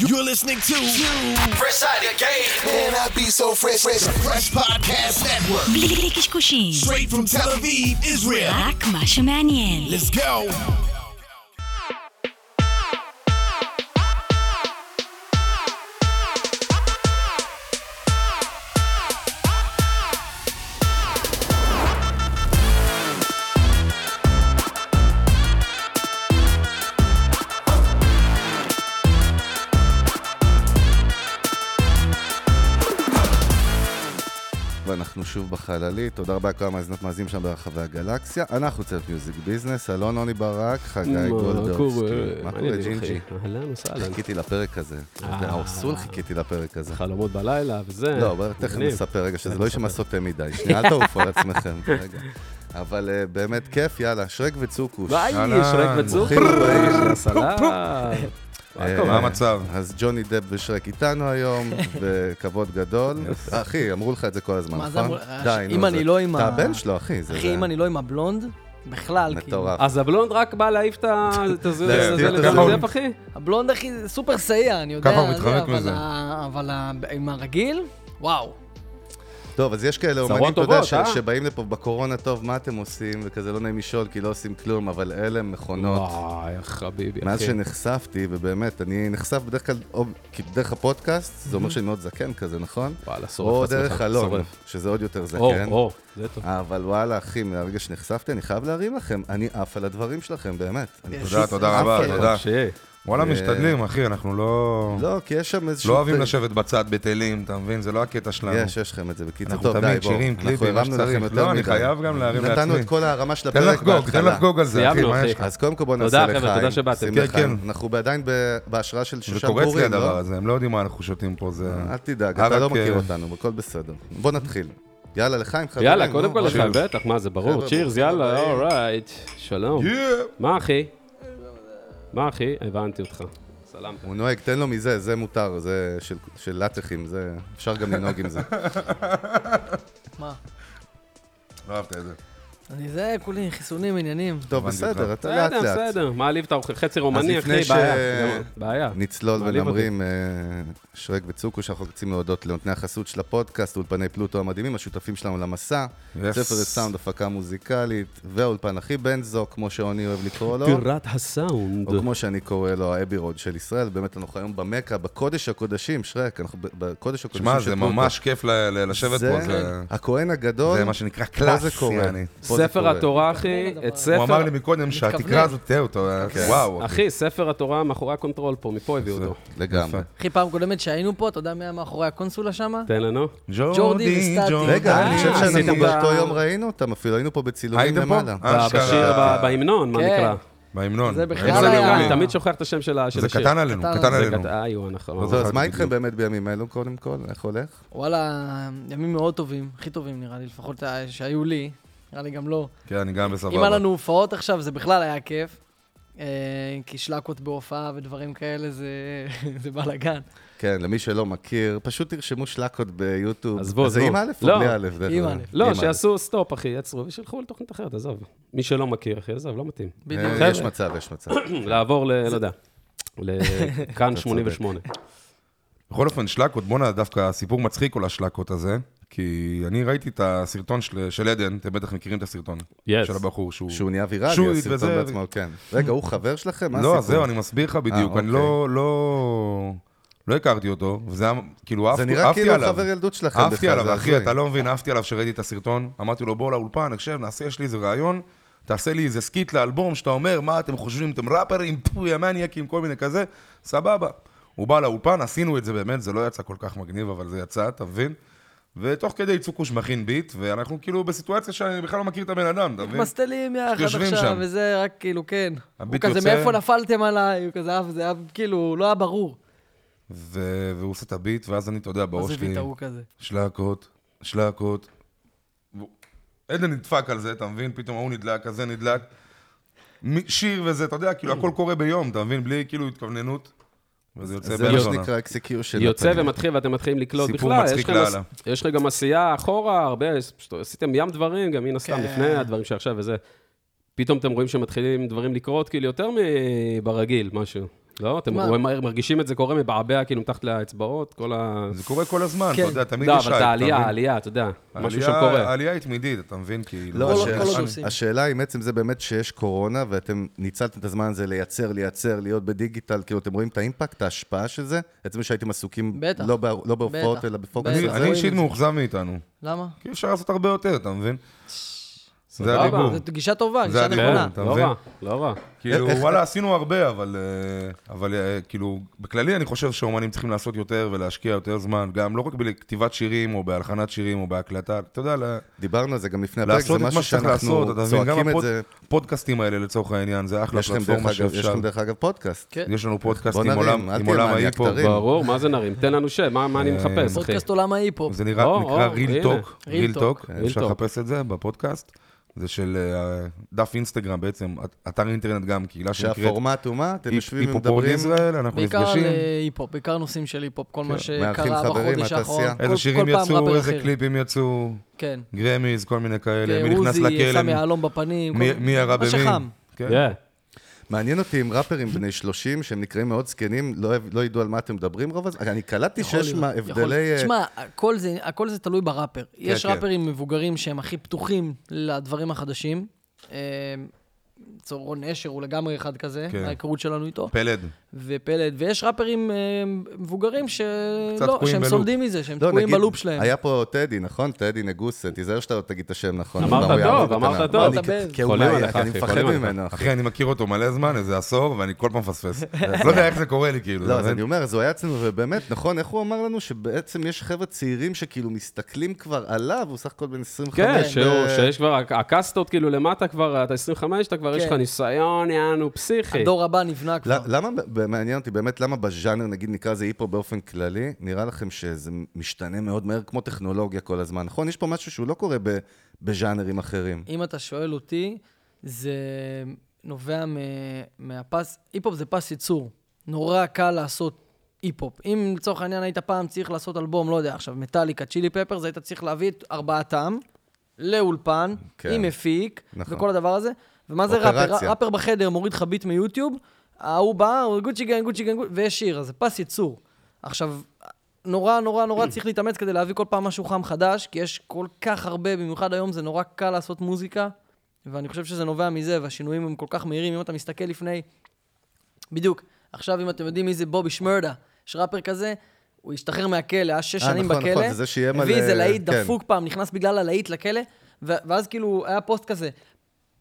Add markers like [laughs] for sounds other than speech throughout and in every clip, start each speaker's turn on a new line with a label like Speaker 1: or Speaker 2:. Speaker 1: You're listening to
Speaker 2: Fresh out the gate. Man, I be so fresh, fresh,
Speaker 1: Fresh Podcast Network,
Speaker 3: בלי בלי קשקושים,
Speaker 1: straight from Tel Aviv, Israel.
Speaker 3: רק מה שמעניין.
Speaker 1: Let's go.
Speaker 4: ואנחנו שוב בחללית. תודה רבה לכל המאזינות מאזינים שם ברחבי הגלקסיה. אנחנו צוות מיוזיק ביזנס, אלון עוני ברק, חגי
Speaker 5: לא,
Speaker 4: גולדובסקי. כאילו, מה קורה,
Speaker 5: מעניינים,
Speaker 4: ג'ינג'י?
Speaker 5: אחי? אהלן וסהלן.
Speaker 4: חיכיתי לפרק הזה.
Speaker 6: אה.
Speaker 4: האוסול חיכיתי לפרק הזה.
Speaker 5: חלומות בלילה וזה.
Speaker 4: לא, אבל תכף
Speaker 5: מגניב.
Speaker 4: נספר רגע, שזה
Speaker 5: תכף
Speaker 4: לא יישמע
Speaker 5: נספר.
Speaker 4: סוטה מדי. שנייה, אל תעופו על עצמכם.
Speaker 6: [laughs]
Speaker 4: רגע. אבל אה, באמת כיף, יאללה, שרק וצוקוש.
Speaker 5: ביי, שרק וצוק.
Speaker 4: ברוכים הבאים.
Speaker 5: סלאם.
Speaker 4: אה,
Speaker 5: קורה?
Speaker 7: מה המצב?
Speaker 4: אז ג'וני דב ושרק איתנו
Speaker 6: [laughs]
Speaker 4: היום, וכבוד גדול. אחי, אמרו לך את זה כל הזמן,
Speaker 6: מה זה
Speaker 4: נכון?
Speaker 6: אמרו-
Speaker 4: די,
Speaker 6: אם
Speaker 4: נו,
Speaker 6: אני
Speaker 4: זה-
Speaker 6: לא עם
Speaker 4: אתה
Speaker 6: ה-
Speaker 4: הבן שלו, אחי. זה-
Speaker 6: אחי, אם אני לא עם הבלונד, בכלל, כאילו.
Speaker 4: מטורף.
Speaker 5: אז הבלונד רק בא להעיף את ה- את הזה-
Speaker 4: להסתיר
Speaker 5: זה-
Speaker 4: את
Speaker 5: זה-
Speaker 7: הזמן.
Speaker 5: זה, אחי?
Speaker 6: הבלונד, אחי, זה סופר סייע, אני יודע.
Speaker 7: ככה הוא
Speaker 6: זה,
Speaker 7: מתחמק
Speaker 6: אבל
Speaker 7: מזה.
Speaker 6: ה- אבל ה- עם הרגיל, וואו.
Speaker 4: טוב, אז יש כאלה
Speaker 5: צרות
Speaker 4: אומנים, אתה יודע,
Speaker 5: טובות,
Speaker 4: ש-
Speaker 5: אה?
Speaker 4: שבאים לפה בקורונה, טוב, מה אתם עושים? וכזה לא נעים לשאול, כי לא עושים כלום, אבל אלה הם מכונות.
Speaker 5: וואי, חביבי,
Speaker 4: מאז
Speaker 5: אחי.
Speaker 4: שנחשפתי, ובאמת, אני נחשף בדרך כלל, או כי דרך הפודקאסט,
Speaker 7: Mm-hmm.
Speaker 4: זה אומר שאני מאוד זקן כזה, נכון?
Speaker 5: וואלה, שורף
Speaker 4: או
Speaker 5: עצמך,
Speaker 4: דרך אלון,
Speaker 5: שורף.
Speaker 4: שזה עוד יותר
Speaker 5: אור,
Speaker 4: זקן.
Speaker 5: אור, זה טוב.
Speaker 4: אבל וואלה, אחי, מהרגע שנחשפתי, אני חייב להרים לכם, אני עף על הדברים שלכם, באמת. אני פשוט
Speaker 7: תודה, תודה
Speaker 4: עף
Speaker 7: רבה,
Speaker 4: עליהם.
Speaker 7: תודה.
Speaker 5: שיהיה.
Speaker 7: וואלה, משתדלים, אחי, אנחנו לא...
Speaker 4: לא, כי יש שם איזשהו...
Speaker 7: לא אוהבים לשבת בצד בטלים, אתה מבין? זה לא הקטע שלנו.
Speaker 4: יש, יש לכם את זה. בקיצור,
Speaker 7: אנחנו
Speaker 4: טוב, די, בואו.
Speaker 7: תמיד שירים, קליפים, מה
Speaker 4: אנחנו הרמנו לכם
Speaker 7: שצריך.
Speaker 4: יותר
Speaker 7: לא, אני
Speaker 4: מדי.
Speaker 7: חייב גם להרים לעצמי.
Speaker 4: נתנו את כל ההרמה של
Speaker 7: תן
Speaker 4: הפרק
Speaker 7: לחגוג, תן
Speaker 4: בהתחלה.
Speaker 7: לחגוג על זה, אחי,
Speaker 5: סיימנו,
Speaker 7: מה
Speaker 5: אחי.
Speaker 7: יש לך?
Speaker 4: אז קודם כל בוא
Speaker 5: תודה,
Speaker 4: נעשה לחיים.
Speaker 5: חבר'ה, תודה שבאתם.
Speaker 4: שים
Speaker 7: כן,
Speaker 4: לחיים.
Speaker 7: כן.
Speaker 4: אנחנו עדיין ב- בהשראה של
Speaker 7: זה
Speaker 4: שושן פורים, לא?
Speaker 7: קורץ לי הדבר הזה, הם לא יודעים מה אנחנו שותים פה, זה...
Speaker 4: אל תדאג, אתה לא
Speaker 7: ערק,
Speaker 4: מכיר
Speaker 7: אה,
Speaker 4: אותנו, הכל בסדר. בוא נתחיל. יאללה, לחיים, חברים.
Speaker 5: יאללה,
Speaker 4: נו,
Speaker 5: קודם כל לך,
Speaker 4: בוא.
Speaker 5: בטח, מה זה ברור.
Speaker 4: חבר'ה,
Speaker 5: צ'ירס,
Speaker 4: ברוכים
Speaker 5: יאללה,
Speaker 4: הבאים.
Speaker 5: אורייט. שלום. מה, אחי? מה, אחי? הבנתי אותך. סלאם.
Speaker 4: הוא נוהג, תן לו מזה, זה מותר, זה של- של לטחים, זה... אפשר גם
Speaker 7: [laughs]
Speaker 4: לנהוג עם זה.
Speaker 6: מה?
Speaker 7: לא אהבת את זה.
Speaker 6: אני זה, כולי חיסונים, עניינים.
Speaker 4: טוב,
Speaker 7: הבנתי
Speaker 4: בסדר,
Speaker 7: אותך.
Speaker 4: אתה לאט
Speaker 5: בסדר,
Speaker 4: לאט.
Speaker 5: בסדר. מעליב את האוכל. חצי רומני,
Speaker 4: לפני
Speaker 5: אחי,
Speaker 4: ש-
Speaker 5: בעיה. בעיה.
Speaker 4: נצלול
Speaker 5: מעליב
Speaker 4: ונמרים אה, שרק וצוקו, שאנחנו רוצים להודות לנותני החסות של הפודקאסט, אולפני פלוטו המדהימים, השותפים שלנו למסע,
Speaker 7: Yes.
Speaker 4: ספר לסאונד, הפקה מוזיקלית, והאולפן הכי בן זוק, כמו שעוני אוהב לקרוא לו.
Speaker 5: טירת הסאונד.
Speaker 4: לא? או כמו שאני קורא לו, האבי רוד של ישראל, באמת אנחנו היום במכה, בקודש הקודשים, שרק, אנחנו ב- בקודש הקודשים
Speaker 7: שמע,
Speaker 4: של
Speaker 7: זה
Speaker 4: פלוטו.
Speaker 7: ממש כיף ל- ל- לשבת
Speaker 4: זה-
Speaker 7: פה, זה...
Speaker 4: הכהן הגדול,
Speaker 7: זה מה שנקרא
Speaker 4: פה זה
Speaker 7: קלאס,
Speaker 4: קורה.
Speaker 7: יעני.
Speaker 4: פה זה
Speaker 5: ספר
Speaker 4: קורה.
Speaker 5: התורה, אחי, את ספר...
Speaker 7: הוא אמר לי מקודם שהתקרה
Speaker 6: מתכוונן.
Speaker 7: הזאת תהיה אותו, אה,
Speaker 4: אוקיי.
Speaker 7: וואו.
Speaker 5: אחי, ספר התורה מאחורי הקונטרול פה, מפה הביאו אותו.
Speaker 4: לגמרי.
Speaker 7: יפה.
Speaker 6: אחי, פעם קודמת שהיינו פה, אתה יודע מי היה מאחורי הקונסולה שם?
Speaker 7: כן.
Speaker 5: תן לנו.
Speaker 6: ג'ורדי וסטטי.
Speaker 4: רגע,
Speaker 6: אה,
Speaker 4: אני חושב שאנחנו
Speaker 5: עשיתם
Speaker 4: באותו
Speaker 5: ב-
Speaker 4: יום ראינו אותם, אפילו היינו פה בצילומים
Speaker 7: הייתם פה?
Speaker 4: למעלה.
Speaker 7: אה,
Speaker 5: ב- בשיר,
Speaker 7: אשכרה.
Speaker 5: ב- בהמנון, מה
Speaker 6: כן.
Speaker 5: נקרא.
Speaker 7: בהמנון.
Speaker 6: זה בכלל לא
Speaker 7: הם
Speaker 6: היה-
Speaker 7: סגרו לי.
Speaker 5: אני תמיד שוכח את השם של ה- של
Speaker 7: זה
Speaker 5: השיר.
Speaker 7: קטן עלינו,
Speaker 6: קטן
Speaker 7: קטן
Speaker 6: עלינו.
Speaker 7: עלינו.
Speaker 5: אה, יואו, נכון.
Speaker 4: טוב, אז
Speaker 7: זוכר
Speaker 4: מה
Speaker 7: בדיוק.
Speaker 4: איתכם באמת בימים אלו, קודם כל? איך הולך?
Speaker 6: וואלה, ימים מאוד טובים, הכי טובים נראה לי, לפחות ה- שהיו לי, נראה לי גם לא.
Speaker 7: כן, אני גם בסבבה.
Speaker 6: אם היה לנו הופעות עכשיו, זה בכלל היה כיף. אה, כי שלקות בהופעה ודברים כאלה, זה [laughs] זה בלאגן.
Speaker 4: כן, למי שלא מכיר, פשוט תרשמו שלקות ביוטיוב.
Speaker 5: עזבו,
Speaker 4: זה
Speaker 5: עזבו.
Speaker 4: עם א' או
Speaker 5: לא.
Speaker 4: בלי א'? דרך
Speaker 6: עם
Speaker 4: אגב?
Speaker 6: א'.
Speaker 5: לא,
Speaker 4: עם
Speaker 5: שיעשו סטופ, אחי, יצרו, ושילכו לתוכנית אחרת, עזוב. מי שלא מכיר, אחי, עזוב, לא מתאים.
Speaker 6: בדיוק.
Speaker 7: כן,
Speaker 4: אה, יש מצב, יש מצב.
Speaker 5: לעבור ל... לא יודע. לכאן 88.
Speaker 7: בכל אופן, שלקות, בואנה, דווקא סיפור מצחיק כל השלקות הזה, כי אני ראיתי את הסרטון של, של עדן, אתם בטח מכירים את הסרטון.
Speaker 5: Yes.
Speaker 7: של הבחור שהוא...
Speaker 4: שהוא נהיה ויראלי,
Speaker 7: שהוא
Speaker 4: הסרטון
Speaker 7: התבזה-
Speaker 4: בעצמו, כן. רגע, הוא חבר שלכם?
Speaker 7: לא,
Speaker 4: מה הסיפור?
Speaker 7: אז זהו, אני מסביר לך בדיוק.
Speaker 4: אוקיי.
Speaker 7: אני לא... לא... לא הכרתי אותו, וזה היה, כאילו, אהבתי
Speaker 4: זה
Speaker 7: עליו.
Speaker 4: נראה כאילו חבר ילדות שלכם
Speaker 7: עפתי
Speaker 4: בכלל, זה
Speaker 7: עליו, אחי,
Speaker 4: הזוי.
Speaker 7: אתה לא מבין, עפתי עליו שראיתי את הסרטון. אמרתי לו, בוא לאולפן, הקשב, נעשה, יש לי איזה רעיון, תעשה לי איזה סקיט לאלבום, שאתה אומר, מה אתם חושבים, אתם ראפרים, פוי, המניאקים, כל מיני כזה, סבבה. הוא בא לאולפן, עשינו את זה באמת, זה לא יצא כל כך מגניב, אבל זה יצא, אתה מבין? ותוך כדי צוקוש מכין ביט, ואנחנו כאילו בסיטואציה שאני בכלל לא מכיר את הבן אדם, אתה מבין?
Speaker 6: מסטלים יחד
Speaker 7: יושבים
Speaker 6: עכשיו,
Speaker 7: שם.
Speaker 6: וזה רק כאילו, כן. הוא
Speaker 7: הביט
Speaker 6: כזה,
Speaker 7: יוצא.
Speaker 6: מאיפה נפלתם עליי? הוא כזה, אף, זה היה כאילו, לא היה ברור.
Speaker 7: ו- והוא עושה את הביט, ואז אני, אתה יודע,
Speaker 6: מה
Speaker 7: בראש
Speaker 6: זה
Speaker 7: שלי,
Speaker 6: ויטה הוא כזה?
Speaker 7: שלקות, שלקות. והוא- עדן נדפק על זה, אתה מבין? פתאום ההוא נדלק, הזה נדלק. מי- שיר וזה, אתה יודע, כאילו, הכל קורה ביום, אתה מבין? בלי כאילו התכווננות. וזה יוצא
Speaker 4: זה לא מה
Speaker 7: בלשונה.
Speaker 4: שנקרא לא, אקסקיושן.
Speaker 5: יוצא ומתחיל, ואתם מתחילים לקלוט
Speaker 7: סיפור
Speaker 5: בכלל.
Speaker 7: מצחיק
Speaker 5: יש לכם
Speaker 7: לאללה.
Speaker 5: עש- יש
Speaker 6: כן.
Speaker 5: לכם גם עשייה אחורה, הרבה, פשוט עשיתם ים דברים, גם מן הסתם לפני הדברים שעכשיו וזה. פתאום אתם רואים שמתחילים דברים לקרות כאילו יותר מברגיל, משהו. לא? אתם
Speaker 6: מה?
Speaker 5: רואים- מרגישים את זה קורה מבעבע כאילו מתחת לאצבעות, כל ה...
Speaker 7: זה קורה כל הזמן,
Speaker 6: כן.
Speaker 7: אתה יודע, תמיד
Speaker 5: לא,
Speaker 7: יש
Speaker 5: אבל זה
Speaker 7: אתה
Speaker 5: העלייה,
Speaker 7: מבין?
Speaker 5: העלייה, אתה יודע, משהו
Speaker 7: העלייה-
Speaker 5: שם קורה.
Speaker 7: העלייה היא תמידית, אתה מבין? כאילו...
Speaker 4: לא,
Speaker 6: כל-
Speaker 7: אני-
Speaker 6: כל עוד
Speaker 7: אני-
Speaker 6: עושים.
Speaker 4: השאלה אם עצם זה באמת שיש קורונה, ואתם ניצלתם את הזמן הזה לייצר, לייצר, להיות בדיגיטל, כאילו, אתם רואים את האימפקט, ההשפעה של זה? עצם שהייתם עסוקים,
Speaker 6: בטח.
Speaker 4: לא בהר- לא בהופעות,
Speaker 6: בטח.
Speaker 4: אלא בפוקוס
Speaker 7: אני-
Speaker 6: בטח.
Speaker 7: אני
Speaker 4: הזה?
Speaker 6: רואים
Speaker 7: אישית
Speaker 6: את זה.
Speaker 7: מאוכזב מאיתנו.
Speaker 6: למה?
Speaker 7: כי אפשר לעשות הרבה יותר, אתה מבין? זה
Speaker 5: סבבה.
Speaker 7: הדיבור.
Speaker 6: זו גישה טובה, גישה
Speaker 7: הדיבור.
Speaker 6: נכונה.
Speaker 7: אתה
Speaker 5: לא
Speaker 7: מבין?
Speaker 5: רע, לא רע.
Speaker 7: כאילו, וואלה, עשינו הרבה, אבל, אה, אבל אה, כאילו, בכללי אני חושב שאומנים צריכים לעשות יותר ולהשקיע יותר זמן, גם לא רק בכתיבת שירים או בהלחנת שירים או בהקלטה, אתה יודע, ל-
Speaker 4: דיברנו על זה גם לפני הפרק, זה
Speaker 7: לעשות את מה
Speaker 4: משהו
Speaker 7: שצריך לעשות, אתה
Speaker 4: שאנחנו
Speaker 7: מבין? גם
Speaker 4: צועקים את זה.
Speaker 7: הפודקאסטים האלה לצורך העניין, זה אחלה
Speaker 4: יש לכם דרך
Speaker 7: פלטפורמה
Speaker 4: אגב- יש
Speaker 7: שאפשר.
Speaker 4: לכם דרך אגב פודקאסט.
Speaker 6: כן.
Speaker 7: יש לנו פודקאסט
Speaker 4: בוא
Speaker 7: עם
Speaker 4: נרים,
Speaker 7: עולם
Speaker 4: אל
Speaker 7: עם
Speaker 4: תהיה
Speaker 7: עולם
Speaker 4: מניאק,
Speaker 7: ההיפו,
Speaker 4: תרים.
Speaker 5: ברור, מה זה נרים? תן לנו שם, מה מה
Speaker 7: אה,
Speaker 5: אני מחפש, אחי?
Speaker 6: פודקאסט עולם ההיפ-הופ.
Speaker 7: זה נראה,
Speaker 5: או,
Speaker 7: נקרא
Speaker 5: או,
Speaker 7: ריל
Speaker 5: הנה.
Speaker 7: טוק,
Speaker 6: Real
Speaker 7: אה, ריל
Speaker 6: Talk.
Speaker 7: טוק,
Speaker 5: Real
Speaker 7: אפשר
Speaker 5: Talk.
Speaker 7: לחפש את זה בפודקאסט, זה של אה, דף אינסטגרם בעצם, אתר אינטרנט גם, קהילה שנקראת
Speaker 4: שהפורמט הוא מה? אתם יושבים
Speaker 7: היפופורט
Speaker 4: ומדברים,
Speaker 7: ישראל, אנחנו
Speaker 6: בעיקר על
Speaker 7: נפגשים. כן.
Speaker 6: אה, היפ-הופ, בעיקר נושאים של היפ-הופ, כל מה
Speaker 4: מארחים
Speaker 6: שקרה
Speaker 4: חברים
Speaker 6: בחודש האחרון.
Speaker 4: מהתעשייה.
Speaker 6: כל-
Speaker 7: איזה
Speaker 6: כל
Speaker 7: שירים
Speaker 6: פעם
Speaker 7: יצאו,
Speaker 6: ראפר
Speaker 7: איזה
Speaker 6: אחר.
Speaker 7: קליפים יצאו,
Speaker 6: כן.
Speaker 7: גרמיז, כל מיני כאלה, מי נכנס
Speaker 6: עוזי,
Speaker 7: לכלא,
Speaker 6: סמי
Speaker 7: מי-
Speaker 6: יהלום בפנים.
Speaker 7: מי-
Speaker 6: כל-
Speaker 7: מי ירה
Speaker 6: מה
Speaker 7: במי.
Speaker 6: שחם.
Speaker 7: כן.
Speaker 5: Yeah.
Speaker 4: מעניין אותי אם ראפרים בני 30, שהם נקראים מאוד זקנים, לא- לא ידעו על מה אתם מדברים רוב הזמן. אני קלטתי
Speaker 6: יכול
Speaker 4: שיש
Speaker 6: להיות,
Speaker 4: מה-
Speaker 6: יכול.
Speaker 4: הבדלי... אה,
Speaker 6: תשמע, הכל זה- הכל זה תלוי בראפר. יש
Speaker 7: כן.
Speaker 6: ראפרים מבוגרים שהם הכי פתוחים לדברים החדשים. אה, צור- רון אשר הוא לגמרי אחד כזה,
Speaker 7: כן.
Speaker 6: ההיכרות שלנו איתו.
Speaker 7: פלד.
Speaker 6: ופלד, ויש ראפרים אה, מבוגרים ש-
Speaker 7: קצת
Speaker 6: לא,
Speaker 7: תקועים
Speaker 6: שהם
Speaker 7: בלופ.
Speaker 6: סולדים מזה, שהם
Speaker 4: לא,
Speaker 6: תקועים
Speaker 4: נגיד,
Speaker 6: בלופ שלהם.
Speaker 4: היה פה טדי, נכון? טדי נגוסה, תיזהר שאתה לא תגיד את השם נכון.
Speaker 5: אמרת
Speaker 4: הוא יעמוד
Speaker 5: טוב, אמרת
Speaker 4: בפניו.
Speaker 5: טוב.
Speaker 4: אני
Speaker 6: אמרת בערך.
Speaker 4: כי הוא
Speaker 5: חולם
Speaker 4: מעיין,
Speaker 5: עליך,
Speaker 4: אני
Speaker 5: אחי,
Speaker 4: מפחד
Speaker 5: חולם עליך.
Speaker 4: ממנו, אחי.
Speaker 7: אחי, אני מכיר אותו מלא זמן, איזה עשור, ואני כל פעם
Speaker 6: [laughs]
Speaker 7: מפספס. לא יודע איך זה קורה לי, כאילו.
Speaker 4: לא,
Speaker 7: אתה
Speaker 4: אז
Speaker 7: מבין?
Speaker 4: אני אומר, אז הוא היה אצלנו, ובאמת, נכון, איך הוא אמר לנו שבעצם יש חבר'ה צעירים שכאילו מסתכלים כבר עליו, הוא סך הכל בן לא, 25.
Speaker 5: כן,
Speaker 4: ו-
Speaker 5: שהוא- שיש כבר, הק- הקסטות כאילו למטה כבר, אתה 25, אתה כבר יש
Speaker 6: כן.
Speaker 5: לך ניסיון, יענו, פסיכי.
Speaker 6: הדור הבא נבנה
Speaker 4: ל-
Speaker 6: כבר.
Speaker 4: למה, ב- מעניין אותי באמת, למה בז'אנר, נגיד נקרא לזה היפו באופן כללי, נראה לכם שזה משתנה מאוד מהר, כמו טכנולוגיה כל הזמן, נכון? יש פה משהו שהוא לא קורה ב- בז'אנרים אחרים.
Speaker 6: אם אתה שואל אותי, זה נובע מ- מהפס, היפ-הופ זה פס ייצור. נורא קל לעשות היפ-הופ. אם לצורך העניין היית פעם צריך לעשות אלבום, לא יודע, עכשיו, מטאליקה, צ'ילי פפרס, היית צריך להביא את ארבעתם לאולפן,
Speaker 4: כן.
Speaker 6: כן. עם מפיק,
Speaker 4: נכון.
Speaker 6: נכון. וכל הדבר הזה. ומה זה ראפר?
Speaker 4: אופרציה.
Speaker 6: ראפר בחדר מוריד לך ביט מיוטיוב, ההוא בא, הוא גוצ'י גן, גוצ'י גן, גוצ'י- ויש שיר, אז זה פס ייצור. עכשיו, נורא נורא נורא צריך להתאמץ כדי להביא כל פעם משהו חם חדש, כי יש כל כך הרבה, במיוחד היום זה נורא קל לעשות מוזיקה, ואני חושב שזה נובע מזה, והשינויים הם כל כך מהירים, אם אתה מסתכל לפני... בדיוק, עכשיו אם אתם יודעים מי זה בובי שמרדה, יש ראפר כזה, הוא השתחרר מהכלא, היה שש
Speaker 4: אה,
Speaker 6: שנים
Speaker 4: נכון,
Speaker 6: בכלא,
Speaker 4: נכון, זה זה שאיים על-
Speaker 6: הביא איזה להיט
Speaker 4: כן.
Speaker 6: דפוק פעם, נכנס בגלל הלהיט לכלא, ו- ואז כאילו היה פוסט כזה,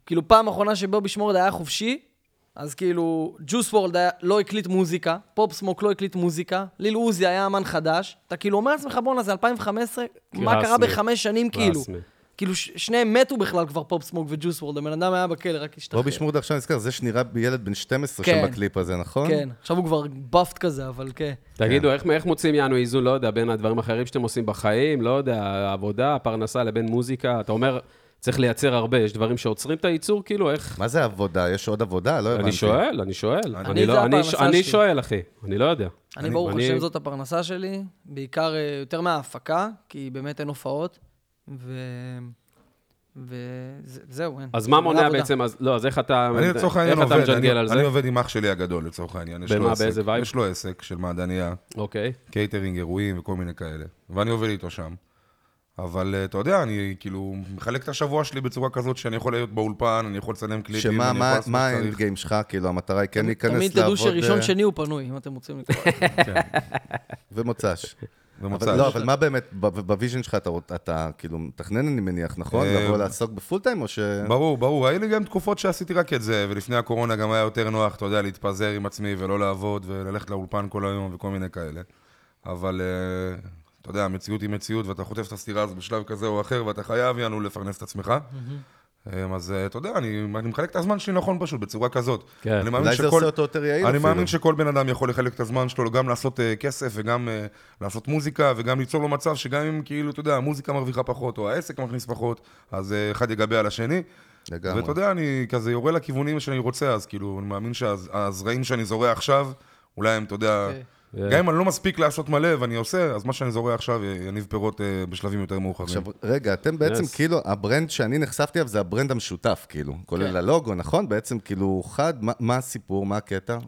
Speaker 6: כאילו פעם אחרונה שבובי שמורד היה חופשי, אז כאילו ג'וס וורד לא הקליט מוזיקה, פופ סמוק לא הקליט מוזיקה, ליל עוזי היה אמן חדש, אתה כאילו אומר לעצמך בואנה זה 2015, מה קרה
Speaker 5: רסמי.
Speaker 6: בחמש שנים כאילו?
Speaker 5: רסמי.
Speaker 6: כאילו ש- שניהם מתו בכלל כבר פופ סמוק וג'וס וורד, הבן אדם היה בכלא, רק השתחרר.
Speaker 4: רובי שמורדה עכשיו נזכר, זה שנראה ילד בן 12 שם
Speaker 6: כן.
Speaker 4: בקליפ הזה, נכון?
Speaker 6: כן, עכשיו הוא כבר באפט כזה, אבל כן.
Speaker 5: תגידו, איך- איך מוצאים יענו איזון, לא יודע, בין הדברים האחרים שאתם עושים בחיים, לא יודע, עבודה, פרנסה לבין מוזיקה? אתה אומר, צריך לייצר הרבה, יש דברים שעוצרים את הייצור, כאילו, איך...
Speaker 4: מה זה עבודה? יש עוד עבודה? לא הבנתי.
Speaker 5: אני שואל, אני שואל. אני
Speaker 6: זה
Speaker 5: לא- אני
Speaker 6: הפרנסה
Speaker 5: אני
Speaker 6: שלי.
Speaker 5: שואל, אחי, אני לא יודע.
Speaker 6: אני, ברוך
Speaker 5: אני-
Speaker 6: השם, זאת הפרנסה שלי, בעיקר אה, יותר מההפקה, כי באמת אין הופעות, ו... וזהו, אין.
Speaker 5: אז מה
Speaker 6: זה
Speaker 5: מונע
Speaker 6: עבודה.
Speaker 5: בעצם, אז- לא, אז איך אתה
Speaker 7: אני לצורך העניין
Speaker 5: איך אתה
Speaker 7: עובד,
Speaker 5: מג'נגל על
Speaker 7: אני- אני
Speaker 5: זה?
Speaker 7: עובד עם אח שלי הגדול לצורך העניין, יש
Speaker 5: במה,
Speaker 7: לו עסק.
Speaker 5: באיזה וייב?
Speaker 7: יש לו עסק של מעדניה,
Speaker 5: אוקיי.
Speaker 7: קייטרינג, אירועים וכל מיני כאלה, ואני עובד איתו שם. אבל אה, אתה יודע, אני כאילו מחלק את השבוע שלי בצורה כזאת שאני יכול להיות באולפן, אני יכול לצלם קליפים,
Speaker 4: שמה
Speaker 7: אני יכול
Speaker 4: מה-
Speaker 7: לעשות
Speaker 4: מה
Speaker 7: מה שצריך.
Speaker 4: האנד גיים שלך? כאילו, המטרה היא כן להיכנס לעבוד...
Speaker 6: תמיד תדעו
Speaker 4: אה,
Speaker 6: שראשון שני הוא פנוי, אם אתם רוצים לקרוא.
Speaker 4: ומוצ"ש.
Speaker 7: [laughs] ומוצ"ש.
Speaker 4: אבל- לא, אבל מה באמת, ב- ב- בוויז'ן שלך אתה רוצ- אתה כאילו מתכנן, אני מניח, נכון?
Speaker 7: אה,
Speaker 4: לבוא לעסוק בפול טיים, או ש...
Speaker 7: ברור, ברור. היו לי גם תקופות שעשיתי רק את זה, ולפני הקורונה גם היה יותר נוח, אתה יודע, להתפזר עם עצמי ולא לעבוד וללכת לאולפן כל היום וכל מיני כאלה. אבל אה, אתה יודע, המציאות היא מציאות, ואתה חוטף את הסטירה הזו בשלב כזה או אחר, ואתה חייב, יענו, לפרנס את עצמך. אה, אז אה, אתה יודע, אני, אני מחלק את הזמן שלי נכון פשוט, בצורה כזאת.
Speaker 5: כן.
Speaker 7: אני מאמין
Speaker 4: אולי זה
Speaker 7: שכל-
Speaker 4: עושה אותו יותר יעיל
Speaker 7: אני מאמין
Speaker 4: אפילו.
Speaker 7: שכל בן אדם יכול לחלק את הזמן שלו, גם לעשות אה, כסף וגם אה, לעשות מוזיקה, וגם ליצור לו מצב שגם אם כאילו, אתה יודע, המוזיקה מרוויחה פחות, או העסק מכניס פחות, אז אה, אחד יגבה על השני.
Speaker 4: לגמרי.
Speaker 7: ואתה יודע, אני כזה יורה לכיוונים שאני רוצה, אז כאילו, אני מאמין שהזרעים שאני זורע עכשיו, אולי הם, אתה יודע,
Speaker 6: אוקיי.
Speaker 4: כן.
Speaker 7: גם אם אני לא מספיק לעשות מלא ואני עושה, אז מה שאני זורע עכשיו יניב פירות אה, בשלבים יותר מאוחרים.
Speaker 4: עכשיו, רגע, אתם בעצם
Speaker 5: Yes.
Speaker 4: כאילו, הברנד שאני נחשפתי אליו זה הברנד המשותף, כאילו,
Speaker 7: כן.
Speaker 4: כולל הלוגו, נכון? בעצם כאילו חד, מה- מה הסיפור, מה הקטע? [laughs]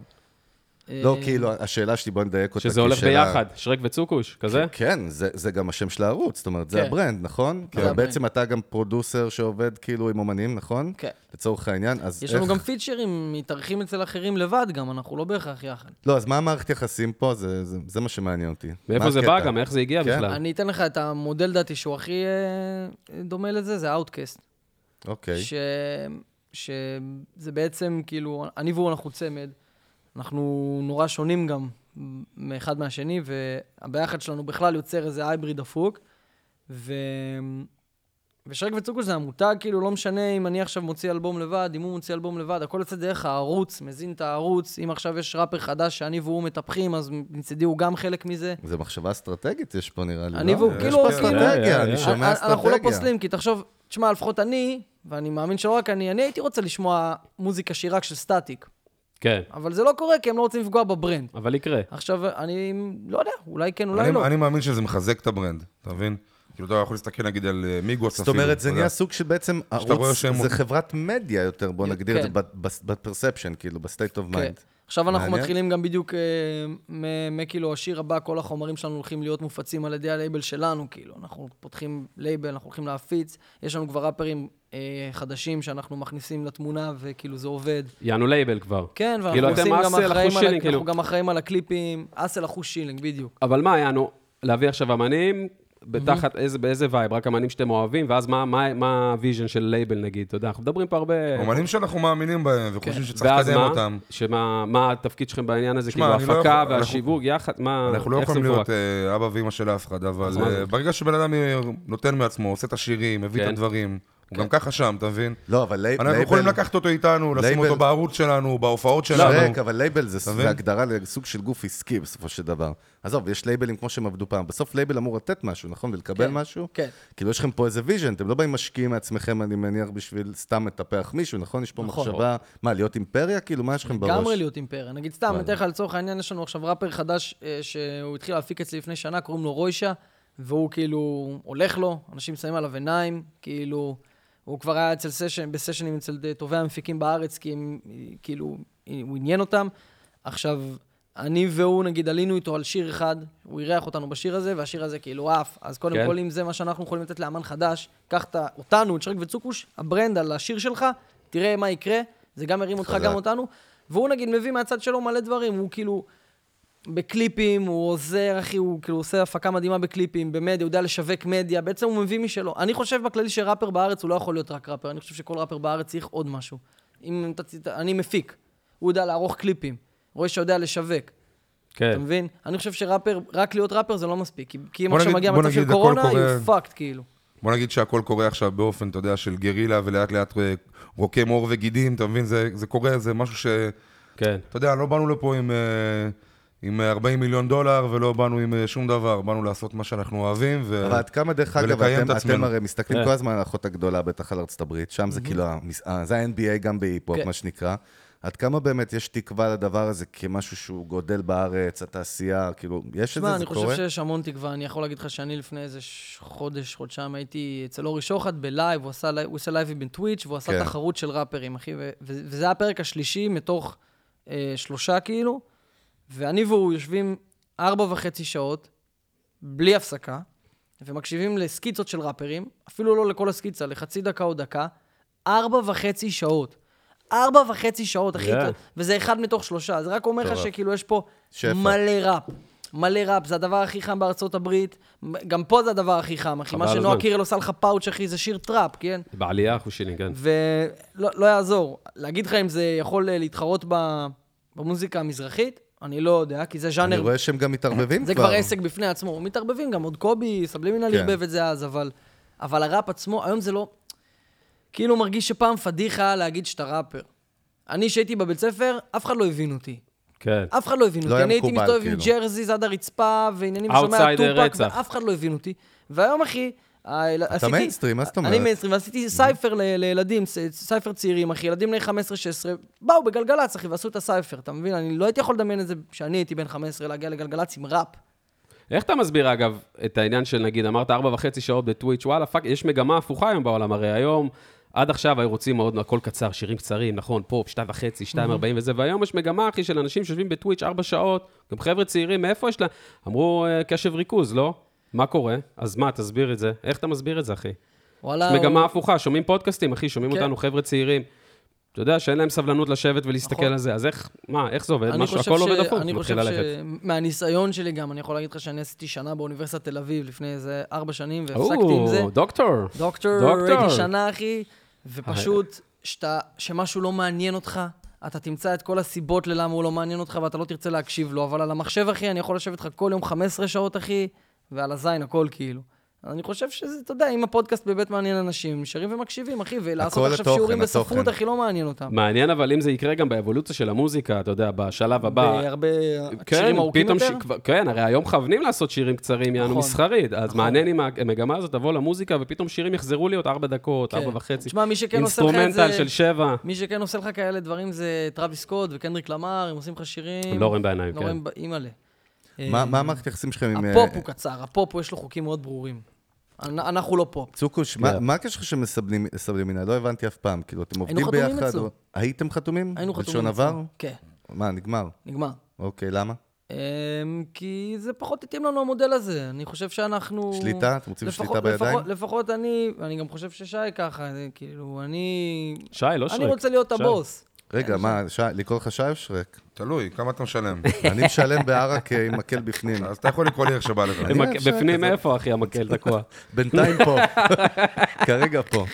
Speaker 4: לא,
Speaker 6: אה,
Speaker 7: אה,
Speaker 4: כאילו, השאלה שלי, בוא נדייק אותה.
Speaker 5: שזה
Speaker 4: כי
Speaker 5: הולך
Speaker 4: שאלה-
Speaker 5: ביחד, שרק וצוקוש, כזה?
Speaker 4: כן, זה, זה גם השם של הערוץ, זאת אומרת, זה
Speaker 6: כן.
Speaker 4: הברנד, נכון? כן.
Speaker 6: הברנד.
Speaker 4: בעצם אתה גם פרודוסר שעובד כאילו עם אומנים, נכון?
Speaker 6: כן.
Speaker 4: לצורך העניין, אז
Speaker 6: יש
Speaker 4: איך...
Speaker 6: לנו גם פיצ'רים מתארחים אצל אחרים לבד גם, אנחנו לא בהכרח יחד.
Speaker 4: לא, אז מה המערכת יחסים פה? זה, זה, זה מה שמעניין אותי.
Speaker 5: מאיפה
Speaker 4: מה
Speaker 5: זה בא
Speaker 4: הקטע?
Speaker 5: גם, איך זה הגיע
Speaker 4: כן.
Speaker 5: בכלל?
Speaker 6: אני אתן לך את המודל דעתי שהוא הכי אה, דומה לזה, זה אאוטקאסט.
Speaker 4: אוקיי.
Speaker 6: ש... שזה בעצם כאילו, אני והוא אנחנו צמד, אנחנו נורא שונים גם מאחד מהשני, והביחד שלנו בכלל יוצר איזה הייבריד דפוק. ו... ושרק וצוקוש זה המותג, כאילו, לא משנה אם אני עכשיו מוציא אלבום לבד, אם הוא מוציא אלבום לבד, הכל יוצא דרך הערוץ, מזין את הערוץ. אם עכשיו יש ראפר חדש שאני והוא מטפחים, אז מצידי הוא גם חלק מזה.
Speaker 4: זה מחשבה אסטרטגית יש פה, נראה לי.
Speaker 6: אני
Speaker 4: לא?
Speaker 6: והוא
Speaker 4: יש
Speaker 6: כאילו
Speaker 4: פה
Speaker 6: עושים-
Speaker 5: אה, אה,
Speaker 4: אסטרטגיה, אני
Speaker 5: אה.
Speaker 4: שומע אסטרטגיה.
Speaker 6: אנחנו לא פוסלים, כי תחשוב, תשמע, לפחות אני, ואני מאמין שלא רק אני, אני הייתי רוצה לשמוע מוזיקה שהיא רק של סטטיק,
Speaker 5: כן,
Speaker 6: אבל זה לא קורה כי הם לא רוצים לפגוע בברנד.
Speaker 5: אבל יקרה.
Speaker 6: עכשיו, אני לא יודע, אולי כן, אולי
Speaker 7: אני-
Speaker 6: לא.
Speaker 7: אני מאמין שזה מחזק את הברנד, אתה מבין? כאילו, אתה יכול להסתכל נגיד על אה, מיגוס
Speaker 4: זאת
Speaker 7: אפילו.
Speaker 4: אומרת, זה
Speaker 7: אתה
Speaker 4: נהיה
Speaker 7: יודע.
Speaker 4: סוג של בעצם
Speaker 7: רואה
Speaker 4: ערוץ,
Speaker 7: שהם-
Speaker 4: זה חברת מדיה יותר, בוא נגדיר את זה,
Speaker 6: כן.
Speaker 4: בפרספשן, כאילו, בסטייט אוף
Speaker 6: כן.
Speaker 4: מיינד.
Speaker 6: עכשיו אנחנו
Speaker 4: מעניין.
Speaker 6: מתחילים גם בדיוק, אה, מ- מכאילו השיר הבא, כל החומרים שלנו הולכים להיות מופצים על ידי הלייבל שלנו, כאילו. אנחנו פותחים לייבל, אנחנו הולכים להפיץ, יש לנו כבר ראפרים אה, חדשים שאנחנו מכניסים לתמונה, וכאילו זה עובד.
Speaker 5: יענו לייבל כבר.
Speaker 6: כן, ואנחנו
Speaker 5: כאילו, אתם
Speaker 6: עושים גם
Speaker 5: אסל,
Speaker 6: אחראים
Speaker 5: אחוז
Speaker 6: על ה-
Speaker 5: שילינג, כאילו.
Speaker 6: אנחנו גם אחראים על הקליפים, אסל אחוז שילינג, בדיוק.
Speaker 5: אבל מה יענו? להביא עכשיו אמנים, בתחת איזה- באיזה וייב, רק אמנים שאתם אוהבים, ואז מה- מה- מה הוויז'ן של לייבל נגיד, אתה יודע, אנחנו מדברים פה הרבה...
Speaker 7: אומנים שאנחנו מאמינים בהם וחושבים שצריך
Speaker 5: כן. ואז
Speaker 7: לקדם
Speaker 5: מה?
Speaker 7: אותם.
Speaker 5: שמה מה התפקיד שלכם בעניין הזה?
Speaker 7: שמע,
Speaker 5: כאילו,
Speaker 7: אני לא
Speaker 5: ההפקה
Speaker 7: יכול-
Speaker 5: והשיווק יחד, מה...
Speaker 7: אנחנו לא
Speaker 5: איך זה
Speaker 7: יכולים להיות
Speaker 5: מפורק?
Speaker 7: אה, אבא ואימא של אף אחד, אבל
Speaker 5: מה
Speaker 7: אה,
Speaker 5: זה?
Speaker 7: ברגע שבן אדם אה, נותן מעצמו, עושה את השירים, מביא את
Speaker 5: כן.
Speaker 7: הדברים, הוא גם ככה שם, אתה מבין?
Speaker 4: לא, אבל לייב-
Speaker 7: אנחנו יכולים
Speaker 4: לייבל-
Speaker 7: לקחת אותו איתנו, לשים
Speaker 4: לייבל- לא,
Speaker 7: אותו בערוץ שלנו, בהופעות שלנו.
Speaker 4: שרק, אבל לייבל זה-
Speaker 7: לא, מבין?
Speaker 4: זה הגדרה לסוג של גוף עסקי בסופו של דבר. עזוב, יש לייבלים כמו שהם עבדו פעם. בסוף לייבל אמור לתת משהו, נכון? ולקבל
Speaker 6: כן,
Speaker 4: משהו?
Speaker 6: כן.
Speaker 4: כאילו, יש לכם פה איזה ויז'ן, אתם לא באים משקיעים מעצמכם, אני מניח, בשביל סתם לטפח מישהו, נכון? יש פה
Speaker 5: נכון.
Speaker 4: מחשבה, מה, להיות אימפריה? כאילו, מה יש לכם בראש?
Speaker 6: לגמרי להיות אימפריה. נגיד סתם, אני אתן לך לצורך העניין, יש לנו עכשיו ראפר חדש אה, שהוא התחיל להפיק אצלי לפני שנה, קוראים לו רוישה, והוא כאילו הולך לו, אנשים שמים עליו עיניים, כאילו, הוא כבר היה אצל סשן, בסשנים אצל ד- טובי המפיקים בארץ, כי הם, אה, כאילו, אה, הוא עניין אותם. עכשיו, אני והוא, נגיד, עלינו איתו על שיר אחד, הוא אירח אותנו בשיר הזה, והשיר הזה כאילו עף. אז קודם
Speaker 5: כן.
Speaker 6: כל, אם זה מה שאנחנו יכולים לתת לאמן חדש, קח את ה- אותנו, את שרק וצוקוש, הברנד על השיר שלך, תראה מה יקרה, זה גם ירים אותך,
Speaker 4: חזק.
Speaker 6: גם אותנו. והוא נגיד מביא מהצד שלו מלא דברים, הוא כאילו בקליפים, הוא עוזר, אחי, הוא כאילו עושה הפקה מדהימה בקליפים, במדיה, הוא יודע לשווק מדיה, בעצם הוא מביא משלו. אני חושב בכללי שראפר בארץ הוא לא יכול להיות רק ראפר, אני חושב שכל ראפר בארץ צריך עוד משהו. אם אתה, ת- אני מפיק, הוא יודע לערוך קליפים, רואה שיודע לשווק.
Speaker 5: כן.
Speaker 6: אתה מבין? אני חושב שראפר, רק להיות ראפר זה לא מספיק, כי- כי אם
Speaker 7: בוא
Speaker 6: עכשיו
Speaker 7: נגיד-
Speaker 6: מגיע
Speaker 7: בוא
Speaker 6: מצב של
Speaker 7: נגיד, הכל
Speaker 6: קורונה,
Speaker 7: קורה-
Speaker 6: you fucked, כאילו.
Speaker 7: בוא נגיד שהכל קורה עכשיו באופן, אתה יודע, של גרילה ולאט לאט אה, רוקם עור וגידים, אתה מבין? זה זה קורה, זה משהו ש...
Speaker 5: כן.
Speaker 7: אתה יודע, לא באנו לפה עם, אה, עם אה, 40 מיליון דולר ולא באנו עם אה, שום דבר, באנו לעשות מה שאנחנו אוהבים. ו...
Speaker 4: אבל עד כמה, דרך אגב,
Speaker 7: ולקיים
Speaker 4: אתם,
Speaker 7: את עצמנו.
Speaker 4: אתם הרי מסתכלים
Speaker 5: כן.
Speaker 4: כל הזמן על האחות הגדולה, בטח על ארצות הברית, שם זה כאילו, המס- אה, זה ה-NBA גם בהיפ-הופ,
Speaker 6: Mhm. כן.
Speaker 4: מה שנקרא. עד כמה באמת יש תקווה לדבר הזה כמשהו שהוא גודל בארץ, התעשייה, כאילו, יש את
Speaker 6: תשמע,
Speaker 4: זה, זה
Speaker 6: אני
Speaker 4: קורה?
Speaker 6: חושב שיש המון תקווה. אני יכול להגיד לך שאני לפני איזה ש- חודש, חודשיים, הייתי אצל אורי שוחט בלייב, הוא עשה לייב- הוא עושה לייבים בטוויץ', והוא
Speaker 4: כן.
Speaker 6: עשה תחרות של ראפרים, אחי, ו- ו- וזה היה הפרק השלישי מתוך אה, שלושה, כאילו, ואני והוא יושבים ארבע וחצי שעות, בלי הפסקה, ומקשיבים לסקיצות של ראפרים, אפילו לא לכל הסקיצה, לחצי דקה או דקה, ארבע וחצי שעות. ארבע וחצי שעות, אחי,
Speaker 5: Yeah.
Speaker 6: וזה אחד מתוך שלושה. זה רק אומר לך שכאילו יש פה
Speaker 4: שפע.
Speaker 6: מלא ראפ. מלא ראפ, זה הדבר הכי חם בארצות הברית. גם פה זה הדבר הכי חם, אחי. מה
Speaker 5: חבל על
Speaker 6: שנועה
Speaker 5: הזמן.
Speaker 6: קירל עושה לך פאוץ', אחי, זה שיר טראפ, כן?
Speaker 5: בעלייה אחוז שילינג, כן.
Speaker 6: ולא לא יעזור. להגיד לך אם זה יכול אה, להתחרות ב- במוזיקה המזרחית, אני לא יודע, כי זה
Speaker 4: אני
Speaker 6: ז'אנר
Speaker 4: רואה שהם גם מתערבבים
Speaker 6: זה כבר עסק בפני עצמו. מתערבבים גם, עוד קובי, סבלימינל
Speaker 4: כן.
Speaker 6: ערבב את זה אז, אבל... אבל הראפ עצמו, היום זה לא... כאילו מרגיש שפעם פדיחה היה להגיד שאתה ראפר. אני, שהייתי בבית ספר, אף אחד לא הבין אותי.
Speaker 5: כן.
Speaker 6: אף אחד לא הבין
Speaker 4: לא
Speaker 6: אותי.
Speaker 4: היה
Speaker 6: אני הייתי
Speaker 4: מקובל,
Speaker 6: מסתובב עם
Speaker 4: כאילו.
Speaker 6: ג'רזיז עד הרצפה, ועניינים שומע
Speaker 5: Outsider
Speaker 6: טופק,
Speaker 5: רצח.
Speaker 6: ואף אחד לא הבין אותי. והיום, אחי, האל- עשיתי-
Speaker 4: מיינסטרים, מה זאת
Speaker 6: אני
Speaker 4: אומרת?
Speaker 6: מיינסטרים, ועשיתי סייפר ל- לילדים, ס- סייפר צעירים, אחי, ילדים בני 15-16, באו בגלגלצ, אחי, ועשו את הסייפר, אתה מבין? אני לא הייתי יכול לדמיין את זה כשאני הייתי בן 15, להגיע לגלגלצ עם ראפ.
Speaker 5: איך אתה מסביר, אגב, את העניין של, נגיד, אמרת ארבע וחצי שעות בטוויץ', וואלה, פאק, יש מגמה הפוכה היום בעולם, הרי היום, עד עכשיו הערוצים מאוד, הכל קצר, שירים קצרים, נכון, פופ, שתיים וחצי, שתיים ארבעים וזה, והיום יש מגמה, אחי, של אנשים שיושבים בטוויץ' ארבע שעות, גם חבר'ה צעירים, מאיפה יש להם? אמרו, אה, קשב ריכוז, לא? מה קורה? אז מה, תסביר את זה. איך אתה מסביר את זה, אחי?
Speaker 6: וואלה,
Speaker 5: יש מגמה הפוכה, שומעים פודקאסטים, אחי, שומעים
Speaker 6: אה, כן.
Speaker 5: אותנו חבר'ה צעירים. אתה יודע שאין להם סבלנות לשבת ולהסתכל
Speaker 6: נכון.
Speaker 5: על זה, אז איך, מה, איך זה עובד?
Speaker 6: אני
Speaker 5: משהו,
Speaker 6: חושב
Speaker 5: הכל
Speaker 6: ש-
Speaker 5: עובד הפוך,
Speaker 6: אני
Speaker 5: מתחיל
Speaker 6: חושב
Speaker 5: ללכת.
Speaker 6: שמהניסיון שלי גם, אני יכול להגיד לך שאני עשיתי שנה באוניברסיטת תל אביב לפני איזה ארבע שנים, והפסקתי עם זה.
Speaker 5: או, דוקטור.
Speaker 6: דוקטור,
Speaker 5: דוקטור. אה.
Speaker 6: הייתי שנה, אחי, ופשוט, שאתה, שמשהו לא מעניין אותך, אתה תמצא את כל הסיבות ללמה הוא לא מעניין אותך, ואתה לא תרצה להקשיב לו, אבל על המחשב, אחי, אני יכול לשבת לך כל יום 15 שעות, אחי, ועל הזין הכל כאילו. אז אני חושב שזה, אתה יודע, אם הפודקאסט באמת מעניין אנשים, נשארים ומקשיבים, אחי, ולעשות
Speaker 4: הכל
Speaker 6: עכשיו
Speaker 4: התוכן,
Speaker 6: שיעורים בספרות,
Speaker 4: התוכן.
Speaker 6: אחי, לא מעניין אותם.
Speaker 5: מעניין, אבל אם זה יקרה גם באבולוציה של המוזיקה, אתה יודע, בשלב הבא.
Speaker 6: בהרבה
Speaker 5: כן,
Speaker 6: שירים ארוכים
Speaker 5: פתאום
Speaker 6: יותר.
Speaker 5: ש- כבר- כן, הרי היום מכוונים לעשות שירים קצרים, יענו
Speaker 6: נכון.
Speaker 5: מסחרית. אז מעניין אם המגמה הזאת תבוא למוזיקה, ופתאום שירים יחזרו להיות ארבע דקות,
Speaker 6: כן.
Speaker 5: ארבע וחצי.
Speaker 6: תשמע, מי שכן עושה לך את
Speaker 5: אינסטרומנטל
Speaker 6: זה-
Speaker 5: של שבע.
Speaker 6: מי שכן עושה לך כאלה דברים זה טרוויס סקוט וקנדריק למר, הם עושים לך שירים.
Speaker 5: הם לא רואים בעיניים,
Speaker 6: לא
Speaker 5: כן.
Speaker 6: רואים, ב- אימא'לה.
Speaker 4: מה מה המערכת היחסים שלכם עם... אה,
Speaker 6: הפופ הוא קצר, הפופ הוא- יש לו חוקים מאוד ברורים. אנ- אנחנו לא פופ.
Speaker 5: כן.
Speaker 4: צוקוש, מה מה הקשר שלכם לסבלימינה? לא הבנתי אף פעם. כאילו, אתם עובדים ביחד.
Speaker 6: חתומים אצלו.
Speaker 4: או- הייתם חתומים?
Speaker 6: היינו חתומים.
Speaker 4: בלשון
Speaker 6: אצלו.
Speaker 4: עבר?
Speaker 6: כן,
Speaker 4: מה, נגמר.
Speaker 6: נגמר.
Speaker 4: אוקיי, למה?
Speaker 6: אמ, כי זה פחות התאים לנו המודל הזה. אני חושב שאנחנו...
Speaker 4: שליטה? אתם רוצים
Speaker 6: לפחות-
Speaker 4: שליטה בידיים?
Speaker 6: לפחות- לפחות אני, ואני גם חושב ששי ככה, זה כאילו, אני...
Speaker 5: שי, לא שרק.
Speaker 6: אני רוצה להיות
Speaker 5: שי.
Speaker 6: הבוס.
Speaker 4: רגע, מה, שי- לקרוא לך שי או שרק?
Speaker 7: תלוי, כמה אתה משלם. [laughs]
Speaker 4: אני משלם בערק אה, עם מקל בפנים.
Speaker 5: [laughs]
Speaker 7: אז אתה יכול לקרוא לי איך שבא לך.
Speaker 5: הם-
Speaker 4: אני עכשיו
Speaker 5: בפנים איפה, אחי, המקל
Speaker 4: [laughs]
Speaker 5: תקוע?
Speaker 4: בינתיים
Speaker 6: [laughs]
Speaker 4: פה. כרגע פה.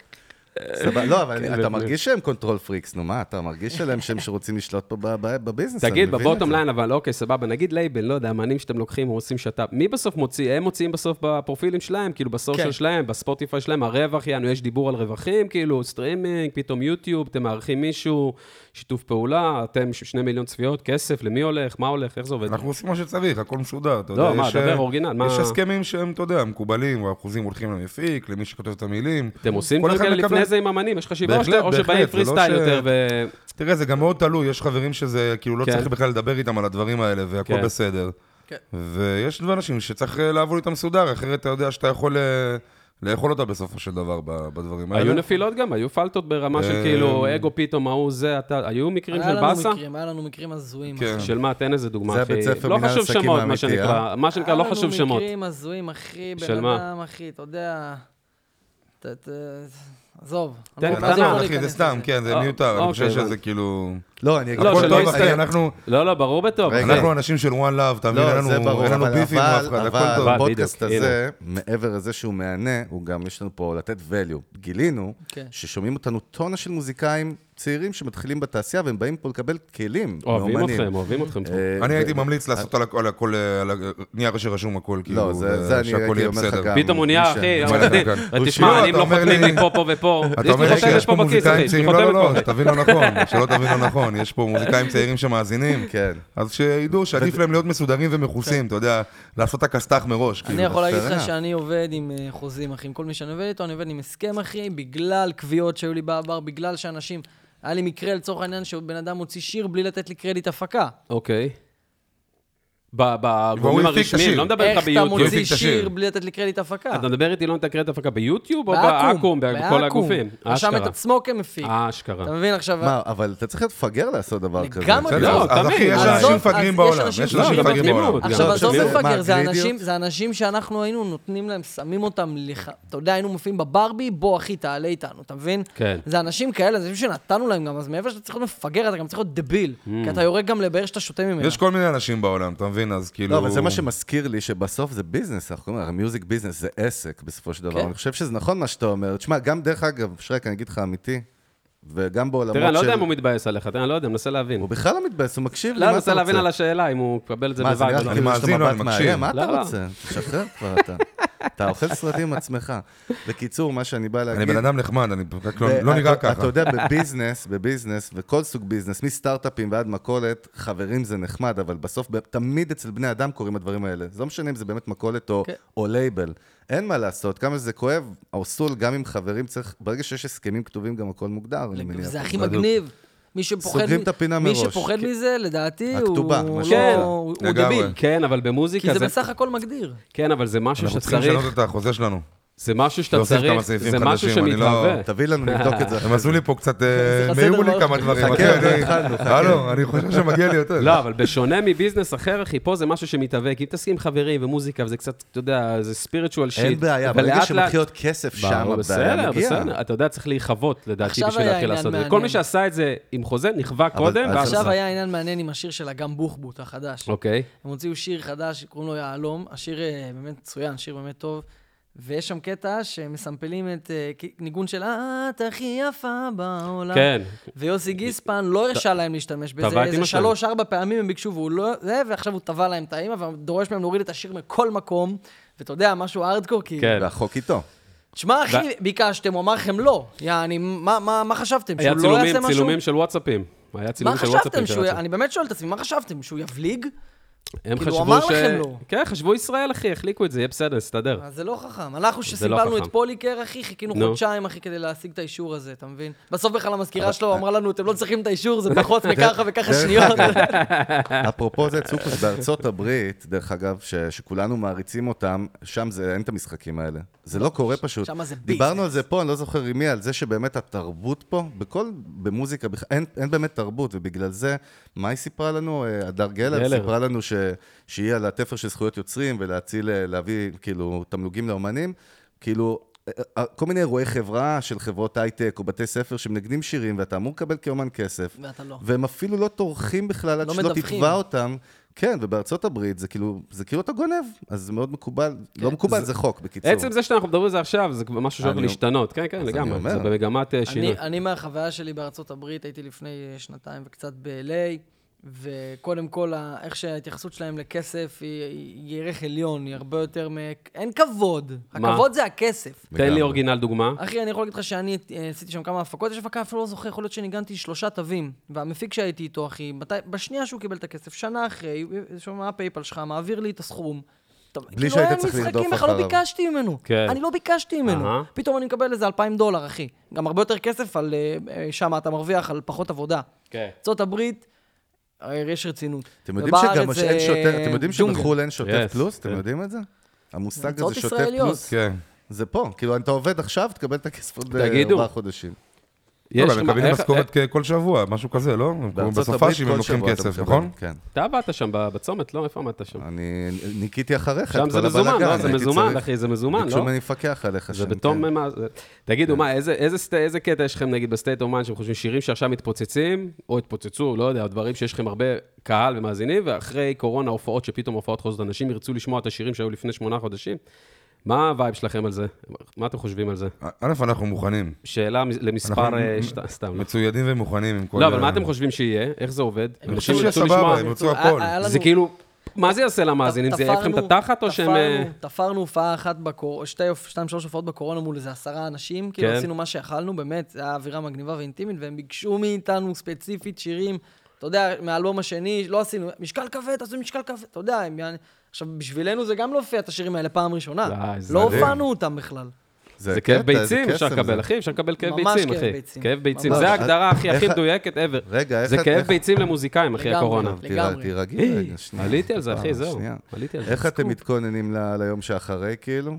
Speaker 4: סבבה, לא, אבל אני-
Speaker 5: בפנים.
Speaker 4: אתה מרגיש שהם קונטרול פריקס, נו מה, אתה מרגיש שלהם שהם שרוצים לשלוט פה ב- ב- בביזנס, אני
Speaker 5: תגיד,
Speaker 4: מבין את
Speaker 5: בבוטום
Speaker 4: זה.
Speaker 5: ליין, אבל אוקיי, סבבה, נגיד לייבל, לא יודע, המענים שאתם לוקחים, הם עושים שת"פ. מי בסוף מוציא? הם מוציאים בסוף בפרופילים שלהם, כאילו בסושיאל
Speaker 6: כן.
Speaker 5: שלהם, בספוטיפיי שלהם, הרווח, יענו, יש דיבור על רווחים, כאילו, סטרימינג, פתאום יוטיוב, אתם מארחים מישהו, שיתוף פעולה, אתם ש- שני מיליון צפיות, כסף, למי הולך, מה הולך, איך זה עובד?
Speaker 7: אנחנו עושים מה שצריך, הכל מסודר, אתה
Speaker 5: לא,
Speaker 7: יודע.
Speaker 5: מה,
Speaker 7: יש,
Speaker 5: דבר
Speaker 7: אה,
Speaker 5: אורגינל, מה-
Speaker 7: יש הסכמים שהם, אתה יודע, מקובלים, האחוזים הולכים למפיק, למי שכותב את המילים.
Speaker 5: אתם עושים
Speaker 7: כל
Speaker 5: דברים
Speaker 7: אחד
Speaker 5: כאלה
Speaker 7: מקבל-
Speaker 5: לפני זה עם אמנים, יש חשיבה, או
Speaker 7: בהחלט,
Speaker 5: שאתה- או
Speaker 7: בהחלט,
Speaker 5: שבאים
Speaker 7: זה לא
Speaker 5: פרי סטייל
Speaker 7: ש-
Speaker 5: יותר, ו...
Speaker 7: תראה, זה גם מאוד תלוי, יש חברים שזה, כאילו, לא
Speaker 5: כן.
Speaker 7: צריך בכלל לדבר איתם על הדברים האלה, והכל
Speaker 5: כן.
Speaker 7: בסדר.
Speaker 6: כן.
Speaker 7: ויש דבר אנשים שצריך אה, לעבוד איתם מסודר, אחרת אתה יודע שאתה יכול אה, לאכול אותה בסופו של דבר ב- בדברים האלה.
Speaker 5: היו נפילות גם, היו פלטות ברמה של
Speaker 7: אה,
Speaker 5: כאילו, אגו פתאום, ההוא, זה, אתה, היו מקרים
Speaker 6: היה
Speaker 5: של
Speaker 6: לנו
Speaker 5: באסה?
Speaker 6: מקרים, היה לנו מקרים הזויים.
Speaker 7: כן.
Speaker 6: אחי.
Speaker 5: של מה, תן איזה דוגמה,
Speaker 4: זה
Speaker 5: אחי.
Speaker 4: הבית ספר
Speaker 5: לא
Speaker 4: מנהל
Speaker 5: חשוב
Speaker 4: עסקים
Speaker 5: שמות, מה
Speaker 4: האמיתי,
Speaker 5: שנקרא.
Speaker 4: אה?
Speaker 5: מה שנקרא, לא חשוב
Speaker 6: היה לנו
Speaker 5: שמות.
Speaker 6: מקרים הזויים, אחי,
Speaker 5: של
Speaker 6: בן
Speaker 5: מה?
Speaker 6: אדם, אחי, אתה יודע... ת- ת- עזוב.
Speaker 5: תן
Speaker 6: אני לא-
Speaker 5: קטנה,
Speaker 6: עזוב,
Speaker 5: אחי,
Speaker 6: לא
Speaker 7: כן, אחי, זה
Speaker 6: להיכנס
Speaker 7: סתם,
Speaker 6: לזה.
Speaker 7: כן, זה
Speaker 5: אה,
Speaker 7: מיותר, אני
Speaker 5: אוקיי,
Speaker 7: חושב שזה
Speaker 5: הבנתי.
Speaker 7: כאילו...
Speaker 4: לא, אני אגיד...
Speaker 5: לא,
Speaker 7: הכל
Speaker 5: שלא
Speaker 7: טוב, אחי,
Speaker 6: אה,
Speaker 5: יסתיים.
Speaker 7: אנחנו...
Speaker 5: לא, לא, ברור בטוב.
Speaker 4: רגע,
Speaker 5: אנחנו-
Speaker 7: אנחנו אנשים של one love, אתה מבין? אין
Speaker 4: כן. לא,
Speaker 7: לנו-
Speaker 4: זה ברור,
Speaker 7: אין לנו
Speaker 4: אבל-
Speaker 7: ביפים עם אף אחד,
Speaker 4: אבל-
Speaker 7: הכל טוב.
Speaker 4: אבל הפודקאסט
Speaker 5: בדיוק,
Speaker 4: הזה, מעבר לזה שהוא מהנה, הוא גם, יש לנו פה לתת value. גילינו
Speaker 6: כן.
Speaker 4: ששומעים אותנו טונה של מוזיקאים צעירים שמתחילים בתעשייה, והם באים פה לקבל כלים
Speaker 7: לא,
Speaker 5: אוהבים
Speaker 4: מאומנים.
Speaker 5: אתכם, אוהבים אתכם. פה.
Speaker 4: אה,
Speaker 7: אני
Speaker 4: ו-
Speaker 7: הייתי ממליץ לעשות על הכל- על הכל, אה, על הנייר שרשום הכל, כאילו,
Speaker 4: לא, זה זה
Speaker 7: אה,
Speaker 4: אני
Speaker 7: שהכל
Speaker 4: הייתי
Speaker 7: יהיה
Speaker 4: אומר לך
Speaker 7: בסדר.
Speaker 4: גם.
Speaker 5: פתאום הוא נהיה, אחי,
Speaker 7: כן,
Speaker 5: עורך דין.
Speaker 7: כן. הוא
Speaker 5: תשמע,
Speaker 7: שיעור,
Speaker 5: אני
Speaker 7: אתה
Speaker 5: לא
Speaker 7: אומר
Speaker 5: חותמים
Speaker 7: לי-
Speaker 5: לי פה, פה ופה.
Speaker 7: אתה
Speaker 5: יש לי
Speaker 7: אומר לי
Speaker 5: חותמת
Speaker 7: שיש
Speaker 5: פה
Speaker 7: פה
Speaker 5: בכיס,
Speaker 7: מוזיקאים
Speaker 5: אחי, יש לי
Speaker 7: צעירים, לא, לא,
Speaker 5: חותמת פה.
Speaker 7: לא, שתבין לא נכון, שלא תבין לא נכון, יש פה מוזיקאים צעירים שמאזינים,
Speaker 4: כן.
Speaker 7: אז שידעו שעדיף להם להיות מסודרים ומכוסים, אתה יודע, לעשות את הכסת"ח מראש,
Speaker 6: אני
Speaker 7: כאילו.
Speaker 6: יכול להגיד
Speaker 4: fair enough.
Speaker 6: לך שאני עובד עם אה, חוזים, אחי, עם כל מי שאני עובד איתו, אני עובד עם הסכם, אחי, בגלל קביעות שהיו לי בעבר, בגלל שאנשים... היה לי מקרה, לצורך העניין, שבן אדם הוציא שיר בלי לתת לי קרדיט הפקה.
Speaker 5: אוקיי. ב- בגורמים
Speaker 7: הפיק את
Speaker 5: הרשמיים,
Speaker 7: השיר.
Speaker 5: לא מדבר איתך
Speaker 6: איך אתה
Speaker 5: ביוטיוב.
Speaker 6: מוציא
Speaker 7: הפיק את השיר.
Speaker 6: שיר בלי לתת לי קרדיט הפקה?
Speaker 5: אתה מדבר איתי, לא נתן קרדיט הפקה ביוטיוב או
Speaker 6: בעכו"ם,
Speaker 5: באקו"ם, בכל
Speaker 6: בעכו"ם.
Speaker 5: הגופים?
Speaker 6: רשם את
Speaker 5: אשכרה.
Speaker 6: עצמו כמפיק.
Speaker 5: אשכרה.
Speaker 6: אתה מבין עכשיו...
Speaker 4: מה, אבל אתה צריך להיות מפגר לעשות דבר כזה.
Speaker 6: לגמרי.
Speaker 7: בסדר,
Speaker 5: לא,
Speaker 7: אז- אז
Speaker 5: תמיד.
Speaker 7: אחי, יש
Speaker 4: אז
Speaker 7: אנשים
Speaker 4: זאת-
Speaker 7: מפגרים
Speaker 6: אז
Speaker 7: בעולם, יש
Speaker 6: יש אנשים
Speaker 7: אנשים
Speaker 5: לא,
Speaker 7: מפגרים
Speaker 5: גם
Speaker 7: בעולם.
Speaker 5: מפגרים
Speaker 6: עכשיו,
Speaker 5: גם
Speaker 6: עזוב
Speaker 5: של
Speaker 6: מפגר, זה
Speaker 4: מה,
Speaker 6: אנשים,
Speaker 4: גלידיות?
Speaker 6: זה אנשים שאנחנו היינו נותנים להם, שמים אותם, לח- אתה יודע, היינו מופיעים בברבי, בוא אחי, תעלה איתנו, אתה מבין?
Speaker 5: כן.
Speaker 6: זה אנשים כאלה, זה אנשים שנתנו להם גם, אז מעבר שאתה צריך להיות מפגר, אתה גם צריך להיות דביל, כי אתה יורק גם לבאר שאתה שותה ממנה.
Speaker 7: יש כל מיני אנשים בעולם, אתה מבין? אז כאילו...
Speaker 4: לא, אבל זה מה שמזכיר לי, שבסוף זה ביזנס, אנחנו קוראים לזה, מיוזיק ביזנס זה עסק בסופו של דבר.
Speaker 6: כן.
Speaker 4: אני חושב שזה נכון מה שאתה אומר. תשמע, גם דרך אגב, שרק, אני אגיד לך אמיתי, וגם בעולמות של...
Speaker 5: תראה, אני לא יודע אם הוא מתבאס עליך, תראה, אני לא יודע, מנסה להבין.
Speaker 4: הוא בכלל לא מתבאס, הוא מקשיב לי,
Speaker 5: לא,
Speaker 4: מה
Speaker 5: אני
Speaker 4: אתה
Speaker 5: מנסה
Speaker 4: רוצה?
Speaker 5: להבין על השאלה, אם הוא מקבל את זה
Speaker 4: מה, זה
Speaker 5: בוואג
Speaker 4: נראה
Speaker 5: או
Speaker 4: לך
Speaker 5: לא.
Speaker 7: אני
Speaker 4: כאילו יש לך
Speaker 7: מאזין לו,
Speaker 4: מבט
Speaker 7: אני מקשיב.
Speaker 4: מאיים? מה אתה
Speaker 5: לא, לא.
Speaker 4: רוצה? תשחרר כבר אתה. אתה אוכל סרטים עם עצמך. בקיצור, מה שאני בא
Speaker 7: אני
Speaker 4: להגיד...
Speaker 7: בן אדם נחמד, אני רק לא-
Speaker 4: ו-
Speaker 7: לא נראה
Speaker 4: אתה-
Speaker 7: ככה.
Speaker 4: אתה יודע, בביזנס, בביזנס, וכל סוג ביזנס, מסטארט-אפים ועד מכולת, חברים זה נחמד, אבל בסוף, ב- תמיד אצל בני אדם קורים הדברים האלה. זה לא משנה אם זה באמת מכולת או-
Speaker 6: כן.
Speaker 4: או לייבל. אין מה לעשות, כמה שזה כואב, האוסול, גם עם חברים צריך, ברגע שיש הסכמים כתובים, גם הכל מוגדר, אני מניח.
Speaker 6: זה הכי
Speaker 4: בדיוק.
Speaker 6: מגניב. מי שפוחד,
Speaker 4: סוגרים
Speaker 6: מ-
Speaker 4: את הפינה
Speaker 6: מי
Speaker 4: מראש.
Speaker 6: שפוחד
Speaker 4: כן.
Speaker 6: מזה, לדעתי, הוא
Speaker 4: הכתובה, מה
Speaker 6: לא-
Speaker 5: שנקרא.
Speaker 6: הוא הוא
Speaker 7: לגמרי.
Speaker 6: דביל.
Speaker 5: כן, אבל במוזיקה
Speaker 6: כי זה
Speaker 5: זה...
Speaker 6: בסך הכל מגדיר.
Speaker 5: כן, אבל זה משהו
Speaker 7: אנחנו צריכים
Speaker 5: שצריך,
Speaker 7: לשנות את החוזה שלנו.
Speaker 5: זה משהו שאתה
Speaker 7: להוסיף
Speaker 5: צריך,
Speaker 7: כמה סעיפים
Speaker 5: זה משהו
Speaker 7: חדשים, אני לא-
Speaker 5: שמתהווה.
Speaker 4: תביא לנו, נבדוק
Speaker 7: [laughs]
Speaker 4: את זה
Speaker 7: הם
Speaker 4: אחרי זה.
Speaker 7: עשו לי פה קצת, אה,
Speaker 6: חסר
Speaker 7: מעירו לי
Speaker 6: דבר.
Speaker 7: כמה דברים.
Speaker 4: חכה,
Speaker 7: אתה יודע,
Speaker 4: לא התחלנו, חכה.
Speaker 7: הלו, אני חושב שמגיע לי יותר.
Speaker 5: לא, אבל בשונה מביזנס אחר, אחי, פה זה משהו שמתהווה, כי אם תסכים עם חברים ומוזיקה, וזה קצת, אתה יודע, זה ספיריטואל שיט.
Speaker 4: אין בעיה,
Speaker 5: אבל
Speaker 4: ברגע
Speaker 5: לאט
Speaker 4: שמתחיל
Speaker 5: לאט-
Speaker 4: להיות כסף שם, הבעיה
Speaker 5: ברור,
Speaker 4: מגיעה.
Speaker 5: בסדר, בסדר. אתה יודע, צריך להיכבות, לדעתי,
Speaker 6: עכשיו
Speaker 5: בשביל
Speaker 6: היה
Speaker 5: להתחיל
Speaker 6: עניין
Speaker 5: לעשות את זה. כל
Speaker 6: מעניין.
Speaker 5: מי שעשה את זה עם חוזה, נכווה קודם,
Speaker 4: אז
Speaker 5: ואז...
Speaker 6: עכשיו היה עניין מעניין עם השיר של אגם בוחבוט החדש.
Speaker 5: אוקיי.
Speaker 6: הם הוציאו שיר חדש שקוראים לו יהלום, השיר אה, באמת מצוין, שיר באמת טוב, ויש שם קטע שמסמפלים את אה, כי- ניגון של את הכי יפה בעולם.
Speaker 5: כן.
Speaker 6: ויוסי גיספן לא הרשה להם להשתמש
Speaker 5: תבע
Speaker 6: בזה,
Speaker 5: את אמא שלהם.
Speaker 6: איזה שלוש-ארבע פעמים הם ביקשו והוא לא... זה, ועכשיו הוא טבע להם את האימא, ודורש מהם להוריד את השיר מכל מקום, ואתה יודע, משהו ארדקור, כי...
Speaker 5: כן.
Speaker 4: והחוק איתו.
Speaker 6: תשמע, אחי, ביקשתם, הוא אמר לכם לא. יעני, מה- מה מה חשבתם?
Speaker 5: היה
Speaker 6: שהוא לא יעשה
Speaker 5: צילומים,
Speaker 6: משהו?
Speaker 5: צילומים של וואטסאפים. היה
Speaker 6: מה
Speaker 5: צילום של
Speaker 6: חשבתם
Speaker 5: וואטסאפים
Speaker 6: שהוא...
Speaker 5: שרצו.
Speaker 6: אני באמת שואל את עצמי, מה חשבתם? שהוא יבליג?
Speaker 5: הם
Speaker 6: כאילו,
Speaker 5: חשבו
Speaker 6: אמר
Speaker 5: ש...
Speaker 6: לכם לא.
Speaker 5: כן, חשבו ישראל, אחי, החליקו את זה, יהיה בסדר, נסתדר.
Speaker 6: אז זה לא חכם. אנחנו
Speaker 5: לא
Speaker 6: שסיבלנו
Speaker 5: חכם.
Speaker 6: את פוליקר, אחי, חיכינו
Speaker 5: נו.
Speaker 6: חודשיים, אחי, כדי להשיג את האישור הזה, אתה מבין? בסוף בכלל המזכירה
Speaker 5: אה,
Speaker 6: שלו אמרה לנו, אתם לא צריכים את האישור, זה פחות מככה וככה
Speaker 4: דרך
Speaker 6: שניות. [laughs]
Speaker 4: אפרופו זה, צוקוס, בארצות הברית, דרך אגב, ש, שכולנו מעריצים אותם, שם זה, אין את המשחקים האלה. זה לא קורה פשוט.
Speaker 6: שמה זה
Speaker 4: דיברנו
Speaker 6: ביזנס.
Speaker 4: על זה פה, אני לא זוכר עם מי, על זה שבאמת התרבות פה, בכל, במוזיקה, בכ- אין, אין באמת תרבות, ובגלל זה, מה היא סיפרה לנו? אה, הדר גלר
Speaker 5: גלר.
Speaker 4: סיפרה לנו ש, שהיא על התפר של זכויות יוצרים, ולהציל, אה, להביא, כאילו, תמלוגים לאומנים, כאילו... אה, אה, כל מיני אירועי חברה של חברות הייטק או בתי ספר שמנגנים שירים ואתה אמור לקבל כאומן כסף.
Speaker 6: ואתה לא.
Speaker 4: והם אפילו לא טורחים בכלל עד
Speaker 6: לא
Speaker 4: שלא
Speaker 6: מדווחים.
Speaker 4: תתבע אותם. כן, ובארצות הברית זה כאילו, זה כאילו אתה גונב, אז זה מאוד מקובל. לא מקובל, זה חוק, בקיצור.
Speaker 5: עצם כן. זה שאנחנו מדברים על זה עכשיו, זה כבר משהו שהולך
Speaker 4: אני-
Speaker 5: להשתנות. כן, כן,
Speaker 4: אני
Speaker 5: לגמרי.
Speaker 4: אומר.
Speaker 5: זה במגמת אה, שינוי.
Speaker 6: אני, אני מהחוויה שלי בארצות הברית, הייתי לפני אה, שנתיים וקצת ב-LA, וקודם כל, ה- איך שההתייחסות שלהם לכסף היא, היא היא ערך עליון, היא הרבה יותר מ... אין כבוד.
Speaker 5: מה?
Speaker 6: הכבוד זה הכסף.
Speaker 5: תן לי
Speaker 4: לגמרי.
Speaker 5: אורגינל דוגמה.
Speaker 6: אחי, אני יכול להגיד לך שאני אה, עשיתי שם כמה הפקות, יש הפקה, אפילו לא זוכר, יכול להיות שניגנתי שלושה תווים. והמפיק שהייתי איתו, אחי, מתי, בשנייה שהוא קיבל את הכסף, שנה אחרי, שומע מה הפייפל שלך, מעביר לי את הסכום. אתה- כאילו,
Speaker 4: שהיית
Speaker 6: אין
Speaker 4: צריך
Speaker 6: משחקים,
Speaker 4: לרדוף
Speaker 6: בכלל לא
Speaker 4: אחריו.
Speaker 6: ביקשתי ממנו.
Speaker 5: כן.
Speaker 6: אני לא ביקשתי ממנו.
Speaker 5: אהה.
Speaker 6: פתאום אני מקבל איזה 2,000 דולר, אחי. גם הרבה יותר כסף על אה, אה, שם אתה מרוויח, על פחות עבודה.
Speaker 5: כן.
Speaker 6: ארצות הברית, אה, יש רצינות.
Speaker 4: אתם יודעים
Speaker 6: ובארץ
Speaker 4: שגם
Speaker 6: זה
Speaker 4: אין שוטר, אתם יודעים
Speaker 6: ג'ונגל.
Speaker 4: שבחו"ל אין שוטף
Speaker 5: Yes,
Speaker 4: פלוס? אתם
Speaker 5: כן.
Speaker 4: יודעים את זה? המושג
Speaker 6: המצאות
Speaker 4: הזה, שוטף
Speaker 6: ישראליות.
Speaker 4: פלוס,
Speaker 7: כן.
Speaker 4: זה פה. כאילו, אתה עובד עכשיו, תקבל את הכסף עוד אה,
Speaker 5: תגידו.
Speaker 4: ארבעה חודשים.
Speaker 5: יש
Speaker 7: לא, אבל
Speaker 5: לך-
Speaker 7: הם מקבלים
Speaker 5: איך-
Speaker 7: משכורת כ- כל שבוע, משהו כזה, לא? הם קוראים בסופ"שים הם לוקחים
Speaker 4: אתה
Speaker 7: כסף,
Speaker 4: מקבל,
Speaker 7: נכון?
Speaker 4: כן.
Speaker 5: אתה עבדת שם ב- בצומת, לא? איפה עמדת שם?
Speaker 4: אני ניקיתי אחריך
Speaker 5: שם
Speaker 4: את
Speaker 5: זה
Speaker 4: אה, כל
Speaker 5: מזומן,
Speaker 4: הבלאגן,
Speaker 5: לא? זה
Speaker 4: הייתי
Speaker 5: מזומן,
Speaker 4: צריך-
Speaker 5: אחי, זה מזומן,
Speaker 4: ביקשו
Speaker 5: לא?
Speaker 4: ממני לפקח עליך
Speaker 5: זה
Speaker 4: שם,
Speaker 5: בתום...
Speaker 4: כן.
Speaker 5: מה- זה- תגידו, מה, איזה- איזה סט- איזה קטע יש לכם, נגיד, בסטייט אומן, שאתם חושבים שירים שעכשיו מתפוצצים, או התפוצצו, לא יודע, דברים שיש לכם הרבה קהל ומאזינים, ואחרי קורונה, הופעות שפתאום הופעות חוזרות, אנשים ירצו לשמוע את השירים שהיו לפני שמונה חודשים. מה הווייב שלכם על זה? מה אתם חושבים על זה?
Speaker 7: אה, א', אנחנו מוכנים.
Speaker 5: שאלה מ- למספר...
Speaker 7: אנחנו
Speaker 5: אה,
Speaker 7: מ-
Speaker 5: שת- סתם, לא.
Speaker 7: מצוידים ומוכנים עם כל...
Speaker 5: לא, אבל מה אתם חושבים שיהיה? איך זה עובד?
Speaker 7: אני
Speaker 5: אנשים
Speaker 7: חושב שיהיה
Speaker 5: ירצו
Speaker 7: סבבה,
Speaker 5: לשמוע-
Speaker 7: הם ירצו
Speaker 6: טוב,
Speaker 7: הכל.
Speaker 4: אה, לא,
Speaker 6: היה לנו-
Speaker 5: זה כאילו, מה זה יעשה למאזינים? זה יעיף לכם את
Speaker 6: תפרנו-
Speaker 5: התחת או שהם... אה,
Speaker 6: תפרנו- תפרנו הופעה אחת בקורונה, שתי, הופ- שתיים, שלוש הופעות בקורונה מול איזה עשרה אנשים, כאילו
Speaker 5: כן.
Speaker 6: עשינו מה שיכלנו, באמת, זו הייתה אווירה מגניבה ואינטימית, והם ביקשו מאיתנו ספציפית שירים, אתה יודע, מהאלבום השני, לא עשינו, משקל כבד, עשו משקל כבד, אתה יודע, הם... יעני- עכשיו, בשבילנו זה גם לא הופיע את השירים האלה פעם ראשונה.
Speaker 5: די, זה
Speaker 6: לא
Speaker 5: מדהים.
Speaker 6: הופענו אותם בכלל.
Speaker 5: זה כאב
Speaker 4: קטע, איזה
Speaker 5: ביצים אפשר
Speaker 4: קסם כן, זה.
Speaker 5: לקבל, אחי, אפשר לקבל כאב
Speaker 6: ממש
Speaker 5: ביצים,
Speaker 6: כאב
Speaker 5: אחי.
Speaker 6: ביצים.
Speaker 5: כאב ביצים,
Speaker 6: ממש.
Speaker 5: זה ההגדרה הכי הכי
Speaker 4: איך-
Speaker 5: מדויקת ever.
Speaker 4: רגע, איך...
Speaker 5: זה
Speaker 4: את-
Speaker 5: כאב
Speaker 4: איך-
Speaker 5: ביצים למוזיקאים, אחי,
Speaker 6: לגמרי.
Speaker 5: הקורונה.
Speaker 4: טוב, תירגע,
Speaker 6: לגמרי.
Speaker 4: תירגעי רגע, שנייה.
Speaker 5: עליתי על זה, אחי,
Speaker 4: פעם,
Speaker 5: זהו.
Speaker 4: שנייה.
Speaker 5: עליתי על זה.
Speaker 4: איך אתם מתכוננים ל- ליום שאחרי, כאילו?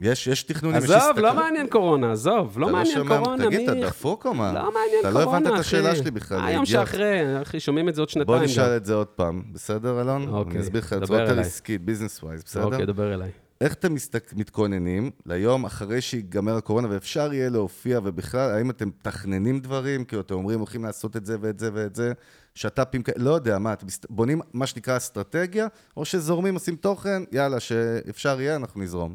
Speaker 4: יש יש תכנונים, יש
Speaker 5: עזוב, לא
Speaker 4: הסתכלות?
Speaker 5: מעניין קורונה, עזוב,
Speaker 4: אתה
Speaker 5: לא מעניין
Speaker 4: שומע?
Speaker 5: קורונה,
Speaker 4: תגיד, אתה
Speaker 5: מי-
Speaker 4: דפוק או מה?
Speaker 5: לא מעניין קורונה, אחי.
Speaker 4: אתה לא הבנת את השאלה שלי בכלל.
Speaker 5: היום
Speaker 4: אידיוט.
Speaker 5: שאחרי, אחי, שומעים את זה עוד
Speaker 4: בוא
Speaker 5: שנתיים. גם.
Speaker 4: נשאל את זה עוד פעם, בסדר, אלון?
Speaker 5: אוקיי,
Speaker 4: אני אסביר לך,
Speaker 5: דבר
Speaker 4: בצורה יותר
Speaker 5: אליי.
Speaker 4: עסקית, ביזנס ווייז, בסדר?
Speaker 5: אוקיי, דבר אליי.
Speaker 4: איך אתם מסתק- מתכוננים ליום אחרי שיגמר הקורונה ואפשר יהיה להופיע, ובכלל, האם אתם מתכננים דברים? כאילו, אתם אומרים, הולכים לעשות את זה ואת זה ואת זה, שת"פים, כאלה, לא יודע, מה, אתם מסת- בונים מה שנקרא אסטרטגיה, או שזורמים, עושים תוכן, יאללה, שאפשר יהיה, אנחנו נזרום.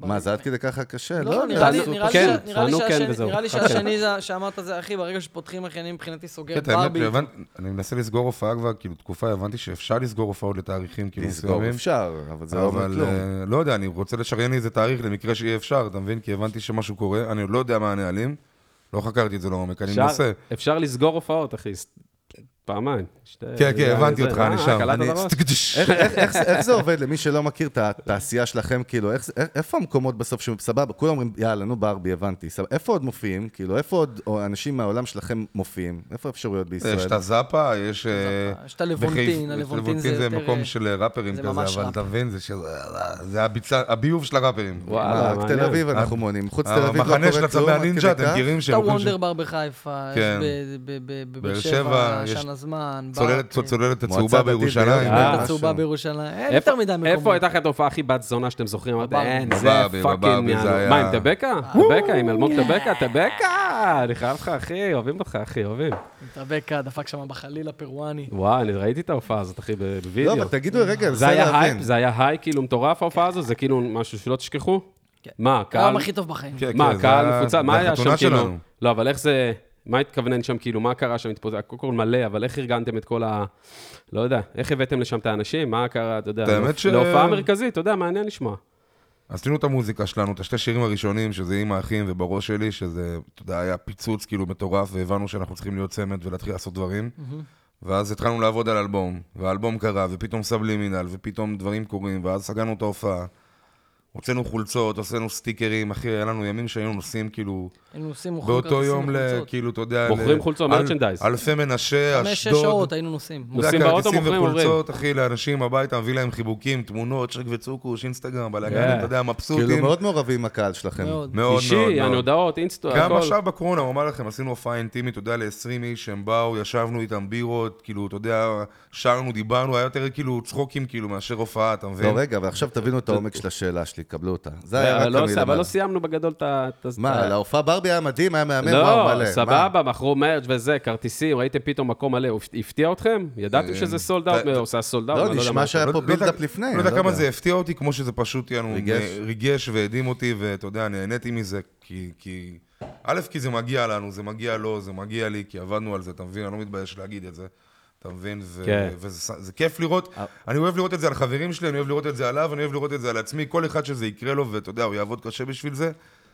Speaker 4: מה, זה עד כדי ככה קשה?
Speaker 6: לא, נראה לי-
Speaker 5: תענו-
Speaker 6: נראה לי
Speaker 5: כן,
Speaker 6: שה- נראה לי
Speaker 5: תענו כן
Speaker 6: שהשני-
Speaker 5: וזהו.
Speaker 6: נראה לי
Speaker 5: [laughs] כן.
Speaker 6: שהשני זה- שאמרת זה, אחי, ברגע שפותחים, אחי, אני מבחינתי סוגר
Speaker 7: כן, האמת,
Speaker 6: ברבי.
Speaker 7: הבנ- אני מנסה לסגור הופעה כבר, כאילו, תקופה, הבנתי שאפשר לסגור הופעות לתאריכים, כאילו,
Speaker 4: לסגור
Speaker 7: מסוימים.
Speaker 4: אפשר, אבל זה לא אומר
Speaker 7: אבל
Speaker 4: כלום.
Speaker 7: אה, לא יודע, אני רוצה לשריין לי איזה תאריך למקרה שאי אפשר, אתה מבין? כי הבנתי שמשהו קורה, אני עוד לא יודע מה הנהלים, לא חקרתי את זה לעומק, אני
Speaker 5: אפשר-
Speaker 7: מנסה.
Speaker 5: אפשר לסגור הופעות, אחי. ס- פעמיים. שתי-
Speaker 7: כן, כן, הבנתי
Speaker 5: זה-
Speaker 7: אותך,
Speaker 5: אה,
Speaker 7: אני שם.
Speaker 5: קלעת
Speaker 7: אני- [laughs]
Speaker 5: בראש?
Speaker 4: איך- איך- איך זה- איך זה עובד למי שלא מכיר את התעשייה שלכם, כאילו, איך זה- איך- איפה המקומות בסוף שסבבה, כולם אומרים, יאללה, נו ברבי, הבנתי. סבבה, איפה עוד מופיעים? כאילו, איפה עוד או אנשים מהעולם שלכם מופיעים? איפה האפשרויות בישראל?
Speaker 7: יש את
Speaker 5: אה,
Speaker 7: הזאפה, יש... אה,
Speaker 6: יש את הלבונטין,
Speaker 7: בחיפ-
Speaker 6: הלבונטין
Speaker 7: הלבונטין
Speaker 6: זה
Speaker 7: זה
Speaker 6: יותר,
Speaker 7: מקום
Speaker 6: אה,
Speaker 7: של אה, ראפרים
Speaker 6: זה
Speaker 7: כזה,
Speaker 6: ממש
Speaker 7: אבל
Speaker 6: ראפ.
Speaker 7: אתה מבין, זה של- אה, זה הביצה- הביוב של הראפרים.
Speaker 5: וואלה,
Speaker 4: אה, רק תל
Speaker 5: מעניין.
Speaker 4: אביב אנחנו מונים, חוץ תל אביב לא
Speaker 7: אה, המחנה של
Speaker 4: קורה כלום,
Speaker 7: הצבי
Speaker 4: עד
Speaker 7: הנינג'ה,
Speaker 4: כדי
Speaker 7: אתם
Speaker 4: כך.
Speaker 7: מכירים
Speaker 6: יש את
Speaker 7: שהם הולכים
Speaker 6: הוונדר בר בחיפה, יש
Speaker 7: כן.
Speaker 6: ב- ב- ב- בבאר
Speaker 7: באר
Speaker 6: שבע,
Speaker 7: שבע, יש-
Speaker 6: שן הזמן,
Speaker 7: צוללת-
Speaker 6: ברבי,
Speaker 7: צוללת
Speaker 4: מועצה
Speaker 7: הצהובה
Speaker 4: דתית
Speaker 7: בירושלים.
Speaker 4: בירושלים.
Speaker 5: אה,
Speaker 6: צוללת הצהובה בירושלים, אין
Speaker 5: איפה-
Speaker 6: יותר מדי מקומות.
Speaker 5: איפה הייתה לך את ההופעה הכי בת זונה שאתם זוכרים? אמרת,
Speaker 6: בברבי.
Speaker 5: אין, זה
Speaker 7: בברבי,
Speaker 5: פאקינג...
Speaker 7: בברבי, זה
Speaker 5: יענו."
Speaker 7: היה-
Speaker 5: מה, עם טבקה? טבקה, עם אלמוג טבקה? טבקה! אני חייב לך, אחי, אוהבים אותך, אחי, אוהבים.
Speaker 6: טרבקה דפק שם בחליל הפרואני.
Speaker 5: וואי, אני ראיתי את ההופעה הזאת, אחי, ב-
Speaker 4: לא,
Speaker 5: בווידאו.
Speaker 4: אבל תגידו, רגע, אני
Speaker 5: זה
Speaker 4: רוצה
Speaker 5: היה הייפ,
Speaker 4: להבין.
Speaker 5: זה היה היי כאילו מטורף ההופעה הזו, זה כאילו משהו שלא תשכחו?
Speaker 6: כן.
Speaker 5: מה,
Speaker 6: קהל
Speaker 5: קהל...
Speaker 6: הכי טוב בחיים.
Speaker 7: כן,
Speaker 5: מה,
Speaker 7: כן, זה
Speaker 5: קהל
Speaker 7: היה-
Speaker 5: מפוצל? מה
Speaker 7: זה
Speaker 5: היה שם
Speaker 7: החתונה
Speaker 5: כאילו?
Speaker 7: שלנו.
Speaker 5: לא, אבל איך זה... מה התכוונן שם כאילו? מה קרה שם? התפוצ- הכל כל מלא, אבל איך ארגנתם את כל ה... לא יודע, איך הבאתם לשם את האנשים? מה קרה, אתה יודע,
Speaker 7: את האמת ש-
Speaker 5: להופעה מרכזית, אתה יודע, מעניין לשמוע.
Speaker 7: עשינו את המוזיקה שלנו, את השתי שירים הראשונים, שזה עם האחים ובראש שלי, שזה, אתה יודע, היה פיצוץ כאילו מטורף, והבנו שאנחנו צריכים להיות צמד ולהתחיל לעשות דברים. ואז התחלנו לעבוד על אלבום, והאלבום קרה, ופתאום סבלימינל, ופתאום דברים קורים, ואז סגרנו את ההופעה. הוצאנו חולצות, עשינו סטיקרים, אחי, היה לנו ימים שהיינו נוסעים כאילו,
Speaker 6: היינו עושים מוכרות
Speaker 7: באותו
Speaker 6: כרטיסים
Speaker 7: יום, ל-
Speaker 6: לחולצות.
Speaker 7: כאילו, אתה יודע... ל-
Speaker 5: מוכרים חולצות,
Speaker 7: אל-
Speaker 5: מרצ'נדייז.
Speaker 7: אלפי מנשה,
Speaker 6: חמש, שש
Speaker 7: אשדוד.
Speaker 6: שעות היינו נוסעים.
Speaker 7: אתה יודע,
Speaker 5: נוסעים באוטו,
Speaker 7: כרטיסים
Speaker 5: מוכרים, עוברים.
Speaker 7: וחולצות, אחי, לאנשים הביתה, מביא להם חיבוקים, תמונות, שריק וצוקוש, אינסטגרם,
Speaker 5: כן.
Speaker 7: בלאגן, אתה יודע, מבסוטים.
Speaker 4: כאילו, מאוד מעורבים עם הקהל שלכם.
Speaker 7: מאוד,
Speaker 6: מאוד.
Speaker 7: מאוד,
Speaker 5: אישי,
Speaker 7: מאוד.
Speaker 5: יענו, הודעות, אינסטו,
Speaker 7: גם
Speaker 5: הכל.
Speaker 7: עכשיו בקורונה, הוא אמר לכם, עשינו הופעה אינטימית, אתה יודע, ל-20 איש, הם באו, ישבנו איתם בירות, כאילו, אתה יודע, שרנו, דיברנו, היה יותר כאילו צחוקים, כאילו, מאשר הופעה, אתה מבין?
Speaker 4: לא, רגע, אבל עכשיו תבינו את העומק של השאלה שלי, קבלו אותה. זה היה רק
Speaker 5: אבל לא-
Speaker 4: המילה.
Speaker 5: אבל לא סיימנו בגדול את ה... את ה-
Speaker 4: מה, להופעה ברבי היה מדהים, היה מהמם, וואו, מלא.
Speaker 5: לא,
Speaker 4: מה?
Speaker 5: סבבה, מכרו מרג' וזה, כרטיסים, ראיתם פתאום מקום מלא, הוא הפתיע אתכם? ידעתם שזה סולד אאוט,
Speaker 7: אה,
Speaker 5: או שזה סולד אאוט?
Speaker 4: לא, נשמע
Speaker 7: לא
Speaker 4: שהיה פה
Speaker 7: יודע- לא יודע-
Speaker 4: בילדאפ לפני.
Speaker 7: לא יודע כמה זה הפתיע אותי, כמו שזה פשוט, יענו,
Speaker 4: ריגש.
Speaker 7: מ- ריגש והדהים אותי, ואתה יודע, נהניתי מזה, כי- כי... א', כי זה מגיע לנו, זה מגיע לו, זה מגיע לי, כי עבדנו על זה, אתה מבין? אני לא מתבייש להגיד את זה. אתה מבין? ו-
Speaker 5: כן.
Speaker 7: וזה ס- זה כיף לראות, אני אוהב לראות את זה על חברים שלי, אני אוהב לראות את זה עליו, אני אוהב לראות את זה על עצמי, כל אחד שזה יקרה לו, ואתה יודע, הוא יעבוד קשה בשביל זה.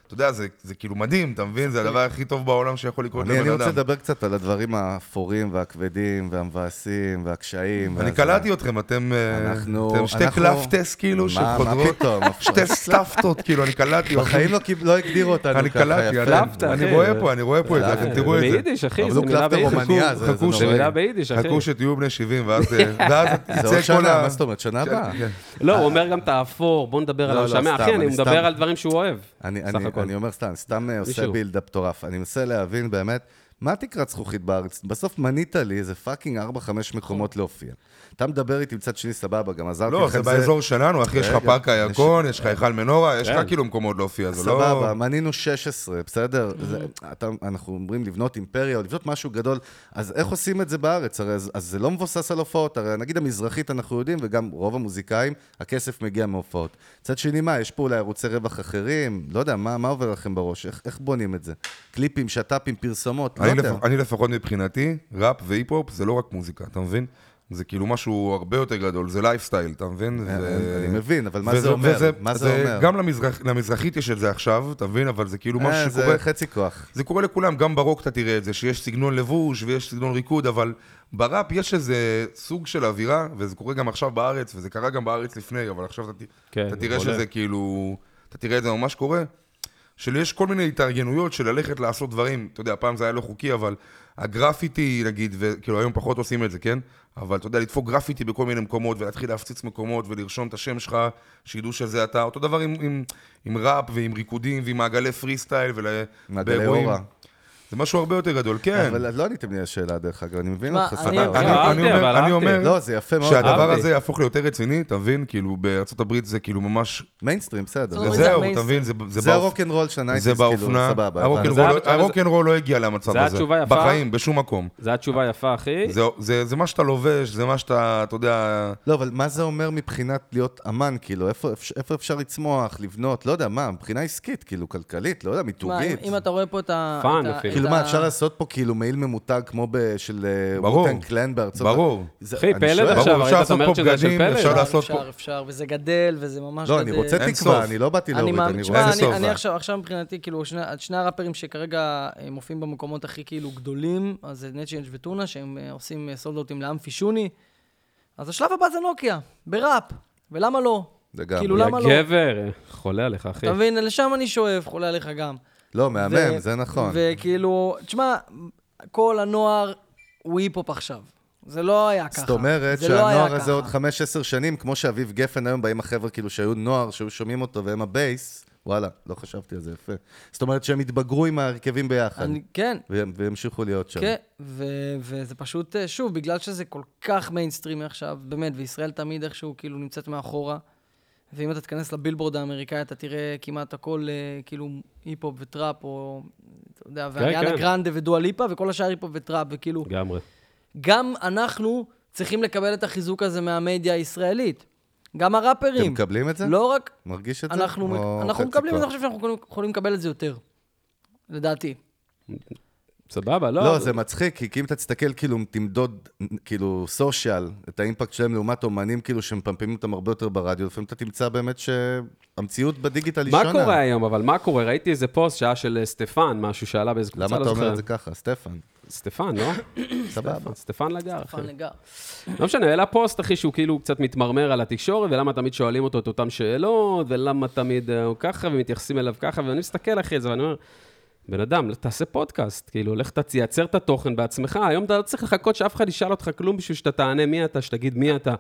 Speaker 7: אתה יודע, זה, זה כאילו מדהים, אתה מבין? זה הדבר הכי טוב בעולם שיכול לקרות
Speaker 4: אני, אני
Speaker 7: לבן
Speaker 4: רוצה
Speaker 7: אדם.
Speaker 4: לדבר קצת על הדברים האפורים והכבדים והמבאסים והקשיים.
Speaker 7: אני
Speaker 4: והזה.
Speaker 7: קלטתי אתם, אתם, אה,
Speaker 4: אנחנו-
Speaker 7: אתם שתי
Speaker 4: אנחנו-
Speaker 7: קלפטס כאילו,
Speaker 4: מה-
Speaker 7: שחודרות,
Speaker 4: מה פתאום?
Speaker 7: [laughs] שתי סטפטות, כאילו, אני קלטתי. אתכם.
Speaker 4: אוקיי. בחיים לא, קיב- לא הגדירו אותנו
Speaker 7: אני
Speaker 4: ככה,
Speaker 7: קלטתי,
Speaker 4: יפה.
Speaker 7: אני-
Speaker 5: קלפת, אחי.
Speaker 7: אני רואה פה, אני רואה פה את זה,
Speaker 4: קלפת.
Speaker 7: אתם תראו את זה.
Speaker 5: ביידיש, אחי,
Speaker 4: אבל
Speaker 5: זו
Speaker 4: הוא
Speaker 5: מילה
Speaker 4: קלף
Speaker 5: ביידיש.
Speaker 4: הרומניה,
Speaker 5: חכו,
Speaker 4: זה-
Speaker 5: חכו,
Speaker 4: זה
Speaker 5: זה
Speaker 4: נוראי.
Speaker 5: מילה ביידיש, אחי.
Speaker 7: חכו שתהיו בני 70, ואז אה,
Speaker 4: [laughs]
Speaker 7: ואז
Speaker 4: זה עוד
Speaker 7: יצא כל
Speaker 4: שנה,
Speaker 7: ה...
Speaker 4: מה זאת אומרת? אה, שנה הבאה.
Speaker 7: כן, כן.
Speaker 5: לא, הוא אומר גם את האפור, בוא נדבר
Speaker 4: לא,
Speaker 5: על
Speaker 4: לא,
Speaker 5: המשמח.
Speaker 4: סתם,
Speaker 5: אחי, אני
Speaker 4: אני סתם-
Speaker 5: מדבר על דברים שהוא אוהב.
Speaker 4: אני,
Speaker 5: סך
Speaker 4: אני,
Speaker 5: הכל.
Speaker 4: אני אומר סתם, סתם אה, עושה
Speaker 5: מישהו.
Speaker 4: בילדה מטורף. אני מנסה להבין באמת, מה תקרת זכוכית בארץ? בסוף מנית לי איזה פאקינג 4-5 מקומות להופיע. אתה מדבר איתי מצד שני, סבבה, גם עזרתי
Speaker 7: נכון. לא,
Speaker 4: לך
Speaker 7: זה
Speaker 4: עם
Speaker 7: באזור שלנו, אחי, יש לך
Speaker 4: אוקיי, רגע,
Speaker 7: פארק
Speaker 4: יש-
Speaker 7: הירקון, יש לך היכל מנורה, יש לך כאילו מקומות להופיע, זה לא...
Speaker 4: סבבה, מנינו 16, בסדר? זה, אתה, אנחנו אומרים לבנות אימפריה או לבנות משהו גדול, אז איך עושים את זה בארץ? הרי אז, אז זה לא מבוסס על הופעות, הרי נגיד המזרחית אנחנו יודעים, וגם רוב המוזיקאים, הכסף מגיע מהופעות. מצד שני, מה, יש פה אולי ערוצי רווח אחרים? לא יודע, מה, מה עובר לכם בראש? איך, איך בונים את זה? קליפים, שת"פים, פרסומות, לא
Speaker 7: אני
Speaker 4: יודע.
Speaker 7: לפ- אני לפחות מבחינתי, ראפ והיפ-הופ זה לא רק מוזיקה, אתה מבין? זה כאילו משהו הרבה יותר גדול, זה לייפסטייל, אתה מבין? ו-
Speaker 4: אה, אני מבין, אבל מה
Speaker 7: וזה-
Speaker 4: זה אומר?
Speaker 7: וזה-
Speaker 4: מה זה אומר?
Speaker 7: גם למזרח- למזרחית יש את זה עכשיו, אתה מבין? אבל זה כאילו
Speaker 4: אה,
Speaker 7: משהו
Speaker 4: זה
Speaker 7: שקורה...
Speaker 4: חצי כוח.
Speaker 7: זה קורה לכולם, גם ברוק אתה תראה את זה, שיש סגנון לבוש ויש סגנון ריקוד, אבל בראפ יש איזה סוג של אווירה, וזה קורה גם עכשיו בארץ, וזה קרה גם בארץ לפני, אבל עכשיו אתה, ת-
Speaker 5: כן,
Speaker 7: אתה תראה
Speaker 5: עולה.
Speaker 7: שזה כאילו, אתה תראה את זה ממש קורה. שיש כל מיני התארגנויות של ללכת לעשות דברים, אתה יודע, פעם זה היה לא חוקי, אבל הגרפיטי, נגיד, וכאילו היום פחות עושים את זה, כן? אבל אתה יודע, לדפוק גרפיטי בכל מיני מקומות, ולהתחיל להפציץ מקומות, ולרשום את השם שלך, שידעו שזה אתה. אותו דבר עם, עם, עם ראפ, ועם ריקודים, ועם מעגלי פרי סטייל, ול...
Speaker 4: מעגלי
Speaker 7: באירועים.
Speaker 4: אורה.
Speaker 7: זה משהו הרבה יותר גדול, כן.
Speaker 4: אבל לא עניתם לי על השאלה, דרך אגב, אני מבין
Speaker 6: מה,
Speaker 4: אותך,
Speaker 6: אני- אוקיי.
Speaker 4: סבבה.
Speaker 7: אני-
Speaker 5: לא, אהבתי,
Speaker 7: אני אומר-
Speaker 5: אבל
Speaker 7: אני
Speaker 5: אהבתי.
Speaker 7: אומר
Speaker 4: לא, זה יפה מאוד.
Speaker 7: שהדבר
Speaker 5: אהבתי.
Speaker 7: הזה יהפוך ליותר רציני, תבין, כאילו בארצות הברית זה כאילו ממש...
Speaker 4: מיינסטרים, בסדר.
Speaker 6: זאת אומרת,
Speaker 7: זהו,
Speaker 6: המיינסטרים.
Speaker 7: תבין, זה באופ-
Speaker 4: זה הרוקנרול של
Speaker 7: זה
Speaker 4: הנייטיז, כאילו,
Speaker 7: באופנה,
Speaker 4: סבבה. הבנתי.
Speaker 5: זה
Speaker 7: הרוקנרול לא-
Speaker 5: היה-
Speaker 7: הרוקנרול לא הגיע למצב
Speaker 5: זה אה. היה
Speaker 7: הזה,
Speaker 5: תשובה יפה.
Speaker 7: בחיים, בשום מקום.
Speaker 5: זו התשובה היפה, אחי.
Speaker 7: זה- זה זה מה שאתה לובש, זה מה שאתה, אתה יודע...
Speaker 4: לא, אבל מה זה אומר מבחינת להיות אמן, כאילו, איפה אפשר- איפה אפשר לצמוח, לבנות, לא יודע, מה, מבחינה עסקית, כאילו, כלכלית, לא יודע,
Speaker 6: מה, אם-
Speaker 4: מיתוגית.
Speaker 6: אם אתה רואה פה את ה...
Speaker 5: פאן
Speaker 6: את ה-
Speaker 5: אפילו.
Speaker 6: את
Speaker 4: כאילו מה,
Speaker 6: ה-
Speaker 4: אפשר לעשות פה כאילו מעיל ממותג כמו ב- של
Speaker 7: ברור.
Speaker 4: ווטן קלן בארצות
Speaker 7: ברור.
Speaker 4: זה-
Speaker 5: אחי,
Speaker 4: אני
Speaker 5: פלד
Speaker 4: שואל. לא,
Speaker 5: עכשיו,
Speaker 7: ברור,
Speaker 5: ראית
Speaker 7: אפשר
Speaker 5: את
Speaker 7: לעשות פה
Speaker 5: המרצ'נדייז של
Speaker 7: בגדים, אפשר
Speaker 5: פלד?
Speaker 7: לעשות-
Speaker 6: אפשר,
Speaker 7: לעשות
Speaker 6: אפשר,
Speaker 7: פה-
Speaker 6: אפשר, וזה גדל, וזה ממש
Speaker 4: לא,
Speaker 6: גדל.
Speaker 4: אני רוצה
Speaker 7: אין
Speaker 4: תקווה,
Speaker 7: סוף.
Speaker 4: אני לא באתי
Speaker 6: אני
Speaker 4: להוריד,
Speaker 6: מאמין,
Speaker 4: אני
Speaker 6: תשמע,
Speaker 4: רוצה...
Speaker 7: אין סוף,
Speaker 6: אני, אני
Speaker 7: זה.
Speaker 6: עכשיו, עכשיו מבחינתי, כאילו, שני, שני הראפרים שכרגע הם מופיעים במקומות הכי כאילו גדולים, אז זה נצ'יינג' וטונה, שהם אה, עושים סולדאוטים לאמפי שוני. אז השלב הבא זה נוקיה, בראפ, ולמה לא?
Speaker 4: לגמרי.
Speaker 6: כאילו, למה לא?
Speaker 5: יא גבר, חולה עליך, אחי.
Speaker 6: אתה מבין, לשם אני שואף, חולה עליך גם.
Speaker 4: לא, מהמם,
Speaker 6: ו-
Speaker 4: זה נכון.
Speaker 6: וכאילו, תשמע, כל הנוער הוא היפ-הופ עכשיו. זה לא היה ככה.
Speaker 4: זאת אומרת
Speaker 6: זה לא היה
Speaker 4: שהנוער הזה
Speaker 6: ככה.
Speaker 4: עוד 5-10 שנים, כמו שאביב גפן היום באים החבר'ה כאילו שהיו נוער, שהיו שומעים אותו והם הבייס, וואלה, לא חשבתי על זה יפה. זאת אומרת שהם התבגרו עם ההרכבים ביחד,
Speaker 6: אני, כן,
Speaker 4: והם- והמשיכו להיות שם.
Speaker 6: כן, ו- וזה פשוט, אה, שוב, בגלל שזה כל כך מיינסטרימי עכשיו, באמת, וישראל תמיד איכשהו כאילו נמצאת מאחורה, ואם אתה תיכנס לבילבורד האמריקאי, אתה תראה כמעט הכל אה, כאילו היפ-הופ וטראפ, או, אתה יודע, ואריאנה
Speaker 5: כן.
Speaker 6: גרנדה ודואה ליפה, וכל השאר היפ-הופ וטראפ, וכאילו,
Speaker 5: לגמרי.
Speaker 6: גם אנחנו צריכים לקבל את החיזוק הזה מהמדיה הישראלית. גם הראפרים.
Speaker 4: אתם מקבלים את זה?
Speaker 6: לא רק,
Speaker 4: מרגיש את זה?
Speaker 6: אנחנו
Speaker 4: או
Speaker 6: אנחנו
Speaker 4: חצי
Speaker 6: מקבלים
Speaker 4: כוח?
Speaker 6: את זה, אני חושב שאנחנו יכולים- יכולים לקבל את זה יותר, לדעתי.
Speaker 5: סבבה, לא?
Speaker 4: לא, זה מצחיק, כי כי אם אתה תסתכל, כאילו, אם תמדוד, כאילו, סושיאל, את האימפקט שלהם לעומת אומנים, כאילו, שמפמפמים אותם הרבה יותר ברדיו, לפעמים אתה תמצא באמת שהמציאות בדיגיטל היא
Speaker 5: מה
Speaker 4: שונה.
Speaker 5: קורה היום, אבל מה קורה? ראיתי איזה פוסט שהיה של אה, סטפן, משהו שעלה באיזה קבוצה,
Speaker 4: למה
Speaker 5: לא
Speaker 4: אתה אומר
Speaker 5: זוכר.
Speaker 4: את זה ככה, סטפן?
Speaker 5: סטפן, לא?
Speaker 4: סבבה.
Speaker 5: סטפן לגר, אחי.
Speaker 6: פאן לגר.
Speaker 5: לא משנה, העלה פוסט, אחי, שהוא כאילו קצת מתמרמר על התקשורת, ולמה תמיד שואלים אותו את אותן שאלות, ולמה תמיד אה, הוא ככה, ומתייחסים אליו ככה, ואני מסתכל אחרי זה, ואני אומר, בן אדם, תעשה פודקאסט, כאילו, לך ת- תייצר את התוכן בעצמך, היום אתה לא צריך לחכות שאף אחד ישאל אותך כלום בשביל שאתה תענה מי אתה, שתגיד מי אתה.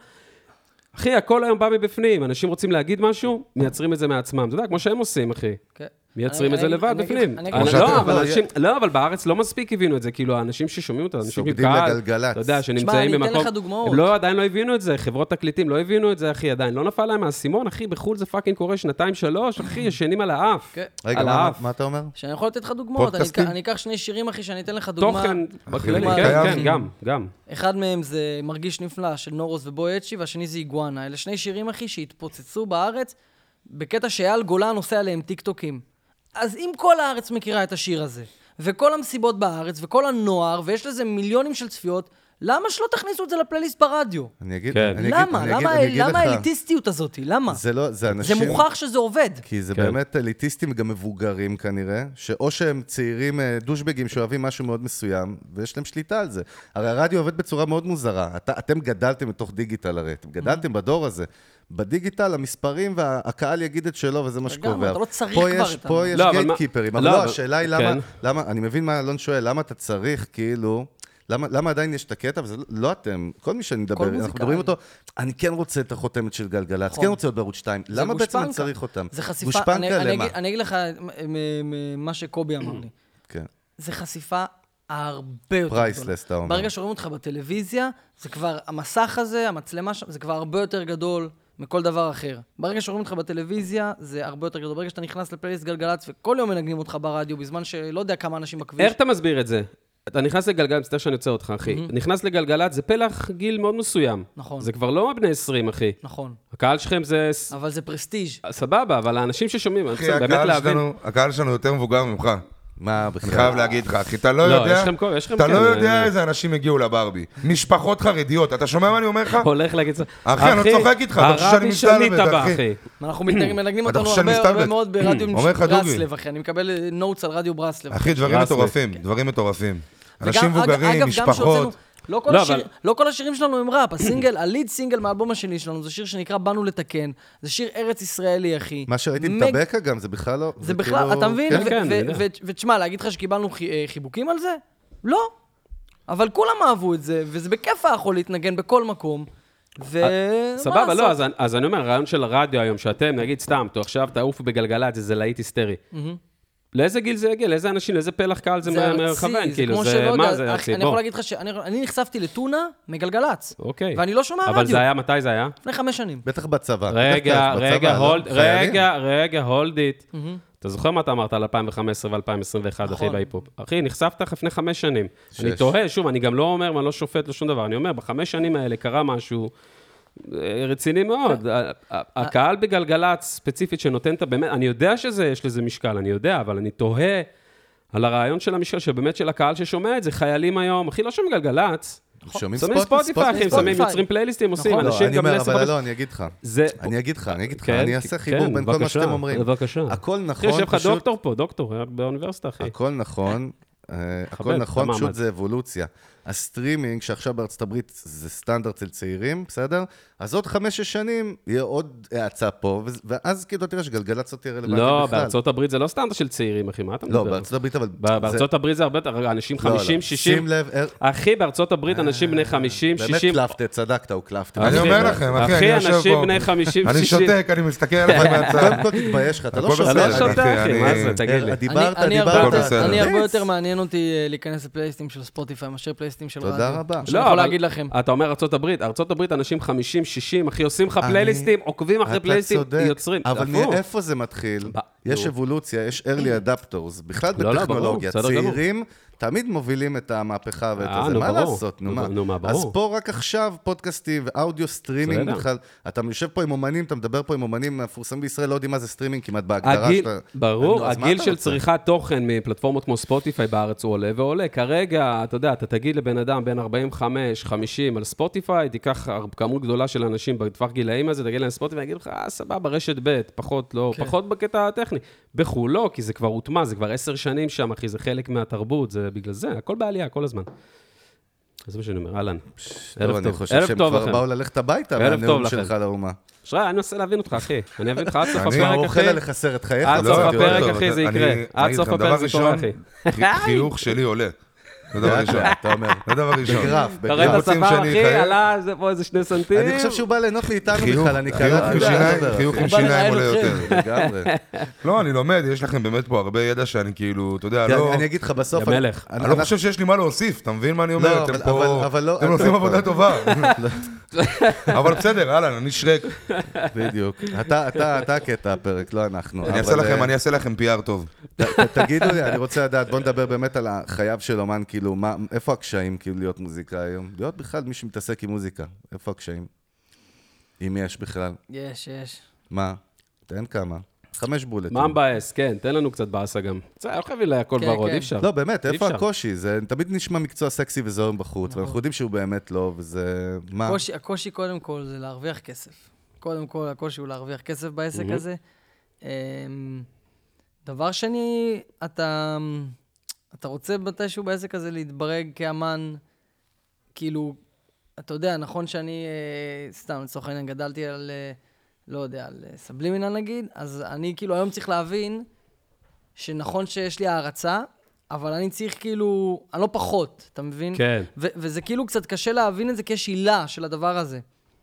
Speaker 5: אחי, הכל היום בא מבפנים, אנשים רוצים להגיד משהו, מייצרים את זה מעצמם. אתה יודע, כמו שהם עושים, אחי.
Speaker 6: כן.
Speaker 5: מייצרים
Speaker 6: אני-
Speaker 5: את זה
Speaker 6: אני-
Speaker 5: לבד
Speaker 6: אני אגיד-
Speaker 5: בפנים.
Speaker 6: אני
Speaker 5: אני-
Speaker 6: אגיד-
Speaker 4: כמו
Speaker 5: לא,
Speaker 4: שאתם-
Speaker 5: אבל
Speaker 4: לא,
Speaker 5: אנשים- לא, אבל בארץ לא מספיק הבינו את זה, כאילו, האנשים ששומעים אותנו, אנשים
Speaker 4: סוגדים
Speaker 5: קהל,
Speaker 4: לגלגלצ.
Speaker 5: אתה יודע,
Speaker 6: שמע, אני
Speaker 5: שנמצאים
Speaker 6: אתן
Speaker 5: במקום...
Speaker 6: לך דוגמאות.
Speaker 5: הם לא, עדיין לא הבינו את זה, חברות תקליטים לא הבינו את זה, אחי, עדיין. לא נפל להם האסימון, אחי, בחו"ל זה פאקינג קורה שנתיים, שלוש, אחי, ישנים על האף.
Speaker 6: כן.
Speaker 4: רגע,
Speaker 5: על
Speaker 4: מה-
Speaker 5: האף.
Speaker 4: מה אתה אומר?
Speaker 6: שאני יכול לתת לך דוגמאות, אני,
Speaker 7: פודקאסטים?
Speaker 6: אני אקח שני שירים, אחי, שאני אתן לך דוגמה.
Speaker 5: תוכן, בכללי,
Speaker 6: דוגמה-
Speaker 5: כן, כן,
Speaker 7: קיים.
Speaker 5: גם, גם.
Speaker 6: אחד מהם זה מרגיש נפלא של נורוס ובוי אצ'י, והשני זה איגואנה. אלה שני שירים, אחי, שהתפוצצו בארץ בקטע שאייל גולן עושה עליהם טיקטוקים. אז אם כל הארץ מכירה את השיר הזה, וכל המסיבות בארץ, וכל הנוער, ויש לזה מיליונים של צפיות, למה שלא תכניסו את זה לפלייליסט ברדיו?
Speaker 4: אני אגיד,
Speaker 5: כן.
Speaker 4: אני אגיד,
Speaker 6: למה?
Speaker 4: אני אגיד-
Speaker 6: למה,
Speaker 4: אני אגיד
Speaker 6: למה
Speaker 4: לך.
Speaker 6: האליטיסטיות הזאת? למה?
Speaker 4: זה לא, זה
Speaker 6: זה
Speaker 4: אנשים...
Speaker 6: מוכח שזה עובד.
Speaker 4: כי זה
Speaker 5: כן.
Speaker 4: באמת אליטיסטים גם מבוגרים כנראה, שאו שהם צעירים אה, דושבגים שאוהבים משהו מאוד מסוים, ויש להם שליטה על זה. הרי הרדיו עובד בצורה מאוד מוזרה. אתה, אתם גדלתם בתוך דיגיטל הרי, אתם
Speaker 6: Mm.
Speaker 4: גדלתם בדור הזה. בדיגיטל המספרים והקהל יגיד את שלו, וזה מה
Speaker 6: לגמרי,
Speaker 4: שקובע.
Speaker 6: אתה לא צריך
Speaker 4: פה
Speaker 6: כבר
Speaker 4: יש,
Speaker 6: את ה-
Speaker 4: פה יש
Speaker 5: לא, אבל מה-
Speaker 4: גייטקיפרים, אבל
Speaker 5: לא,
Speaker 4: לא,
Speaker 5: אבל-
Speaker 4: השאלה היא למה,
Speaker 5: כן.
Speaker 4: למה, אני מבין מה אלון שואל, למה אתה צריך, כאילו... למה, למה עדיין יש את הקטע, וזה לא- לא אתם, כל מי שאני מדבר, אנחנו
Speaker 6: מוזיקאי. נכון.
Speaker 4: מדברים אותו, אני כן רוצה את החותמת של גלגלצ, כן רוצה להיות בערוץ 2,
Speaker 6: זה
Speaker 4: למה בעצם אני
Speaker 6: גושפנקה.
Speaker 4: צריך אותם?
Speaker 6: זה חשיפה...
Speaker 4: גושפנקה
Speaker 6: אני- אני
Speaker 4: למה?
Speaker 6: אגיד- אני אגיד לך מ- מ- מ- מה שקובי אמר לי.
Speaker 4: כן.
Speaker 6: זה חשיפה הרבה יותר
Speaker 4: Priceless,
Speaker 6: גדולה.
Speaker 4: אתה אומר.
Speaker 6: ברגע שרואים אותך בטלוויזיה, זה כבר, המסך הזה, המצלמה שם, זה כבר הרבה יותר גדול מכל דבר אחר. ברגע שרואים אותך בטלוויזיה, זה הרבה יותר גדול. ברגע שאתה נכנס לפלייליסט גלגלצ וכל יום מנגנים אותך ברדיו, בזמן שלא יודע כמה אנשים בכביש.
Speaker 5: איך אתה מסביר את זה? אתה נכנס לגלגלצ, מצטער שאני יוצא אותך, אחי. נכנס לגלגלצ, זה פלח גיל מאוד מסוים.
Speaker 6: נכון.
Speaker 5: זה כבר לא בני 20, אחי.
Speaker 6: נכון.
Speaker 5: הקהל שלכם זה... ס-
Speaker 6: אבל זה פרסטיג'.
Speaker 5: סבבה, אבל האנשים ששומעים, אני
Speaker 7: אחי,
Speaker 5: רוצה באמת
Speaker 7: הקהל
Speaker 5: להבין.
Speaker 7: שלנו- הקהל שלנו יותר מבוגר ממך.
Speaker 4: מה,
Speaker 7: אני
Speaker 4: בכלל?
Speaker 7: חייב להגיד לך, אחי, אתה לא
Speaker 5: כן. לא,
Speaker 7: יודע,
Speaker 5: יש לכם כל- יש לכם
Speaker 7: אתה
Speaker 5: כן,
Speaker 7: לא
Speaker 5: אה,
Speaker 7: יודע איזה אנשים הגיעו לברבי. משפחות חרדיות, אתה שומע מה אני אומר לך?
Speaker 5: הולך להגיד...
Speaker 7: אחי, אני לא צוחק איתך, אתה חושב שאני
Speaker 5: הרבי
Speaker 7: מסתלבט,
Speaker 5: שליטה בא,
Speaker 7: אחי.
Speaker 5: אחי.
Speaker 4: [clears throat]
Speaker 6: אנחנו מתנגנים- מנגנים
Speaker 7: אתה
Speaker 6: אותנו
Speaker 7: חושב שאני
Speaker 6: הרבה הרבה
Speaker 7: מסתלבט?
Speaker 6: מאוד ברדיו
Speaker 7: אומר לך דוגרי.
Speaker 6: ברסלב, אחי. אני מקבל נוטס על רדיו ברסלב.
Speaker 7: אחי, דברים
Speaker 5: רסמי.
Speaker 7: מטורפים, דברים מטורפים. אנשים
Speaker 6: וגם, אגב- אגב,
Speaker 7: מבוגרים,
Speaker 6: גם שהוצאנו-
Speaker 7: משפחות.
Speaker 6: לא כל,
Speaker 5: לא,
Speaker 6: השיר,
Speaker 5: אבל-
Speaker 6: לא כל השירים שלנו הם ראפ, הסינגל, הליד סינגל מהאלבום השני שלנו, זה שיר שנקרא "באנו לתקן", זה שיר ארץ ישראלי, אחי.
Speaker 4: מה שראיתי עם
Speaker 6: מג-
Speaker 4: טבקה גם, זה בכלל לא...
Speaker 6: זה בכלל,
Speaker 4: כאילו-
Speaker 6: אתה מבין?
Speaker 5: כן,
Speaker 6: ו-
Speaker 5: כן,
Speaker 6: ו-
Speaker 5: אני יודע.
Speaker 6: ו- ותשמע, להגיד לך שקיבלנו חי- אה, חיבוקים על זה? לא. אבל כולם אהבו את זה, וזה בכיף היה יכול להתנגן בכל מקום. ו... מה
Speaker 5: סבבה,
Speaker 6: לעשות?
Speaker 5: לא, אז אני- אז אני אומר, הרעיון של הרדיו היום, שאתם, נגיד סתם, אתה עכשיו תעוף בגלגלצ, זה להיט היסטרי. לאיזה גיל זה יגיע? לאיזה אנשים, לאיזה פלח קהל זה
Speaker 6: זה
Speaker 5: מכוון?
Speaker 6: ארצי, זה
Speaker 5: כאילו,
Speaker 6: כמו
Speaker 5: זה,
Speaker 6: שלא
Speaker 5: מה
Speaker 6: יודע,
Speaker 5: זה
Speaker 6: אח-
Speaker 5: ארצי?
Speaker 6: אני
Speaker 5: בוא.
Speaker 6: יכול להגיד לך שאני נכספתי לטונה מגלגלצ.
Speaker 5: אוקיי.
Speaker 6: ואני לא שומע
Speaker 5: אבל זה
Speaker 6: רדיו.
Speaker 5: היה, מתי זה היה?
Speaker 6: לפני חמש שנים.
Speaker 4: בטח בצבא.
Speaker 5: רגע,
Speaker 4: בטח
Speaker 5: רגע,
Speaker 4: בצבא, לא?
Speaker 5: הולד,
Speaker 4: חיילים?
Speaker 5: רגע, רגע, הולד איט. אתה זוכר מה אתה אמרת על 2015 ו-2021, אחי,
Speaker 6: נכון.
Speaker 5: בהיפ-הופ? אחי, נחשפת לך לפני חמש שנים.
Speaker 4: שש.
Speaker 5: אני תוהה, שוב, אני גם לא אומר ואני לא שופט, לא שום דבר. אני אומר, בחמש שנים האלה קרה משהו אה, רציני
Speaker 4: כן.
Speaker 5: מאוד. ה- ה- הקהל בגלגלצ, ספציפית, שנותן את ה... באמת, אני יודע שיש לזה משקל, אני יודע, אבל אני תוהה על הרעיון של המשקל, שבאמת של הקהל ששומע את זה, חיילים היום, אחי, לא שומעים גלגלצ.
Speaker 4: שומעים
Speaker 5: שמים
Speaker 4: ספוטיפיי,
Speaker 5: ספוטיפיי, אחי,
Speaker 4: ספוטיפיי.
Speaker 5: שמים, יוצרים פלייליסטים, עושים,
Speaker 6: נכון.
Speaker 4: לא,
Speaker 5: אנשים
Speaker 4: אני
Speaker 5: גם
Speaker 4: אומר,
Speaker 5: בני
Speaker 4: אבל
Speaker 5: ספוטיפיי.
Speaker 4: אלון, אני אגיד לך.
Speaker 5: זה-
Speaker 4: אני אגיד לך, אני אגיד לך,
Speaker 5: כן,
Speaker 4: אני אעשה
Speaker 5: כן,
Speaker 4: חיבור בין כל מה
Speaker 5: בבקשה,
Speaker 4: שאתם אומרים.
Speaker 5: בבקשה.
Speaker 4: הכל
Speaker 5: אחי,
Speaker 4: נכון,
Speaker 5: יושב לך
Speaker 4: פשוט-
Speaker 5: דוקטור פה, דוקטור, אה, באוניברסיטה, אחי.
Speaker 4: הכל נכון, אה, הכל
Speaker 5: את
Speaker 4: נכון,
Speaker 5: המעמד.
Speaker 4: פשוט זה אבולוציה. הסטרימינג, שעכשיו בארצות הברית זה סטנדרט אצל צעירים, בסדר? אז עוד חמש-שש שנים יהיה עוד האצה פה, וזה- ואז כאילו תראה שגלגלצ לא תהיה רלוונטית בכלל.
Speaker 5: לא, בארצות הברית זה לא סטנדרט של צעירים, אחי, מה אתה מדבר?
Speaker 4: לא, בארצות הברית, אבל...
Speaker 5: ב- בארצות הברית זה הרבה יותר, רגע, אנשים
Speaker 4: לא, לא.
Speaker 5: 50, 60.
Speaker 4: שים לב, אה,
Speaker 5: אחי, בארצות הברית אנשים בני 50, 60.
Speaker 4: באמת קלפטה, צדקת, הוא קלפטה.
Speaker 7: אני
Speaker 5: אחי,
Speaker 7: אומר לכם, אחי,
Speaker 5: אחי,
Speaker 7: אני יושב פה.
Speaker 5: אנשים בני 50,
Speaker 7: אני
Speaker 5: 60.
Speaker 7: שותק, אני מסתכל עליכם
Speaker 5: [laughs]
Speaker 7: מהצד.
Speaker 4: קודם כל תתבייש לך, אתה
Speaker 7: הכל
Speaker 4: לא שומע. כן,
Speaker 5: אתה לא
Speaker 7: בסדר,
Speaker 5: שותה, אחי,
Speaker 7: אני-
Speaker 5: מה זה, תגיד לי.
Speaker 4: דיברת,
Speaker 6: אני- אני הרבה
Speaker 4: דיברת.
Speaker 6: יותר-
Speaker 7: הכל בסדר.
Speaker 6: אני הרבה יותר מעניין אותי אה, להיכנס לפלייסטים של ספוטיפיי מאשר פלייסטים של רדיו.
Speaker 4: תודה רבה.
Speaker 6: שאני יכול
Speaker 5: לא, אבל אה.
Speaker 6: להגיד לכם.
Speaker 5: אתה אומר ארצות הברית, ארצות הברית אנשים 50, 60, אחי, עושים לך פלייליסטים, עוקבים אחרי
Speaker 4: אתה
Speaker 5: פלייליסטים,
Speaker 4: צודק,
Speaker 5: יוצרים.
Speaker 4: אבל
Speaker 5: הפוך.
Speaker 4: מאיפה זה מתחיל?
Speaker 5: ב-
Speaker 4: יש
Speaker 5: נו.
Speaker 4: אבולוציה, יש early adapters, בכלל
Speaker 5: לא, ברור,
Speaker 4: בטכנולוגיה.
Speaker 5: בסדר גמור.
Speaker 4: צעירים תמיד מובילים את המהפכה ואת
Speaker 5: אה,
Speaker 4: זה.
Speaker 5: נו,
Speaker 4: מה
Speaker 5: ברור.
Speaker 4: לעשות, נו
Speaker 5: נו,
Speaker 4: מה?
Speaker 5: נו, מה, ברור.
Speaker 4: אז פה רק עכשיו פודקאסטים ואודיו סטרימינג
Speaker 5: בסדר.
Speaker 4: בכלל. אתה יושב פה עם אומנים, אתה מדבר פה עם אומנים מפורסמים בישראל, לא יודעים מה זה סטרימינג כמעט בהגדרה
Speaker 5: הגיל,
Speaker 4: שאתה... נו,
Speaker 5: ברור,
Speaker 4: אז מה
Speaker 5: הגיל
Speaker 4: אתה
Speaker 5: של
Speaker 4: רוצה?
Speaker 5: צריכת תוכן מפלטפורמות כמו ספוטיפיי בארץ הוא עולה ועולה. כרגע, אתה יודע, אתה תגיד לבן אדם בין 45, 50 על ספוטיפיי, תיקח הר- כמות גדולה של אנשים בטווח גילאים הזה, תגיד להם ספוטיפיי, יגיד לך, אה, סבבה, רשת ב', פחות לא,
Speaker 4: כן.
Speaker 5: פחות בקטע הטכני. בחו"ל לא, כי זה כבר הוטמע, זה כבר עשר שנים שם, אחי, זה חלק מהתרבות, זה בגלל זה, הכל בעלייה, כל הזמן. זה מה שאני אומר, אהלן.
Speaker 4: טוב,
Speaker 5: ערב
Speaker 4: אני
Speaker 5: טוב,
Speaker 4: חושב
Speaker 5: ערב
Speaker 4: שהם
Speaker 5: טוב
Speaker 4: כבר
Speaker 5: לכם.
Speaker 4: באו ללכת הביתה
Speaker 5: ערב
Speaker 4: מהנאום
Speaker 5: טוב
Speaker 4: שלך
Speaker 5: לכם.
Speaker 4: לאומה.
Speaker 5: אשראי, אני מנסה להבין אותך, אחי. אני אבין אותך עד סוף
Speaker 4: אני
Speaker 5: הפרק,
Speaker 4: אוכל
Speaker 5: אחי.
Speaker 4: עליך סרט חייך.
Speaker 5: עד
Speaker 4: לא,
Speaker 5: סוף
Speaker 4: זה יותר
Speaker 5: הפרק,
Speaker 4: טוב.
Speaker 5: אחי, זה
Speaker 7: אני-
Speaker 5: יקרה.
Speaker 7: אני
Speaker 5: עד
Speaker 7: אגיד
Speaker 5: סוף
Speaker 7: לכם,
Speaker 5: הפרק
Speaker 7: דבר
Speaker 5: זה קורה,
Speaker 7: ראשון,
Speaker 5: אחי.
Speaker 7: חי- חיוך שלי עולה. זה דבר ראשון.
Speaker 4: אתה אומר.
Speaker 7: זה דבר ראשון.
Speaker 4: בגרף,
Speaker 5: אתה רואה את
Speaker 4: בגרף.
Speaker 7: רוצים
Speaker 5: השפה,
Speaker 7: שאני
Speaker 5: אחי,
Speaker 7: אחייך?
Speaker 5: עלה זה פה איזה שני סנטים.
Speaker 4: אני חושב שהוא בא ליהנות מאיתנו
Speaker 7: חיוך
Speaker 4: בכלל, אני
Speaker 7: חיוך
Speaker 5: לא
Speaker 4: קלטתי.
Speaker 7: עם
Speaker 4: אתה
Speaker 7: שיניים-
Speaker 4: מדבר,
Speaker 7: חיוך
Speaker 4: אחי.
Speaker 7: עם
Speaker 6: הוא בא
Speaker 7: שיניים
Speaker 6: לראיין
Speaker 7: עולה
Speaker 6: אתכם.
Speaker 7: יותר.
Speaker 4: לגמרי.
Speaker 7: לא, אני לומד, יש לכם באמת פה הרבה ידע שאני כאילו, אתה יודע,
Speaker 4: תראה,
Speaker 7: לא...
Speaker 4: אני- אני אגיד לך בסוף...
Speaker 5: יא מלך.
Speaker 4: אני-
Speaker 7: אני לא
Speaker 4: אנחנו-
Speaker 7: חושב שיש לי מה להוסיף, אתה מבין מה אני אומר?
Speaker 4: לא,
Speaker 7: אתם
Speaker 4: אבל- אבל-
Speaker 7: פה...
Speaker 4: אבל לא-
Speaker 7: אתם עושים
Speaker 4: אתה-
Speaker 7: עבודה
Speaker 4: [laughs]
Speaker 7: טובה. אבל בסדר, אהלן, אני שרק.
Speaker 4: בדיוק. אתה- אתה אתה הקטע הפרק, לא אנחנו.
Speaker 7: אני אעשה
Speaker 4: אבל,
Speaker 7: לכם,
Speaker 4: אה,
Speaker 7: אני אעשה לכם PR טוב.
Speaker 4: ת- ת- תגידו לי, אני רוצה לדעת, בוא נדבר באמת על החייו של אומן, כאילו, מה- איפה הקשיים כאילו להיות מוזיקאי היום? להיות בכלל מי שמתעסק עם מוזיקה, איפה הקשיים? אם יש בכלל.
Speaker 6: יש, יש.
Speaker 4: מה? תן כמה. חמש בולטים.
Speaker 5: מה מבאס? כן, תן לנו קצת באסה גם. זה לא חייבים להכל
Speaker 6: כן,
Speaker 5: ורוד,
Speaker 6: כן.
Speaker 5: אי אפשר.
Speaker 4: לא, באמת,
Speaker 5: אי
Speaker 4: איפה
Speaker 5: אפשר. נכון.
Speaker 4: הקושי? זה תמיד נשמע מקצוע סקסי וזוהם בחוץ, ואנחנו יודעים שהוא באמת לא, וזה... מה?
Speaker 6: הקושי, הקושי קודם כל זה להרוויח כסף. קודם כל, הקושי הוא להרוויח כסף בעסק הזה. אמ, דבר שני, אתה, אתה רוצה מתישהו בעסק הזה להתברג כאמן, כאילו, אתה יודע, נכון שאני, אה, סתם, לצורך העניין, גדלתי על, אה, לא יודע, על אה, סבלימינל נגיד, אז אני כאילו היום צריך להבין שנכון שיש לי הערצה, אבל אני צריך כאילו, אני לא פחות, אתה מבין?
Speaker 5: כן.
Speaker 6: ו- וזה כאילו קצת קשה להבין את זה כי יש עילה של הדבר הזה.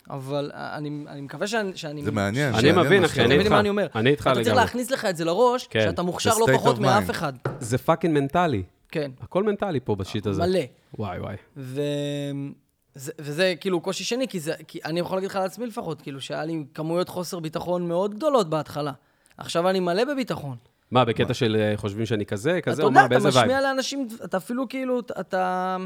Speaker 6: אבל אה, אני, אני מקווה שאני... שאני
Speaker 4: זה מעניין.
Speaker 5: אני
Speaker 4: מעניין
Speaker 5: מבין,
Speaker 4: מה
Speaker 5: אחי,
Speaker 4: שאתה
Speaker 5: אני
Speaker 6: אתה
Speaker 4: אומר.
Speaker 5: איתך.
Speaker 6: מבין מה אני אומר.
Speaker 5: אני איתך
Speaker 6: אתה צריך
Speaker 5: לגמרי.
Speaker 6: להכניס לך את זה לראש,
Speaker 5: כן.
Speaker 6: שאתה מוכשר
Speaker 4: זה
Speaker 6: לא
Speaker 4: state
Speaker 6: פחות
Speaker 4: of
Speaker 6: מאף
Speaker 4: mind.
Speaker 6: אחד.
Speaker 5: זה פאקינג מנטלי.
Speaker 6: כן.
Speaker 5: הכל מנטלי פה בשיט הזה.
Speaker 6: מלא.
Speaker 5: וואי, וואי.
Speaker 6: ו... זה, וזה כאילו קושי שני, כי, זה, כי אני יכול להגיד לך על עצמי לפחות, כאילו שהיה לי כמויות חוסר ביטחון מאוד גדולות בהתחלה. עכשיו אני מלא בביטחון.
Speaker 5: מה, בקטע של אה, חושבים שאני כזה, כזה,
Speaker 6: אתה
Speaker 5: או
Speaker 6: יודע,
Speaker 5: מה,
Speaker 6: אתה
Speaker 5: באיזה וייב?
Speaker 6: משמיע לאנשים, אתה אפילו כאילו, אתה- אתה...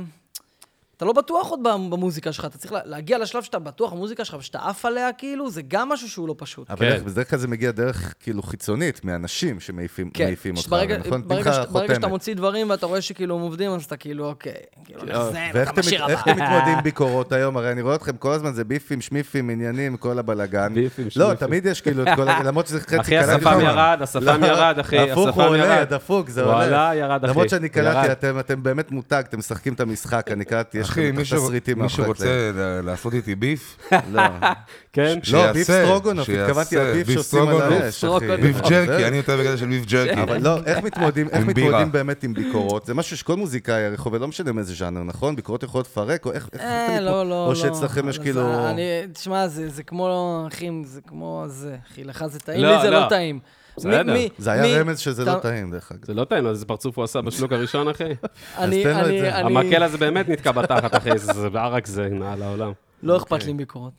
Speaker 6: אתה לא בטוח עוד במוזיקה שלך, אתה צריך לה- להגיע לשלב שאתה בטוח במוזיקה שלך ושאתה עף עליה, כאילו, זה גם משהו שהוא לא פשוט.
Speaker 4: אבל
Speaker 5: כן.
Speaker 4: דרך- בדרך כלל זה מגיע דרך כאילו חיצונית, מאנשים שמעיפים
Speaker 6: כן,
Speaker 4: מעיפים אותך,
Speaker 6: שברגע-
Speaker 4: נכון? נותנים
Speaker 6: ברגע
Speaker 4: לך
Speaker 6: שאתה- ברגע שאתה
Speaker 4: חותמת.
Speaker 6: מוציא דברים ואתה רואה שכאילו הם עובדים, אז אתה כאילו, אוקיי, כאילו, נחזן,
Speaker 4: ואיך
Speaker 6: אתה
Speaker 4: אתם
Speaker 6: משאיר
Speaker 4: מת-
Speaker 6: הבא.
Speaker 4: איך אתם מתמודדים
Speaker 6: [laughs]
Speaker 4: עם ביקורות היום? הרי אני רואה אתכם כל הזמן, זה ביפים, שמיפים, עניינים, כל הבלגן.
Speaker 5: ביפים,
Speaker 4: לא,
Speaker 5: שמיפים.
Speaker 4: תמיד יש כאילו את כל ה... למרות שזה חצי
Speaker 5: אחי,
Speaker 4: קלטתי
Speaker 5: השפם
Speaker 4: אותם.
Speaker 5: ירד, השפם
Speaker 4: לא,
Speaker 5: ירד, אחי,
Speaker 4: הפוך,
Speaker 5: השפם
Speaker 4: הוא עולה,
Speaker 5: ירד.
Speaker 4: דפוק, זה
Speaker 5: הוא
Speaker 4: עולה.
Speaker 5: עלה, ירד, אחי.
Speaker 4: למרות שאני
Speaker 5: ירד.
Speaker 4: קלטתי, אתם- אתם באמת מותג, אתם משחקים את המשחק, אני קלטתי, יש
Speaker 7: אחי,
Speaker 4: לכם
Speaker 7: מי
Speaker 4: את
Speaker 7: שרוצ-
Speaker 4: התסריטים
Speaker 7: מי
Speaker 4: מאחורי הקלעים.
Speaker 7: שרוצה ל- לעשות איתי
Speaker 4: [laughs]
Speaker 7: ביף,
Speaker 4: לא.
Speaker 5: כן?
Speaker 4: לא,
Speaker 7: שיעשה,
Speaker 4: ביף סטרוגונוף,
Speaker 7: שיעשה.
Speaker 4: התכוונתי לביף
Speaker 7: ביף
Speaker 4: שעושים על
Speaker 7: סטרוגונוף.
Speaker 4: האש, אחי.
Speaker 6: סטרוגונוף.
Speaker 7: ביף
Speaker 4: אבל זה-
Speaker 7: ג'רקי, אני יותר בגלל של ביף
Speaker 6: כן.
Speaker 7: ג'רקי.
Speaker 4: אבל לא, איך מתמודדים, איך
Speaker 7: עם בירה.
Speaker 4: מתמודדים באמת עם ביקורות? זה משהו שכל מוזיקאי הרי חווה, לא משנה מאיזה ז'אנר, נכון? ביקורות יכולות לפרק, או איך... איך אתם
Speaker 6: אה,
Speaker 4: מתמוד-
Speaker 6: לא, לא, לא.
Speaker 4: או שאצלכם יש
Speaker 6: אז
Speaker 4: כאילו...
Speaker 6: אני, תשמע, זה זה כמו, אחי, זה כמו זה. אחי, לך זה טעים,
Speaker 5: לא,
Speaker 6: לי זה
Speaker 5: לא.
Speaker 6: לא טעים.
Speaker 5: בסדר.
Speaker 6: מי- מי-
Speaker 4: זה
Speaker 6: מי-
Speaker 4: היה רמז שזה
Speaker 6: אתה-
Speaker 4: לא טעים, דרך אגב.
Speaker 5: זה לא טעים, איזה פרצוף הוא עשה בשלוק הראשון, אחי.
Speaker 6: אני,
Speaker 4: תן לו את
Speaker 6: אני,
Speaker 4: זה.
Speaker 6: אני,
Speaker 5: המקל הזה באמת נתקע בתחת, אחי, זה- זה בערק זה נעל העולם.
Speaker 6: לא
Speaker 5: אוקיי.
Speaker 6: אכפת לי מביקורות.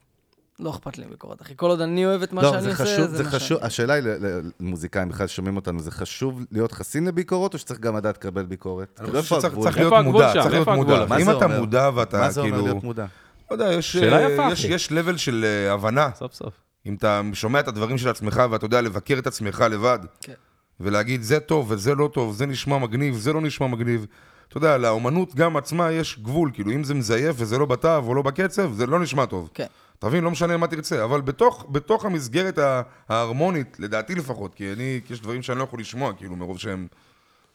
Speaker 6: לא אכפת לי מביקורות, אחי. כל עוד אני אוהב את מה
Speaker 4: לא,
Speaker 6: שאני
Speaker 4: זה
Speaker 6: עושה,
Speaker 4: חשוב,
Speaker 6: זה,
Speaker 4: זה
Speaker 6: מה
Speaker 4: חשוב, אה,
Speaker 6: שאני...
Speaker 4: השאלה היא ל- ל- למוזיקאים בכלל ששומעים אותנו, זה חשוב להיות חסין לביקורות, או שצריך גם לדעת לקבל ביקורת?
Speaker 7: אני
Speaker 4: כאילו,
Speaker 7: חושב
Speaker 4: איפה
Speaker 7: שצריך
Speaker 4: הגבול?
Speaker 7: צריך
Speaker 5: איפה
Speaker 7: להיות
Speaker 5: הגבול
Speaker 7: מודע,
Speaker 5: שם?
Speaker 7: צריך להיות
Speaker 5: איפה הגבול?
Speaker 7: מודע.
Speaker 4: מה
Speaker 7: אם
Speaker 4: זה
Speaker 7: אתה
Speaker 4: אומר?
Speaker 7: מודע ואתה
Speaker 4: מה זה אומר
Speaker 7: כאילו...
Speaker 4: להיות מודע?
Speaker 7: לא יודע, יש...
Speaker 5: שאלה
Speaker 7: אה,
Speaker 5: יפה,
Speaker 7: יש-
Speaker 5: אחי.
Speaker 7: יש level של אה, הבנה.
Speaker 5: סוף סוף.
Speaker 7: אם אתה שומע את הדברים של עצמך ואתה יודע לבקר את עצמך לבד,
Speaker 6: כן.
Speaker 7: ולהגיד זה טוב וזה לא טוב, זה נשמע מגניב, זה לא נשמע מגניב. אתה יודע, לאומנות גם עצמה יש גבול, כאילו אם זה מזייף וזה לא בתו או לא בקצב, זה לא נשמע טוב.
Speaker 6: כן.
Speaker 7: אתה מבין? לא משנה מה תרצה, אבל בתוך, בתוך המסגרת ה- ההרמונית, לדעתי לפחות, כי אני, כי יש דברים שאני לא יכול לשמוע, כאילו, מרוב שהם,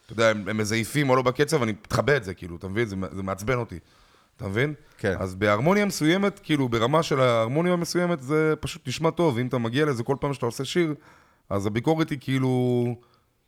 Speaker 7: אתה יודע, הם, הם מזייפים או לא בקצב, אני מתחבא את זה, כאילו, אתה מבין? זה, מע- זה מעצבן אותי. אתה מבין?
Speaker 4: כן.
Speaker 7: אז בהרמוניה מסוימת, כאילו, ברמה של ההרמוניה המסוימת, זה פשוט נשמע טוב, ואם אתה מגיע לזה כל פעם שאתה עושה שיר, אז הביקורת היא כאילו...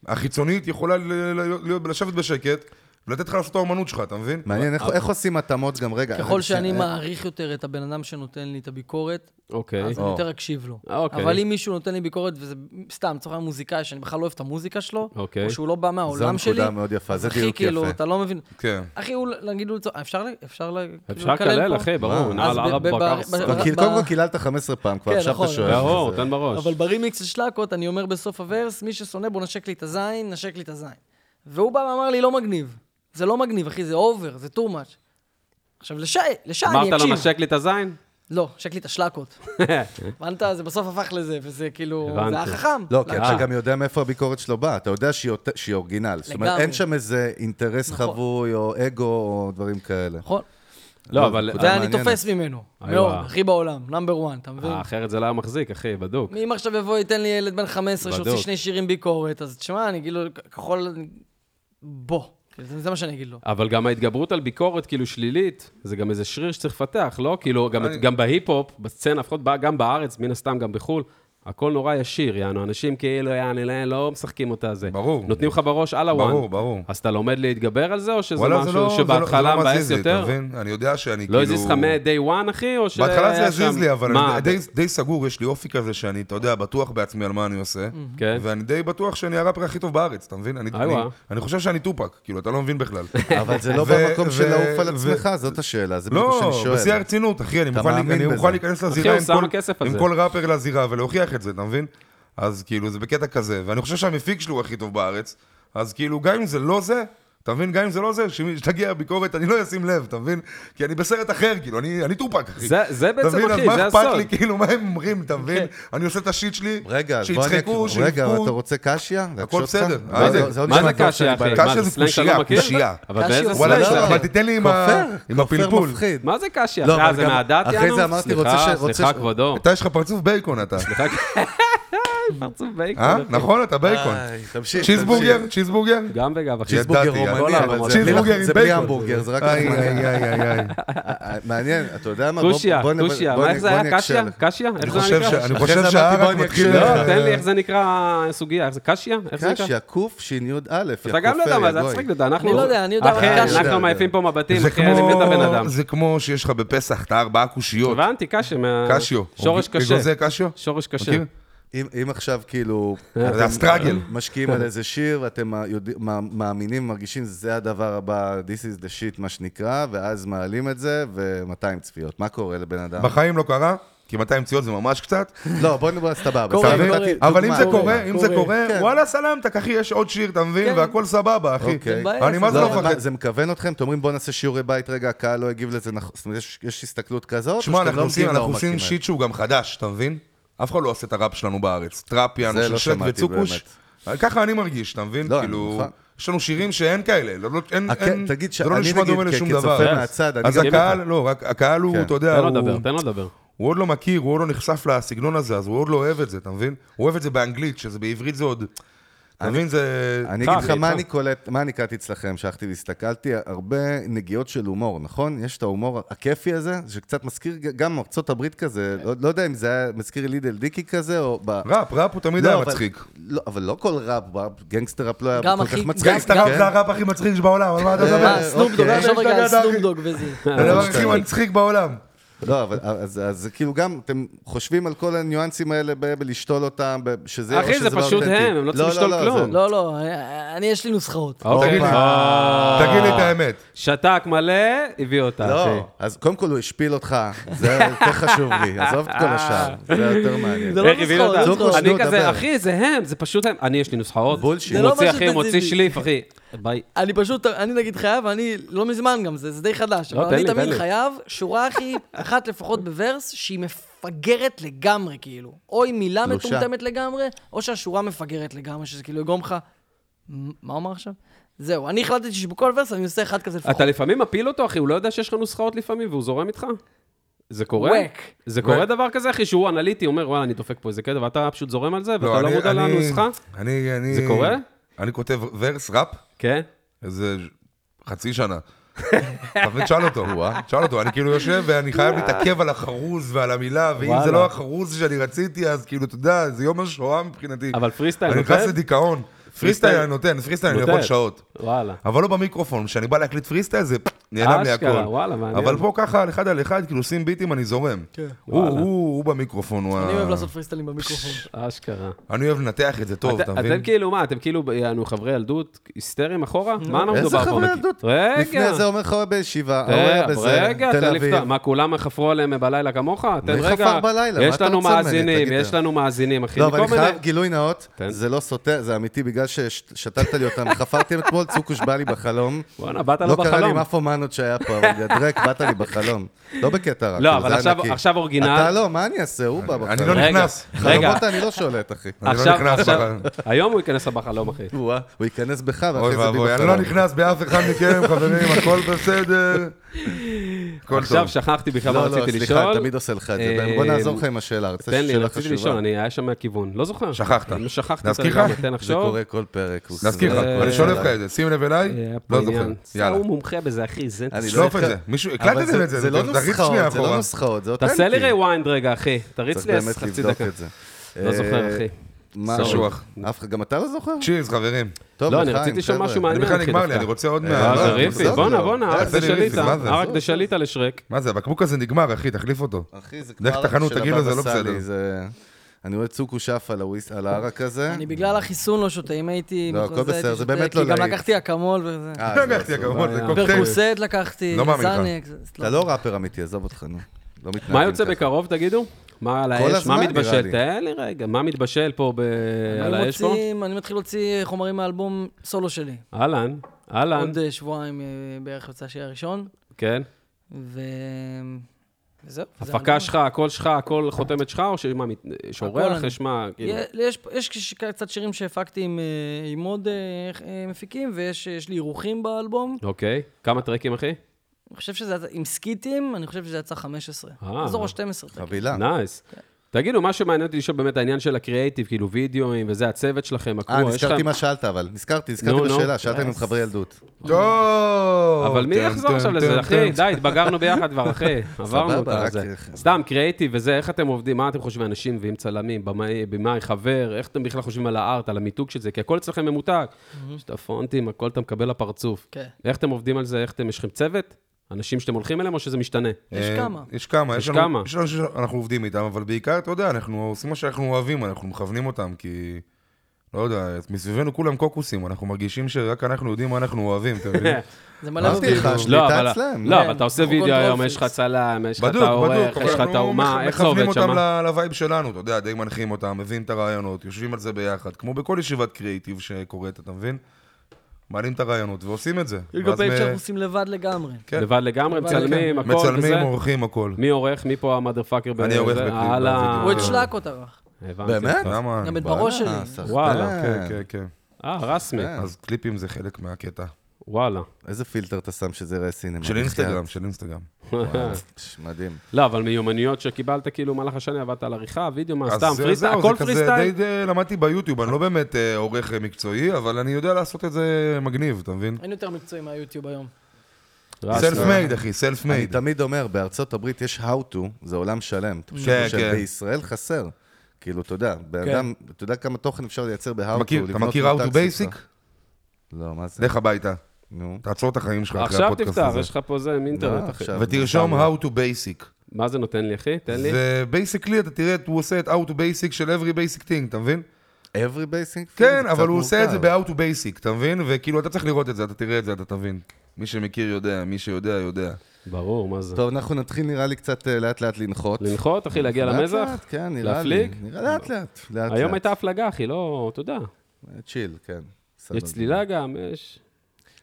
Speaker 7: החיצונית יכולה ל- להיות, להיות, לשבת בשקט, ולתת לך לעשות את האומנות שלך, אתה מבין?
Speaker 4: מעניין, איך- איך עושים התאמות גם, רגע. אה,
Speaker 6: ככל
Speaker 4: רגע,
Speaker 6: שאני
Speaker 4: שנייה,
Speaker 6: מעריך יותר את הבן אדם שנותן לי את הביקורת,
Speaker 5: אוקיי.
Speaker 6: אז אני יותר אקשיב לו.
Speaker 5: אה, אוקיי.
Speaker 6: אבל אם מישהו נותן לי ביקורת, וזה סתם, לצורך העניין מוזיקאי, שאני בכלל לא אוהב את המוזיקה שלו,
Speaker 5: אוקיי.
Speaker 6: או שהוא לא בא מהעולם
Speaker 4: זו
Speaker 6: שלי,
Speaker 4: נקודה מאוד יפה,
Speaker 6: אז
Speaker 4: זה
Speaker 6: אחי,
Speaker 4: דיוק
Speaker 6: כאילו,
Speaker 4: יפה.
Speaker 6: אתה לא מבין.
Speaker 7: כן.
Speaker 6: אחי, הוא, נגיד, הוא צועק, אפשר ל- אפשר ל- כאילו
Speaker 5: אפשר לקלל,
Speaker 6: פה?
Speaker 5: אחי, ברור,
Speaker 4: מה?
Speaker 5: נעל
Speaker 6: אז ב-
Speaker 5: ערב
Speaker 6: ב-
Speaker 5: בקרס.
Speaker 6: ב-
Speaker 4: כבר
Speaker 6: ב-
Speaker 4: קיל- קודם
Speaker 6: ב-
Speaker 4: כל קיללת 15 פעם, כבר
Speaker 6: כן,
Speaker 4: עכשיו
Speaker 6: נכון.
Speaker 4: אתה שואל.
Speaker 5: ברור,
Speaker 4: זה-
Speaker 5: תן בראש.
Speaker 6: אבל ברימיקס של שלקות, אני אומר בסוף הוורס, מי ששונא בוא נשק לי את הזין, נשק לי את הזין. והוא בא ואמר לי, לא מגניב. זה לא מגניב, אחי, זה אובר, זה too much. עכשיו, לשי, לשי אני
Speaker 5: אמרת
Speaker 6: אקשיב.
Speaker 5: לו נשק לי את הזין? [laughs] לא,
Speaker 6: לא, נשק לי את השלקות. הבנת? זה בסוף הפך לזה, וזה כאילו,
Speaker 5: הבנתי.
Speaker 6: זה היה חכם.
Speaker 4: לא, כי אתה
Speaker 5: אה.
Speaker 4: גם יודע מאיפה הביקורת שלו באה, אתה יודע שהיא אות- שהיא אורגינל. זאת אומרת,
Speaker 6: לגמרי.
Speaker 4: אין שם איזה אינטרס
Speaker 6: נכון.
Speaker 4: חבוי, או אגו, או דברים כאלה.
Speaker 6: נכון. [laughs]
Speaker 5: לא, אבל...
Speaker 4: נקודה.
Speaker 6: זה אני
Speaker 4: מעניינת.
Speaker 6: תופס ממנו.
Speaker 5: איי,
Speaker 6: מאוד,
Speaker 5: וואו.
Speaker 6: הכי בעולם, נאמבר 1, אתה מבין?
Speaker 5: אה, אחרת זה לא היה מחזיק, אחי, בדוק.
Speaker 6: אם עכשיו יבוא, ייתן לי ילד בן 15 שהוציא
Speaker 4: בדוק.
Speaker 6: שני שירים ביקורת, אז תשמע, אני כאילו, ככל... בוא. כאילו, זה זה מה שאני אגיד לו.
Speaker 5: אבל גם ההתגברות על ביקורת, כאילו, שלילית, זה גם איזה שריר שצריך לפתח, לא? כאילו, גם, גם בהיפ-הופ, בסצנה, לפחות בא- גם בארץ, מן הסתם גם בחו"ל, הכל נורא ישיר, יענו, אנשים כאילו, יענו, לא- לא משחקים אותה זה.
Speaker 7: ברור.
Speaker 5: נותנים לך בראש על הוואן.
Speaker 7: ברור, ברור.
Speaker 5: אז אתה לומד להתגבר על זה, או שזה
Speaker 7: וואלה,
Speaker 5: משהו
Speaker 7: זה לא- זה לא- זה
Speaker 5: שבהתחלה
Speaker 7: לא
Speaker 5: מבאס
Speaker 7: מזיז לי,
Speaker 5: יותר?
Speaker 7: אתה מבין? אני יודע שאני כאילו...
Speaker 5: לא הזיז לך מ-day one, אחי, או ש...
Speaker 7: בהתחלה זה
Speaker 5: היה
Speaker 7: הזיז
Speaker 5: שם-
Speaker 7: לי, אבל
Speaker 5: מה?
Speaker 7: אני די- די סגור, יש לי אופי כזה שאני, אתה יודע, בטוח בעצמי על מה אני עושה.
Speaker 5: כן.
Speaker 7: ואני די בטוח שאני הראפר הכי טוב בארץ, אתה מבין? אני-
Speaker 5: איי,
Speaker 7: אני-
Speaker 5: וואו.
Speaker 7: אני חושב שאני טופק, כאילו, אתה לא מבין
Speaker 5: [laughs]
Speaker 7: בכלל.
Speaker 4: אבל זה לא
Speaker 7: ו-
Speaker 4: במקום של
Speaker 7: ו-
Speaker 4: לעוף על
Speaker 7: ו-
Speaker 4: עצמך, זאת השאלה, זה בדיוק שאני
Speaker 7: לא,
Speaker 4: שואל.
Speaker 7: בשיא הרצינות, אחי, אני
Speaker 4: אתה
Speaker 7: מוכן
Speaker 4: מאמין
Speaker 7: אני
Speaker 4: בזה.
Speaker 7: מוכן להיכנס לזירה
Speaker 5: הוא
Speaker 7: עם
Speaker 5: שם
Speaker 7: כל-
Speaker 5: הכסף
Speaker 7: עם
Speaker 5: הזה.
Speaker 7: כל ראפר לזירה ולהוכיח את זה, אתה מבין? אז כאילו, זה בקטע כזה, ואני חושב שהמפיק שלו הוא הכי טוב בארץ, אז כאילו, גם אם זה לא זה... אתה מבין? גם אם זה לא זה, שתגיע הביקורת, אני לא אשים לב, אתה מבין? כי אני בסרט אחר, כאילו, אני אני טופק, אחי.
Speaker 5: זה- זה בעצם,
Speaker 7: אתה מבין?
Speaker 5: אחי,
Speaker 7: אז
Speaker 5: זה
Speaker 7: מה אכפת
Speaker 5: הסוד. כן.
Speaker 7: לי, כאילו, מה הם אומרים, אתה מבין? אני עושה את השיט שלי,
Speaker 4: רגע, אז בוא אני...
Speaker 7: שיצחקו,
Speaker 4: אקריא- רגע, אבל אתה
Speaker 7: שיבכו.
Speaker 4: רוצה קשיא?
Speaker 7: הכל בסדר,
Speaker 4: לא,
Speaker 7: מה זה?
Speaker 4: לא, עוד
Speaker 5: מה
Speaker 4: נשמע
Speaker 5: זה
Speaker 4: טוב
Speaker 5: קשיא,
Speaker 4: שאני בא
Speaker 5: אחי?
Speaker 4: אליך.
Speaker 7: קשיא
Speaker 5: מה,
Speaker 7: זה
Speaker 5: סלנג שאתה לא
Speaker 7: קושייה,
Speaker 5: מכיר?
Speaker 7: קושייה.
Speaker 5: אבל
Speaker 6: קשיא
Speaker 5: באיזה
Speaker 6: הוא-
Speaker 7: וואלה,
Speaker 5: סלנג
Speaker 7: יש לך-
Speaker 5: זה?
Speaker 7: אבל תיתן לי עם ה-
Speaker 4: לא, כופר,
Speaker 7: עם הפלפול.
Speaker 4: כופר מפחיד.
Speaker 5: מה זה קשיא?
Speaker 4: לא,
Speaker 5: אחי,
Speaker 4: אבל
Speaker 5: זה
Speaker 4: גם-
Speaker 5: מהדת
Speaker 4: אחרי
Speaker 5: יענו?
Speaker 4: זה אמרתי, רוצה ש-
Speaker 5: סליחה,
Speaker 4: רוצה
Speaker 5: סליחה,
Speaker 4: ש-
Speaker 5: כבודו.
Speaker 7: אתה, יש לך פרצוף בייקון,
Speaker 4: [laughs]
Speaker 7: אתה.
Speaker 5: פרצוף בייקון,
Speaker 7: אה?
Speaker 5: אחי.
Speaker 7: נכון, אתה בייקון.
Speaker 4: איי, תמשיך,
Speaker 7: צ'יזבוגר, צ'יזבוגר.
Speaker 5: גם וגם, אחי.
Speaker 7: שיז-
Speaker 4: צ'יזבוגר
Speaker 7: ידעתי,
Speaker 4: רומני,
Speaker 7: ידעתי.
Speaker 4: אבל זה בלי-
Speaker 7: צ'יזבוגר עם
Speaker 4: זה בלי
Speaker 7: בייקון.
Speaker 4: המבורגר, זה רק...
Speaker 7: איי,
Speaker 4: לחמניה.
Speaker 7: איי, איי, איי, איי.
Speaker 4: [laughs] מעניין, אתה יודע מה? בוא-
Speaker 5: קושיה,
Speaker 4: בוא נ-
Speaker 5: קושיה,
Speaker 4: בוא
Speaker 5: מה,
Speaker 4: נ-
Speaker 5: איך זה
Speaker 4: בוא
Speaker 5: היה?
Speaker 4: נקשה
Speaker 5: קשיא?
Speaker 4: לך.
Speaker 5: קשיא? איך
Speaker 7: אני
Speaker 5: זה היה
Speaker 7: חושב
Speaker 5: נקרא?
Speaker 7: ש- אני
Speaker 4: אחרי
Speaker 7: חושב
Speaker 4: זה אמרתי, בוא
Speaker 7: שהערק
Speaker 4: אני
Speaker 7: מתחיל...
Speaker 4: אקשיב
Speaker 5: לא,
Speaker 4: לך.
Speaker 5: תן לי, איך זה נקרא הסוגיה? איך זה קשיא? איך זה נקרא?
Speaker 4: קשיא, קוף ש"א, יא
Speaker 5: אתה גם לא יודע
Speaker 4: כופר,
Speaker 5: מה זה,
Speaker 4: יא
Speaker 5: אל
Speaker 4: גוי.
Speaker 5: תשחק בזה, אנחנו...
Speaker 6: אני לא יודע, אני יודע, אבל
Speaker 5: אחי,
Speaker 4: קשיא.
Speaker 5: אנחנו מעיפים פה מבטים,
Speaker 7: זה
Speaker 5: אחי, אני מבין את הבן אדם.
Speaker 7: כמו- זה כמו שיש לך בפסח את הארבעה קושיות.
Speaker 5: הבנתי, קשיא, מה...
Speaker 7: קשיו. אוקיי?
Speaker 5: שורש
Speaker 7: בגלל
Speaker 5: קשה.
Speaker 7: זה קשיו?
Speaker 5: שורש קשה.
Speaker 7: מכיר?
Speaker 4: אם אם עכשיו כאילו...
Speaker 7: זה הסטראגל.
Speaker 4: משקיעים
Speaker 7: [laughs]
Speaker 4: על איזה שיר, ואתם יודע- מא- מאמינים, מרגישים, זה הדבר הבא, This is the shit, מה שנקרא, ואז מעלים את זה, ו-200 צפיות. מה קורה לבן אדם?
Speaker 7: בחיים לא קרה, כי 200 ציוד זה ממש קצת.
Speaker 4: לא, בוא נדבר, סבבה.
Speaker 6: קורה,
Speaker 7: אתה
Speaker 4: סבבה,
Speaker 7: מבין?
Speaker 6: קורה.
Speaker 4: נתתי
Speaker 7: אבל אם
Speaker 4: דוגמה.
Speaker 7: זה קורה, אם זה קורה,
Speaker 4: כן.
Speaker 7: וואלה סלמתק, אחי, יש עוד שיר, אתה מבין?
Speaker 6: כן.
Speaker 7: והכל סבבה, אחי.
Speaker 4: אוקיי.
Speaker 7: אני מה זה לא
Speaker 4: לא,
Speaker 7: מפחד.
Speaker 4: מה, זה מכוון אתכם? אתם אומרים, בוא נעשה שיעורי בית רגע, הקהל לא הגיב לזה נכון. זאת אומרת, יש- יש הסתכלות כזאת? או
Speaker 7: שמע,
Speaker 4: שאתם
Speaker 7: אנחנו
Speaker 4: לא
Speaker 7: עושים,
Speaker 4: מגיעים
Speaker 7: אנחנו
Speaker 4: לעומקים
Speaker 7: עושים
Speaker 4: האלה?
Speaker 7: שיט שהוא גם חדש, אתה מבין? אף אחד לא עושה את הראפ שלנו בארץ. טראפ, יענו,
Speaker 4: זה
Speaker 7: של
Speaker 4: לא
Speaker 7: שק
Speaker 4: שמעתי,
Speaker 7: וצוקוש. ככה אני מרגיש, אתה מבין?
Speaker 4: לא, אני
Speaker 7: כאילו,
Speaker 4: מוכן.
Speaker 7: יש לנו שירים שאין כאלה. לא- לא- אין-
Speaker 4: הכ-
Speaker 7: אין-
Speaker 4: תגיד
Speaker 7: זה לא
Speaker 4: שאני
Speaker 7: נשמע
Speaker 4: נגיד,
Speaker 7: דומה
Speaker 4: כ-
Speaker 7: לשום
Speaker 4: כצופה
Speaker 7: דבר.
Speaker 4: מהצד, אני
Speaker 7: אז
Speaker 4: גם-
Speaker 7: הקהל, לא, רק הקהל הוא,
Speaker 4: כן.
Speaker 7: אתה יודע,
Speaker 5: תן לו
Speaker 7: הוא-
Speaker 5: לדבר, תן לו לדבר.
Speaker 7: הוא עוד לא מכיר, הוא עוד לא נחשף לסגנון הזה, אז הוא עוד לא אוהב את זה, אתה מבין? הוא אוהב את זה באנגלית, שזה בעברית זה עוד... אתה מבין? זה...
Speaker 4: אני
Speaker 5: איתך,
Speaker 4: אגיד לך
Speaker 5: אני
Speaker 4: מה
Speaker 5: איתך.
Speaker 4: אני קולט, מה אני קלטתי אצלכם, שהלכתי והסתכלתי, הרבה נגיעות של הומור, נכון? יש את ההומור הכיפי הזה, שקצת מזכיר ג- גם ארצות הברית כזה, לא- לא יודע אם זה היה מזכיר לידל דיקי כזה, או ב...
Speaker 7: ראפ, ראפ הוא תמיד
Speaker 4: לא,
Speaker 7: היה
Speaker 4: אבל-
Speaker 7: מצחיק.
Speaker 4: לא, אבל לא כל ראפ, ראפ- גנגסטר ראפ לא היה
Speaker 6: גם
Speaker 4: כל כך
Speaker 6: הכי-
Speaker 4: מצחיק.
Speaker 6: גם-
Speaker 7: גנגסטה
Speaker 6: גם-
Speaker 5: לא
Speaker 7: ראפ זה כן, הראפ הכי
Speaker 5: אה,
Speaker 7: מצחיק שבעולם, על מה אתה מדבר? אה,
Speaker 6: מה, אה, סנופ דוג,
Speaker 4: כן. אה, אוקיי. אה,
Speaker 6: עכשיו רגע על
Speaker 7: השתגעת, אחי.
Speaker 6: סנופ דוג וזה.
Speaker 7: זה הדבר הכי אה, מצחיק בעולם.
Speaker 4: לא, אבל אז אז זה כאילו גם, אתם חושבים על כל הניואנסים האלה ב- בלשתול אותם, ב- שזה או
Speaker 5: אחי,
Speaker 4: שזה
Speaker 5: זה
Speaker 4: דבר
Speaker 5: פשוט
Speaker 4: אותנטי.
Speaker 5: הם, הם לא צריכים לשתול
Speaker 4: זה-
Speaker 5: כלום.
Speaker 6: לא, לא, אני, יש לי נוסחאות.
Speaker 5: אוקיי.
Speaker 4: הופה.
Speaker 5: אה.
Speaker 7: תגיד לי את האמת.
Speaker 5: שתק מלא, הביא אותה. אחי.
Speaker 4: לא, אז קודם כל הוא השפיל אותך, זה יותר חשוב לי, עזוב את כל השאר, זה יותר מעניין.
Speaker 6: זה לא
Speaker 5: איך הביא
Speaker 6: נוסחאות,
Speaker 5: אותה?
Speaker 6: לא נוסחאות.
Speaker 5: אני
Speaker 4: נו,
Speaker 5: כזה,
Speaker 4: דבר.
Speaker 5: אחי, זה הם, זה פשוט הם. אני, יש לי נוסחאות.
Speaker 4: בולשיט.
Speaker 5: הוא
Speaker 6: זה לא
Speaker 5: מוציא,
Speaker 6: משהו
Speaker 5: אחי, הוא מוציא
Speaker 6: ספציפי.
Speaker 5: שליף, אחי. ביי.
Speaker 6: אני פשוט, אני נגיד חייב, אני לא מזמן גם, זה, זה די חדש,
Speaker 5: לא,
Speaker 6: אבל
Speaker 5: תן
Speaker 6: אני
Speaker 5: לי, תן
Speaker 6: תמיד
Speaker 5: לי.
Speaker 6: חייב שורה, אחי, אחת לפחות בוורס, שהיא מפגרת לגמרי, כאילו. או עם מילה
Speaker 4: תלושה.
Speaker 6: מטומטמת לגמרי, או שהשורה מפגרת לגמרי, שזה כאילו יגרום לך... "מ- מה הוא אמר עכשיו? זהו, אני החלטתי שבכל ורס אני עושה אחד כזה לפחות.
Speaker 5: אתה לפעמים מפיל אותו, אחי, הוא לא יודע שיש לך נוסחאות לפעמים, והוא זורם איתך? זה קורה?
Speaker 6: וואק.
Speaker 5: זה קורה דבר כזה, אחי, שהוא אנליטי, אומר, וואלה, אני דופק פה איזה קטע, ואתה פשוט זורם על זה,
Speaker 7: לא,
Speaker 5: ואתה לא
Speaker 7: אני-
Speaker 5: מודע
Speaker 7: אני-
Speaker 5: לנוסחה?
Speaker 7: אני, אני...
Speaker 5: זה
Speaker 4: אה.
Speaker 5: קורה?
Speaker 7: אני כותב ורס ראפ,
Speaker 5: כן.
Speaker 7: איזה חצי שנה. אתה מבין? תשאל אותו, תשאל אותו, אני כאילו יושב ואני חייב להתעכב על החרוז ועל המילה, ואם זה
Speaker 5: וואלה.
Speaker 7: לא החרוז שאני רציתי, אז כאילו, אתה יודע, זה יום השואה מבחינתי.
Speaker 5: אבל פריסטייל
Speaker 7: אני נכנס
Speaker 5: נותן?
Speaker 7: לדיכאון. פריסטייל אני נותן, פריסטייל אני יכול
Speaker 5: נותן.
Speaker 7: שעות.
Speaker 5: וואלה.
Speaker 7: אבל לא במיקרופון, כשאני בא להקליט פריסטייל זה פ, נעלם לי הכל.
Speaker 5: אשכרה, וואלה, מעניין. כן.
Speaker 7: אבל פה ככה, על אחד על אחד, כאילו עושים ביטים, אני זורם. הוא-
Speaker 5: וואלה.
Speaker 7: הוא הוא במיקרופון, הוא ה-
Speaker 6: אני
Speaker 4: אה.
Speaker 6: אוהב לעשות פריסטלים במיקרופון.
Speaker 5: אשכרה.
Speaker 7: אני אוהב לנתח את זה טוב,
Speaker 5: את-
Speaker 7: אתה מבין?
Speaker 5: אתם כאילו, מה, אתם כאילו, יענו, חברי ילדות היסטריים אחורה? מה אנחנו
Speaker 4: איזה
Speaker 5: מדובר פה?
Speaker 4: חברי ילדות?
Speaker 5: רגע.
Speaker 4: לפני זה אומר לך הוא בישיבה, ההורה
Speaker 5: תן,
Speaker 4: אה, בזה,
Speaker 5: רגע,
Speaker 4: תל
Speaker 5: תן
Speaker 4: אביב.
Speaker 5: לפתוח. מה, כולם חפרו עליהם בלילה כמוך? תן
Speaker 4: מי
Speaker 5: רגע.
Speaker 4: חפר בלילה? מה
Speaker 5: יש
Speaker 4: אתה
Speaker 5: לנו
Speaker 4: רוצה ממני?
Speaker 5: מאזינים,
Speaker 4: תגיד
Speaker 5: יש
Speaker 4: לי.
Speaker 5: לנו מאזינים, אחי.
Speaker 4: לא, אבל אני
Speaker 5: מכל מיני- כן.
Speaker 4: חייב גילוי נאות,
Speaker 5: תן.
Speaker 4: זה לא סוטה, זה אמיתי, בגלל ששתלת לי
Speaker 5: [laughs]
Speaker 4: אותם, חפרתי אתמול, צוקוש בא לי בחלום.
Speaker 5: בואנה, באת לו
Speaker 4: לא קרה לי עם
Speaker 5: בחלום.
Speaker 4: אף אומן עוד שהיה פה,
Speaker 5: [laughs]
Speaker 4: אבל דרק, באת לי בחלום. לא בקטע רע,
Speaker 5: לא,
Speaker 4: כאילו,
Speaker 5: אבל
Speaker 4: זה היה
Speaker 5: עכשיו-
Speaker 4: נקי.
Speaker 5: עכשיו אורגינל.
Speaker 4: אתה לא, מה אני אעשה? הוא בא בחלום.
Speaker 7: אני לא נכנס.
Speaker 5: רגע, אה. רגע.
Speaker 4: חלומות אני לא שולט, אחי.
Speaker 7: אני לא
Speaker 5: עכשיו,
Speaker 7: נכנס
Speaker 5: עכשיו,
Speaker 7: בחלום.
Speaker 5: היום הוא ייכנס בחלום, אחי.
Speaker 4: הוא אה, הוא ייכנס בך, ואחרי
Speaker 5: אוקיי,
Speaker 7: אוי
Speaker 4: זה בי
Speaker 7: ואבוי, אני לא
Speaker 4: בחלום.
Speaker 7: נכנס באף אחד מכם, חברים, הכל
Speaker 5: [laughs]
Speaker 7: בסדר. הכל טוב.
Speaker 5: עכשיו שכחתי בכלל מה
Speaker 4: לא,
Speaker 5: רציתי
Speaker 4: לא,
Speaker 5: לשאול.
Speaker 4: סליחה, אני תמיד עושה לך את זה. בוא
Speaker 5: אה,
Speaker 4: נעזור לך עם השאלה, רצית
Speaker 5: תן לי,
Speaker 4: שאלה
Speaker 5: רציתי לשאול,
Speaker 4: חשובה.
Speaker 5: אני היה שם מהכיוון. לא זוכר.
Speaker 7: שכחת.
Speaker 5: שכחתי.
Speaker 7: להזכיר לך?
Speaker 5: אתה יודע מה, תן
Speaker 4: זה
Speaker 5: לחשוב.
Speaker 4: קורה כל פרק. הוא-
Speaker 7: נזכיר לך,
Speaker 4: זה-
Speaker 7: אני שולף לך את זה, שים לב אליי,
Speaker 5: היה אה, פה
Speaker 7: לא זוכר.
Speaker 5: אה, עניין.
Speaker 7: יאללה.
Speaker 5: הוא מומחה בזה, אחי. זה...
Speaker 4: אני לא
Speaker 7: שלוף את
Speaker 4: אתח-
Speaker 7: זה. מישהו,
Speaker 4: אבל
Speaker 7: הקלטתם את זה,
Speaker 4: זה לא
Speaker 7: תריץ שנייה
Speaker 4: נוסחאות, זה
Speaker 7: אחורה.
Speaker 4: לא נוסחאות, זה אותנטי.
Speaker 5: תעשה לי ריוויינד רגע, אחי. תריץ
Speaker 4: צריך
Speaker 5: לי
Speaker 4: באמת
Speaker 5: חצי
Speaker 4: לבדוק
Speaker 5: דקה.
Speaker 4: את זה.
Speaker 5: לא זוכר,
Speaker 4: אה,
Speaker 5: אחי.
Speaker 4: מה
Speaker 5: סורי.
Speaker 4: עוד? אף אחד, גם אתה לא זוכר?
Speaker 7: צ'ירס, חברים.
Speaker 4: טוב,
Speaker 5: לא, אני
Speaker 4: לחיים,
Speaker 5: רציתי לשאול
Speaker 4: חבר'ה.
Speaker 5: משהו
Speaker 7: אני
Speaker 5: מעניין.
Speaker 7: בכלל
Speaker 5: אחי,
Speaker 7: נגמר לי,
Speaker 5: דווקא.
Speaker 7: אני רוצה עוד
Speaker 4: אה,
Speaker 5: אה,
Speaker 4: זה
Speaker 5: זה
Speaker 7: מה...
Speaker 5: ריפי,
Speaker 4: בסדר.
Speaker 5: בואנה, בואנה,
Speaker 4: אה,
Speaker 5: ארק
Speaker 7: זה
Speaker 5: דה
Speaker 7: ריפי,
Speaker 5: שליטה,
Speaker 7: מה זה? אה,
Speaker 5: ארק דה שליטה לשרק.
Speaker 7: מה זה, הבקבוק הזה נגמר, אחי, תחליף אותו.
Speaker 5: אה,
Speaker 4: אחי, זה
Speaker 7: לך
Speaker 4: כבר
Speaker 7: תחנות,
Speaker 4: של
Speaker 7: תגיד לו,
Speaker 4: הבבא
Speaker 7: זה לא
Speaker 4: סאלי,
Speaker 7: בסדר.
Speaker 4: זה- אני רואה צוקו שף על הוויס- על הערק הזה.
Speaker 6: אני בגלל החיסון לא שותה, אם הייתי...
Speaker 4: לא, הכל
Speaker 6: מתרזה, הייתי
Speaker 4: בסדר, זה
Speaker 6: שותה,
Speaker 4: באמת
Speaker 6: כי
Speaker 4: לא
Speaker 6: גם
Speaker 4: להיט.
Speaker 6: לקחתי אקמול וזה.
Speaker 4: אה, אז
Speaker 7: לקחתי
Speaker 4: לא,
Speaker 7: אקמול,
Speaker 4: לא
Speaker 7: זה
Speaker 4: היה.
Speaker 7: קוקטייל.
Speaker 6: פרקוסט לקחתי,
Speaker 7: לא מאמין לך.
Speaker 6: זנק. זה-
Speaker 4: אתה לא ראפר אמיתי, עזוב אותך, נו. לא מתנהגים
Speaker 5: מה יוצא
Speaker 4: ככה.
Speaker 5: בקרוב, תגידו? מה על האש?
Speaker 4: הזמן,
Speaker 5: מה
Speaker 4: נראה
Speaker 5: מתבשל?
Speaker 4: לי.
Speaker 5: תן לי רגע, מה מתבשל פה ב- על
Speaker 6: אני
Speaker 5: האש פה?
Speaker 6: מוציא- אני מתחיל להוציא חומרים מהאלבום סולו שלי.
Speaker 5: אהלן, אהלן,
Speaker 6: עוד אה, שבועיים אה, בערך יוצא השיר הראשון,
Speaker 5: כן.
Speaker 6: ו... וזהו. זה האלבום.
Speaker 5: הפקה שלך, הכל שלך, הכל חותמת שלך, או שמה, מת-
Speaker 6: הכל
Speaker 5: שעורך,
Speaker 6: אני.
Speaker 5: יש מה, כאילו...
Speaker 6: יה- יש, יש כש- קצת שירים שהפקתי עם, אה, עם עוד אה, אה, מפיקים, ויש יש לי אירוחים באלבום.
Speaker 5: אוקיי, כמה טרקים, אחי?
Speaker 6: אני חושב שזה יצא, עם סקיטים, אני חושב שזה יצא 15.
Speaker 5: אה.
Speaker 6: אזור ה-12.
Speaker 4: חבילה.
Speaker 5: נייס. תגידו, מה שמעניין אותי לשאול באמת העניין של הקריאייטיב, כאילו וידאוים וזה, הצוות שלכם,
Speaker 4: אה,
Speaker 5: הקרוע, יש
Speaker 4: נזכרתי
Speaker 5: לכם...
Speaker 4: מה שאלת, אבל. נזכרתי, נזכרתי
Speaker 5: נו, נו. אה,
Speaker 4: בשאלה, שאלת אם הם חברי ילדות.
Speaker 7: טוב!
Speaker 5: אבל מי
Speaker 7: טם,
Speaker 5: יחזור
Speaker 7: טם,
Speaker 5: עכשיו
Speaker 7: טם,
Speaker 5: לזה,
Speaker 7: טם,
Speaker 5: אחי?
Speaker 7: טם.
Speaker 5: די, התבגרנו ביחד כבר,
Speaker 7: [laughs]
Speaker 5: אחי. עברנו
Speaker 4: סבבה,
Speaker 5: אותה.
Speaker 4: רק-
Speaker 5: זה. סתם, קריאיטיב וזה, איך אתם עובדים, מה אתם חושבים, אנשים מביאים צלמים, במאי, במאי, חבר, איך אתם בכלל חושבים על הארט, על המיתוג של זה? כי הכל אצלכם ממותג. יש את הפונטים, הכל אתה מקבל לפרצוף.
Speaker 6: כן.
Speaker 5: איך אתם עובדים על זה, איך אתם, יש לכם צוות? אנשים שאתם הולכים אליהם, או שזה משתנה?
Speaker 6: יש
Speaker 7: אה,
Speaker 6: כמה.
Speaker 7: יש כמה,
Speaker 5: יש
Speaker 7: יש לנו-
Speaker 5: כמה.
Speaker 7: יש אנשים שאנחנו עובדים איתם, אבל בעיקר, אתה יודע, אנחנו עושים מה שאנחנו אוהבים, אנחנו מכוונים אותם, כי... לא יודע, מסביבנו כולם קוקוסים, אנחנו מרגישים שרק אנחנו יודעים מה אנחנו אוהבים, אתה
Speaker 5: [laughs]
Speaker 7: מבין?
Speaker 6: זה מלא
Speaker 4: אמרתי
Speaker 7: אה,
Speaker 4: לך,
Speaker 6: מובילים.
Speaker 5: לא,
Speaker 4: שליטה
Speaker 5: אבל-
Speaker 4: אצלם.
Speaker 5: לא,
Speaker 6: כן.
Speaker 5: אבל אתה עושה
Speaker 6: אנחנו
Speaker 5: וידאו היום,
Speaker 6: control
Speaker 5: יש לך
Speaker 6: freaks.
Speaker 5: צלם, יש לך את
Speaker 7: בדוק,
Speaker 5: העורך,
Speaker 7: בדוק.
Speaker 5: יש לך את
Speaker 7: אנחנו
Speaker 5: האומה,
Speaker 7: מכ-
Speaker 5: איך זה עובד
Speaker 7: מכוונים
Speaker 5: שם?
Speaker 7: אותם ל- לווייב שלנו, אתה יודע, די מנחים אותם, מביאים את הרעיונות, יושבים על זה ביחד, כמו בכל ישיבת קריאיטיב שקורית, אתה מבין? מעלים את הרעיונות ועושים את זה.
Speaker 6: כאילו
Speaker 7: ואז
Speaker 6: פעמים
Speaker 7: מ-
Speaker 6: שאנחנו עושים לבד לגמרי.
Speaker 7: כן.
Speaker 5: לבד לגמרי, מצלמים,
Speaker 6: כן.
Speaker 5: הכל וזה.
Speaker 7: מצלמים, עורכים הכל.
Speaker 5: מי עורך? מי פה המאדר פאקר?
Speaker 7: אני עורך בקליפ, בווידאו.
Speaker 6: הוא את
Speaker 5: אהלן.
Speaker 7: אה.
Speaker 6: שלאקו טרח.
Speaker 5: הבנתי.
Speaker 4: באמת?
Speaker 7: למה?
Speaker 6: גם את בראש שלי.
Speaker 4: אה, סחטן.
Speaker 5: וואלה.
Speaker 7: כן, כן, כן.
Speaker 5: אה, רסמי.
Speaker 7: אז קליפים זה חלק מהקטע.
Speaker 5: וואלה.
Speaker 4: איזה פילטר אתה שם שזה יראה סינמה?
Speaker 7: של
Speaker 4: בחייאת.
Speaker 7: אינסטגרם, של אינסטגרם.
Speaker 5: אה.
Speaker 4: פש, מדהים.
Speaker 5: לא, אבל מיומנויות שקיבלת כאילו במהלך השנה, עבדת על עריכה, וידאו, מה,
Speaker 7: אז
Speaker 5: סתם,
Speaker 7: זה-
Speaker 5: פריסטייל,
Speaker 7: זהו,
Speaker 5: הכל
Speaker 7: זה כזה
Speaker 5: פריסטייל.
Speaker 7: די- די למדתי ביוטיוב, אני לא באמת אה, עורך אה, מקצועי, אבל אני יודע לעשות את זה מגניב, אתה מבין?
Speaker 5: אה,
Speaker 6: אין יותר מקצועי מהיוטיוב היום.
Speaker 5: רסמי.
Speaker 7: סלף מייד, אחי, סלף
Speaker 4: אני
Speaker 7: מייד.
Speaker 4: תמיד אומר, בארצות הברית יש how to, זה עולם שלם. אתה פשוט
Speaker 7: כן,
Speaker 4: חושב,
Speaker 7: כן.
Speaker 4: בישראל חסר. כאילו, אתה יודע, בן
Speaker 6: כן.
Speaker 4: אדם, אתה יודע כמה תוכן אפשר לייצר ב-how to,
Speaker 7: מכיר- אתה
Speaker 4: לבנות
Speaker 7: מכיר
Speaker 4: מותג
Speaker 7: How to
Speaker 4: סביבך.
Speaker 7: Basic?
Speaker 4: לא, מה זה?
Speaker 7: לך הביתה.
Speaker 4: נו.
Speaker 7: תעצור את החיים שלך אחרי
Speaker 5: עכשיו
Speaker 7: הפודקאסט
Speaker 5: תפתח,
Speaker 7: הזה.
Speaker 5: יש לך פה זה, עם אינטרנט,
Speaker 4: לא,
Speaker 5: אחי.
Speaker 4: עכשיו.
Speaker 7: ותרשום How to Basic.
Speaker 5: מה זה נותן לי, אחי? תן לי.
Speaker 7: זה בייסיקלי, אתה תראה, הוא עושה את Out to Basic של every basic thing, אתה מבין?
Speaker 5: כן,
Speaker 4: every basic?
Speaker 7: כן,
Speaker 4: זה
Speaker 7: אבל
Speaker 4: קצת
Speaker 7: הוא עושה את זה
Speaker 4: מורכב.
Speaker 7: ב-Out to Basic, אתה מבין? וכאילו, אתה צריך לראות את זה, אתה תראה את זה, אתה תבין. מי שמכיר יודע, מי שיודע יודע.
Speaker 5: ברור, מה זה?
Speaker 4: טוב, אנחנו נתחיל נראה לי קצת אה, לאט לאט לנחות.
Speaker 5: לנחות, אחי, להגיע
Speaker 4: לאט
Speaker 5: למזח?
Speaker 4: לאט, כן, נראה לי.
Speaker 5: להפליג?
Speaker 4: נראה לאט לאט. לאט
Speaker 5: היום
Speaker 4: לאט.
Speaker 5: הייתה הפלגה, אחי, לא, אתה יודע.
Speaker 4: צ'יל, כן.
Speaker 5: יש
Speaker 4: בסדר.
Speaker 5: צלילה גם, יש...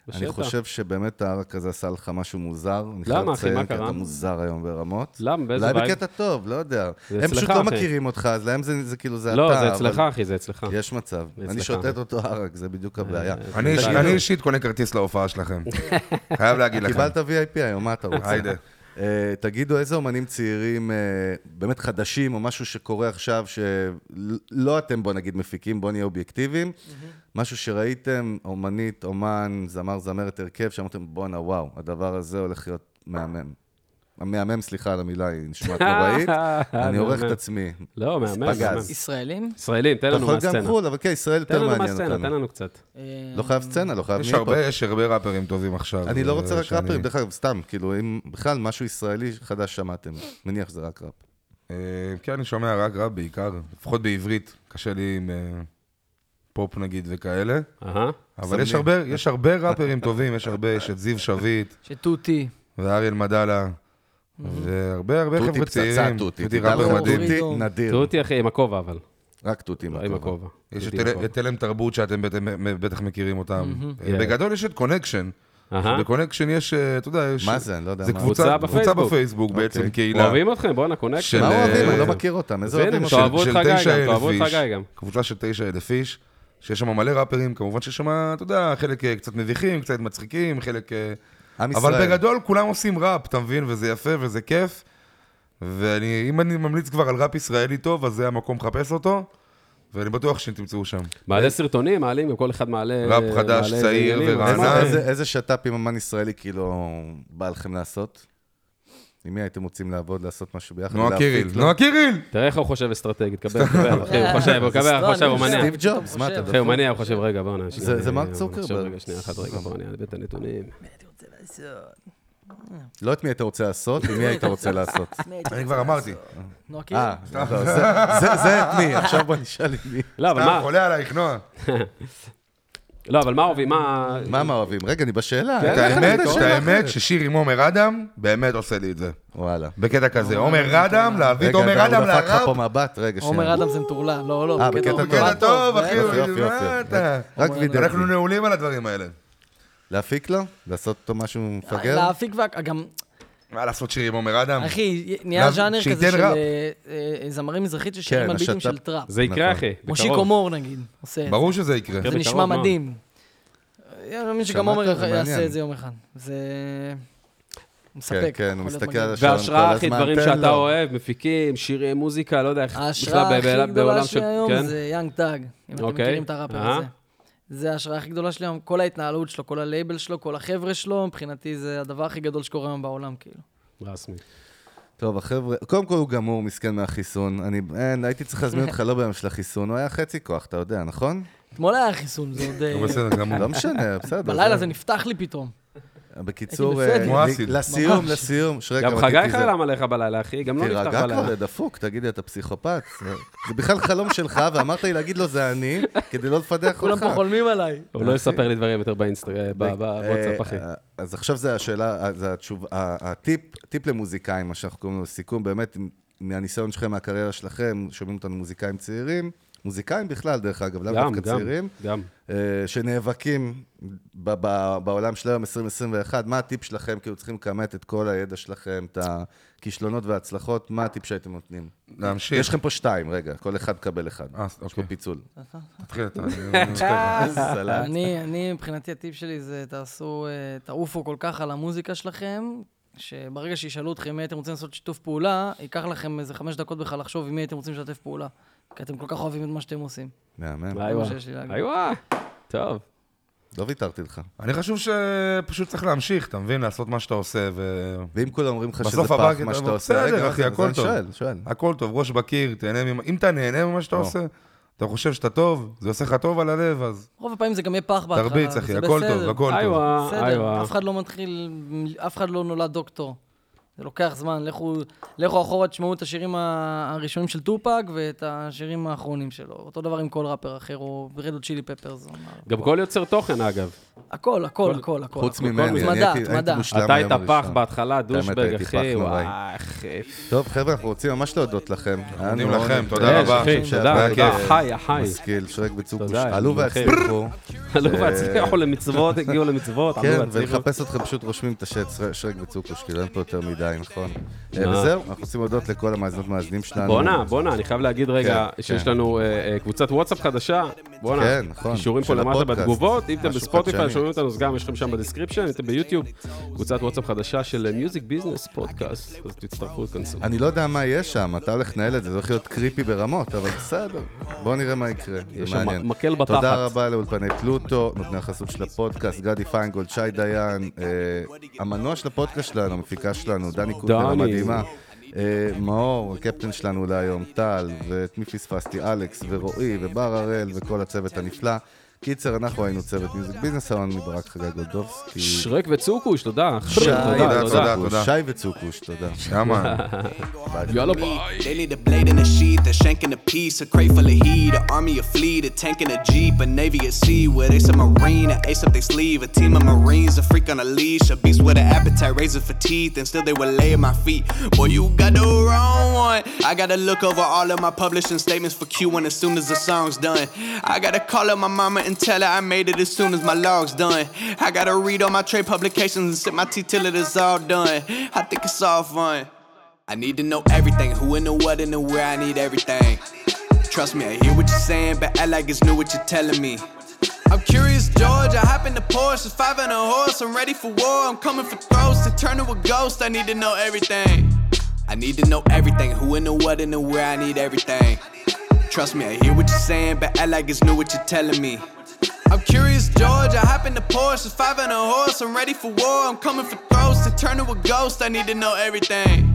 Speaker 4: אני
Speaker 5: בשטח.
Speaker 4: חושב שבאמת הערק הזה עשה לך משהו מוזר. אני
Speaker 5: למה,
Speaker 4: חייב
Speaker 5: אחי? מה
Speaker 4: לציין, כי
Speaker 5: קרה?
Speaker 4: אתה מוזר היום ברמות.
Speaker 5: למה? באיזה
Speaker 4: אולי
Speaker 5: וייב?
Speaker 4: בקטע טוב, לא יודע.
Speaker 5: זה
Speaker 4: הם פשוט
Speaker 5: אצלך,
Speaker 4: לא
Speaker 5: אחי.
Speaker 4: מכירים אותך, אז להם זה זה כאילו, זה אתה.
Speaker 5: לא, זה
Speaker 4: אבל
Speaker 5: אצלך, אחי, זה אצלך.
Speaker 4: יש מצב. אני
Speaker 5: זה אצלך. אה,
Speaker 4: שותת אותו ערק, זה בדיוק הבעיה.
Speaker 7: אני
Speaker 4: תגידו,
Speaker 7: אני אישית קונה כרטיס להופעה
Speaker 4: [laughs]
Speaker 7: שלכם. חייב להגיד לכם.
Speaker 4: קיבלת VIP היום, מה אתה רוצה?
Speaker 7: היידה.
Speaker 4: אה, תגידו, איזה אומנים צעירים, אה, באמת חדשים, או משהו שקורה עכשיו, שלא אתם, בוא נגיד, מפיקים, בוא נהיה אובייקטיביים, משהו שראיתם, אומנית, אומן, זמר, זמרת, הרכב, שאמרתם, בואנה, וואו, הדבר הזה הולך להיות מהמם. מהמם, סליחה על המילה, היא נשמעת
Speaker 5: [laughs]
Speaker 4: נוראית.
Speaker 5: אה,
Speaker 4: אני עורך את
Speaker 5: מהמם.
Speaker 4: עצמי.
Speaker 5: לא, מהמם.
Speaker 4: פגז.
Speaker 5: מהמם.
Speaker 6: ישראלים?
Speaker 5: ישראלים, תן
Speaker 4: אתה
Speaker 5: לנו
Speaker 4: יכול גם
Speaker 5: מהסצנה.
Speaker 4: חו"ל, אבל כן, ישראל
Speaker 5: תן
Speaker 4: יותר
Speaker 5: לנו
Speaker 4: מעניין
Speaker 5: מהסצנה, תן
Speaker 4: אותנו.
Speaker 5: לנו קצת.
Speaker 6: אה,
Speaker 4: לא חייב סצנה, לא חייב
Speaker 7: יש
Speaker 4: מיפו.
Speaker 7: הרבה, יש הרבה ראפרים טובים עכשיו.
Speaker 4: אני לא
Speaker 7: אה,
Speaker 4: רוצה רק
Speaker 7: שאני-
Speaker 4: ראפרים, דרך אגב, סתם, כאילו, אם בכלל משהו ישראלי חדש שמעתם, מניח שזה רק ראפ.
Speaker 7: אה, כן, אני שומע רק ראפ בעיקר, לפחות בעברית. קשה לי עם אה, פופ נגיד וכאלה.
Speaker 5: אהה.
Speaker 7: אבל יש
Speaker 4: סמים.
Speaker 7: הרבה, יש הרבה ראפרים טובים, יש הרבה, יש את זיו שביט
Speaker 6: שטוטי.
Speaker 7: ואריאל מדאלה, והרבה הרבה
Speaker 4: תותי
Speaker 7: חבר'ה
Speaker 4: פצצה,
Speaker 7: צעירים.
Speaker 4: תותי,
Speaker 7: תותי
Speaker 4: תדע לך,
Speaker 7: ראפר
Speaker 6: לך,
Speaker 7: מדהים.
Speaker 6: אורי.
Speaker 4: תותי
Speaker 6: פרידום.
Speaker 4: נדיר,
Speaker 5: תראו אותי, אחי, עם הכובע, אבל.
Speaker 4: רק תותי עם
Speaker 5: לא עם
Speaker 4: הכובע.
Speaker 5: הכובע.
Speaker 7: כן. יש את
Speaker 5: תראו אותי עם
Speaker 7: תל- את תלם תרבות שאתם בטח- בטח מכירים אותם. אה,
Speaker 4: כן.
Speaker 5: Yeah.
Speaker 7: בגדול יש את קונקשן.
Speaker 5: אהה.
Speaker 7: בקונקשן יש, אה, אתה יודע, יש...
Speaker 4: מה זה? אני לא יודע
Speaker 7: זה
Speaker 4: מה
Speaker 7: קבוצה
Speaker 5: קבוצה
Speaker 7: קבוצה
Speaker 5: בפייסבוק.
Speaker 7: בפייסבוק בעצם,
Speaker 4: אוקיי.
Speaker 7: קהילה.
Speaker 5: אוהבים אתכם, בואנה, קונקשן.
Speaker 7: של-
Speaker 4: מה אוהבים? אני לא
Speaker 7: אה,
Speaker 4: מכיר אותם, איזה
Speaker 5: והנה,
Speaker 4: אוהבים
Speaker 5: תאהבו
Speaker 4: אותם?
Speaker 5: את
Speaker 7: של
Speaker 5: חגי גם,
Speaker 7: 9,000
Speaker 5: תאהבו את
Speaker 7: איש.
Speaker 5: חגי גם.
Speaker 7: קבוצה של תשע אלף איש, שיש שם מלא ראפרים, כמובן שיש שם, אתה יודע, חלק אה, קצת מביכים, קצת מצחיקים, חלק... אה,
Speaker 4: עם
Speaker 7: אבל
Speaker 4: ישראל.
Speaker 7: בגדול כולם עושים ראפ, אתה מבין? וזה יפה וזה כיף. ואם אני ממליץ כבר על ראפ ישראלי טוב, אז זה המקום לחפש אותו, ואני בטוח שתמצאו שם.
Speaker 5: מעלה סרטונים, מעלים, גם כל אחד מעלה...
Speaker 7: ראפ חדש,
Speaker 5: מעלה
Speaker 7: צעיר
Speaker 5: עניינים,
Speaker 7: ורענן.
Speaker 5: אבל-
Speaker 4: איזה- איזה- איזה שת"פ עם אמן ישראלי כאילו בא לכם לעשות? עם מי הייתם רוצים לעבוד, לעשות משהו ביחד?
Speaker 7: נועה
Speaker 4: להפיק
Speaker 7: קיריל,
Speaker 4: לו?
Speaker 7: נועה קיריל!
Speaker 5: תראה איך הוא חושב אסטרטגית, קבל, קבל,
Speaker 6: [laughs]
Speaker 5: אחי, הוא חושב, הוא
Speaker 6: לא,
Speaker 5: קבל,
Speaker 6: אני
Speaker 5: חושב, הוא מניע.
Speaker 4: סטיב ג'ובס, מה אתה
Speaker 5: אחי, הוא
Speaker 4: דפוק?
Speaker 5: מניע, הוא חושב, רגע, בוא'נה, שנייה,
Speaker 4: זה- זה
Speaker 5: אני-
Speaker 4: מרק
Speaker 5: אני
Speaker 4: צוקרברג.
Speaker 5: עכשיו רגע, שנייה אחת, רגע, בוא'נה, אני אביא את הנתונים.
Speaker 4: לא את מי היית רוצה לעשות, עם מי היית
Speaker 7: [laughs]
Speaker 4: רוצה לעשות.
Speaker 7: אני כבר אמרתי.
Speaker 6: נועה קירל.
Speaker 4: אה, לא, זה- זה זה את מי, עכשיו בוא נשאל עם מי.
Speaker 5: לא, אבל
Speaker 7: אה,
Speaker 5: מה,
Speaker 7: חולה עלייך, נועה.
Speaker 5: לא, אבל מה אוהבים, מה...
Speaker 4: מה מה אוהבים? רגע, אני בשאלה.
Speaker 7: את
Speaker 4: איך כן, אני
Speaker 7: האמת,
Speaker 4: יודע
Speaker 7: את
Speaker 4: שאלה
Speaker 7: האמת
Speaker 4: אחרת?
Speaker 7: ששיר עם עומר אדם, באמת עושה לי את זה.
Speaker 4: וואלה.
Speaker 7: בקטע כזה, עומר אדם, להביא את
Speaker 4: רגע,
Speaker 7: עומר
Speaker 4: אתה-
Speaker 7: אדם
Speaker 4: הוא דפק לך פה
Speaker 7: לראפ,
Speaker 4: מבט, רגע, שנייה.
Speaker 6: עומר אדם זה מטורלל, לא, לא.
Speaker 4: אה, בקטע
Speaker 6: הוא
Speaker 4: טוב.
Speaker 7: בקטע טוב,
Speaker 6: אה,
Speaker 7: אחי,
Speaker 4: יופי, יופי,
Speaker 7: מה
Speaker 4: יופי.
Speaker 7: אתה?
Speaker 4: רק
Speaker 6: עומר
Speaker 4: וידאו.
Speaker 7: אנחנו נעולים על הדברים האלה.
Speaker 4: להפיק לו? לעשות אותו משהו מפגר?
Speaker 6: אה, להפיק וה... גם,
Speaker 7: מה לעשות שיר עם עומר אדם?
Speaker 6: אחי, נהיה
Speaker 7: למה?
Speaker 6: ז'אנר
Speaker 7: שייתן
Speaker 6: כזה של
Speaker 7: ראפ.
Speaker 6: אה, אה, זמרים מזרחית ששרים
Speaker 4: כן,
Speaker 6: על ביטים
Speaker 4: השת"פ.
Speaker 6: של טראפ.
Speaker 5: זה יקרה,
Speaker 4: נכון.
Speaker 5: אחי, בקרוב.
Speaker 6: מושיקו מור נגיד, עושה את זה.
Speaker 7: ברור שזה יקרה.
Speaker 5: כן.
Speaker 6: זה
Speaker 5: בקרוב
Speaker 6: נשמע
Speaker 5: מאוד.
Speaker 6: מדהים. אה, אני מאמין שגם
Speaker 4: שמעת?
Speaker 6: עומר
Speaker 4: זה
Speaker 6: יעשה
Speaker 4: מעניין.
Speaker 6: את זה יום אחד. זה... מספק.
Speaker 4: כן, כן, הוא
Speaker 6: יכול להיות
Speaker 4: מסתכל
Speaker 6: מדהים.
Speaker 4: על השעון כל
Speaker 5: והשראה, אחי,
Speaker 4: הזמן,
Speaker 5: דברים
Speaker 4: תן
Speaker 5: שאתה
Speaker 4: לו.
Speaker 5: אוהב, מפיקים, שירי מוזיקה, לא יודע איך...
Speaker 6: ההשראה
Speaker 5: בכלל ב-
Speaker 6: הכי
Speaker 5: ב-
Speaker 6: גדולה
Speaker 5: בעולם
Speaker 6: שלי
Speaker 5: של-
Speaker 6: היום
Speaker 5: כן?
Speaker 6: זה יאנג טאג, אם אתם
Speaker 5: אוקיי.
Speaker 6: מכירים את הראפר
Speaker 5: אהה.
Speaker 6: הזה. זה ההשראה הכי גדולה שלי היום, כל ההתנהלות שלו, כל הלייבל שלו, כל החבר'ה שלו, מבחינתי זה הדבר הכי גדול שקורה היום בעולם, כאילו.
Speaker 5: רסמי.
Speaker 4: טוב, החבר'ה, קודם כל הוא גמור, מסכן מהחיסון. אני, אין, הייתי צריך להזמין אותך לא ביום של החיסון, הוא היה חצי כוח, אתה יודע, נכון?
Speaker 6: אתמול היה חיסון, זה עוד...
Speaker 7: הוא
Speaker 6: אה,
Speaker 7: בסדר גמור.
Speaker 4: לא משנה, בסדר.
Speaker 6: בלילה זה נפתח לי פתאום.
Speaker 4: בקיצור,
Speaker 6: הייתי
Speaker 4: אה,
Speaker 6: בפדר.
Speaker 7: כמו אסיד.
Speaker 4: לסיום,
Speaker 6: ממש.
Speaker 4: לסיום, שרגע,
Speaker 5: גם חגי חלם עליך בלילה, אחי, גם לא נפתח
Speaker 4: תירגע
Speaker 5: בלילה.
Speaker 4: כבר, דפוק, תגידי, אתה פסיכופת. זה- זה בכלל חלום שלך, ואמרת לי להגיד לו זה אני, כדי לא לפדח אותך.
Speaker 6: כולם פה חולמים עליי.
Speaker 5: הוא לא יספר לי דברים יותר באינסטגרם, בוואטסאפ, אחי.
Speaker 4: אה, אז עכשיו זה השאלה, אה, זה התשוב, ה- הטיפ, טיפ למוזיקאים, מה שאנחנו קוראים לו סיכום, באמת, מהניסיון שלכם, מהקריירה שלכם, שומעים אותנו מוזיקאים צעירים, מוזיקאים בכלל, דרך אגב, לאו
Speaker 5: גם,
Speaker 4: דווקא
Speaker 5: גם,
Speaker 4: צעירים,
Speaker 5: גם.
Speaker 4: אה, שנאבקים ב- ב- בעולם של היום 2021, מה הטיפ שלכם? כאילו צריכים לכמת את כל הידע שלכם, את הכישלונות וההצלחות, מה הטיפ שהייתם נותנים? יש
Speaker 7: להמשיך.
Speaker 4: לכם פה שתיים, רגע, כל אחד מקבל אחד.
Speaker 7: אה, אה.
Speaker 4: יש פה
Speaker 7: אוקיי.
Speaker 4: פיצול.
Speaker 7: תתחיל
Speaker 4: [laughs]
Speaker 7: אתה.
Speaker 4: סלט.
Speaker 6: אני, אני, מבחינתי הטיפ שלי זה תעשו, אה, תעופו כל כך על המוזיקה שלכם, שברגע שישאלו אתכם מי הייתם רוצים לעשות שיתוף פעולה, ייקח לכם איזה חמש דקות בכלל לחשוב עם מי הייתם רוצים לשתף פעולה. כי אתם כל כך אוהבים את מה שאתם עושים.
Speaker 4: מהמם.
Speaker 5: איווה.
Speaker 6: שיש לי להגיד.
Speaker 5: איווה. טוב.
Speaker 4: לא ויתרתי לך.
Speaker 7: אני חושב שפשוט צריך להמשיך, אתה מבין? לעשות מה שאתה עושה, ו...
Speaker 4: ואם כולם אומרים לך שזה
Speaker 7: בסוף
Speaker 4: פח,
Speaker 7: הבא,
Speaker 4: מה שאתה
Speaker 7: אבל
Speaker 4: עושה,
Speaker 7: בסדר,
Speaker 4: רגע,
Speaker 7: אחי,
Speaker 4: רגע, אז
Speaker 7: הכל
Speaker 4: אני
Speaker 7: טוב.
Speaker 4: שואל, שואל.
Speaker 7: הכל טוב, ראש בקיר, תהנה ממה... אם אתה נהנה ממה
Speaker 4: לא.
Speaker 7: שאתה עושה, אתה חושב שאתה טוב, זה עושה לך טוב על הלב, אז
Speaker 6: רוב הפעמים זה גם יהיה פח בהתחלה,
Speaker 7: תרביץ,
Speaker 6: וזה
Speaker 7: אחי, הכל
Speaker 6: בסדר.
Speaker 4: אה,
Speaker 7: טוב, הכל טוב.
Speaker 5: איווה,
Speaker 6: בסדר,
Speaker 5: איווה.
Speaker 6: אף אחד לא מתחיל, אף אחד לא נולד דוקטור. זה לוקח זמן, לכו, לכו אחורה, תשמעו את השירים ה- הראשונים של טופק ואת השירים האחרונים שלו. אותו דבר עם כל ראפר אחר, או רד עוד צ'ילי פפרס.
Speaker 5: גם כל יוצר תוכן, אגב.
Speaker 6: הכל, הכל, הכל, הכל.
Speaker 4: חוץ
Speaker 6: הכל.
Speaker 4: ממני, אני
Speaker 6: התמדה,
Speaker 4: הייתי- הייתי
Speaker 6: התמדה.
Speaker 4: מושלם
Speaker 5: אתה
Speaker 4: היום
Speaker 5: היית פח
Speaker 4: הראשון.
Speaker 5: בהתחלה, דושבג,
Speaker 4: הייתי
Speaker 5: אחי,
Speaker 4: פח נוראי.
Speaker 5: וואי, אחי.
Speaker 4: טוב, חבר'ה, אנחנו רוצים ממש להודות לכם. היה
Speaker 7: מודים
Speaker 4: נורא
Speaker 7: לכם,
Speaker 4: נעים.
Speaker 7: תודה
Speaker 5: יש,
Speaker 7: רבה.
Speaker 5: אחי,
Speaker 7: אני חושב
Speaker 5: תודה,
Speaker 7: שהיה
Speaker 5: אתה
Speaker 7: כיף.
Speaker 5: חי, החי.
Speaker 4: משכיל, שואג בצוק
Speaker 5: תודה,
Speaker 4: מושלם.
Speaker 5: אני
Speaker 4: עלו
Speaker 5: מבחין.
Speaker 4: והצליחו.
Speaker 5: עלו והצליחו למצוות, הגיעו למצוות, עלו
Speaker 4: כן,
Speaker 5: והצליחו.
Speaker 4: ולחפש אתכם, פשוט רושמים את השט שר- שרק וצוקוש, כי אין פה יותר מדי, נכון? אה, וזהו, אנחנו רוצים להודות לכל המאזינות והמאזינים שלנו.
Speaker 5: בואנה, בואנה, אני חייב להגיד רגע
Speaker 4: כן,
Speaker 5: שיש
Speaker 4: כן.
Speaker 5: לנו אה, אה, קבוצת וואטסאפ חדשה. בואנה,
Speaker 4: כן, נכון,
Speaker 5: קישורים פה
Speaker 4: של
Speaker 5: למטה
Speaker 4: הפודקאסט.
Speaker 5: בתגובות. אם אתם
Speaker 4: משהו
Speaker 5: בספוטיפיי
Speaker 4: חדשני.
Speaker 5: שומעים אותנו, אז גם יש לכם שם בדסקריפשן, אם אתם ביוטיוב, קבוצת וואטסאפ חדשה של אה, מיוזיק ביזנס פודקאסט, אז תצטרפו, תכנסו.
Speaker 4: אני לא יודע מה יש שם, אתה הולך לנהל את זה, זה הולך להיות קריפי ברמות, אבל בסדר. בואו נראה מה יקרה, זה
Speaker 5: יש שם
Speaker 4: מעניין.
Speaker 5: מקל בתחת.
Speaker 4: תודה רבה לאולפני פלוטו, נותני החסות של הפודקאסט, גדי פיינגולד, שי דיין, אה, המנוע של הפודקאסט שלנו, המפיקה שלנו, דני קוטנר
Speaker 5: דני.
Speaker 4: המדהימה. אה, מאור, הקפטן שלנו להיום, טל, ואת מי פספסתי, אלכס, ורועי, ובר הראל, וכל הצוות הנפלא. קיצר, אנחנו היינו צוות מיוזיק ביזנס, אלון מברק חגי גולדובסקי.
Speaker 5: שרק וצוקוש, תודה. אחי,
Speaker 4: שי
Speaker 5: תודה,
Speaker 7: תודה,
Speaker 5: תודה.
Speaker 4: וצוקוש,
Speaker 7: תודה.
Speaker 4: שי וצוקוש, תודה.
Speaker 7: יאמן.
Speaker 5: יאללה ביי.
Speaker 8: They need a blade in a sheath, a shank in a piece, a crate full of heat, a army of fleet, a tank in a jeep, a navy at sea with ace a marine, a ace up their sleeve, a team of marines, a freak on a leash, a beast with an appetite, razor for teeth, and still they would lay at my feet. Boy, you got the wrong one. I gotta look over all of my publishing statements for Q1 as soon as the song's done. I gotta call up my mama and tell her I made it as soon as my log's done. I gotta read all my trade publications and sip my tea till it is all done. I think it's all fun. I need to know everything. Who in the what and the where I need everything. Trust me, I hear what you're saying, but act like it's new what you're telling me. I'm curious, George. I hop in the Porsche, it's five and a horse. I'm ready for war. I'm coming for throats to turn to a ghost. I need to know everything. I need to know everything. Who in the what and the where I need everything. Trust me, I hear what you're saying, but act like it's new what you're telling me. I'm curious, George. I hop in the Porsche, it's five and a horse. I'm ready for war. I'm coming for throats to turn to a ghost. I need to know everything.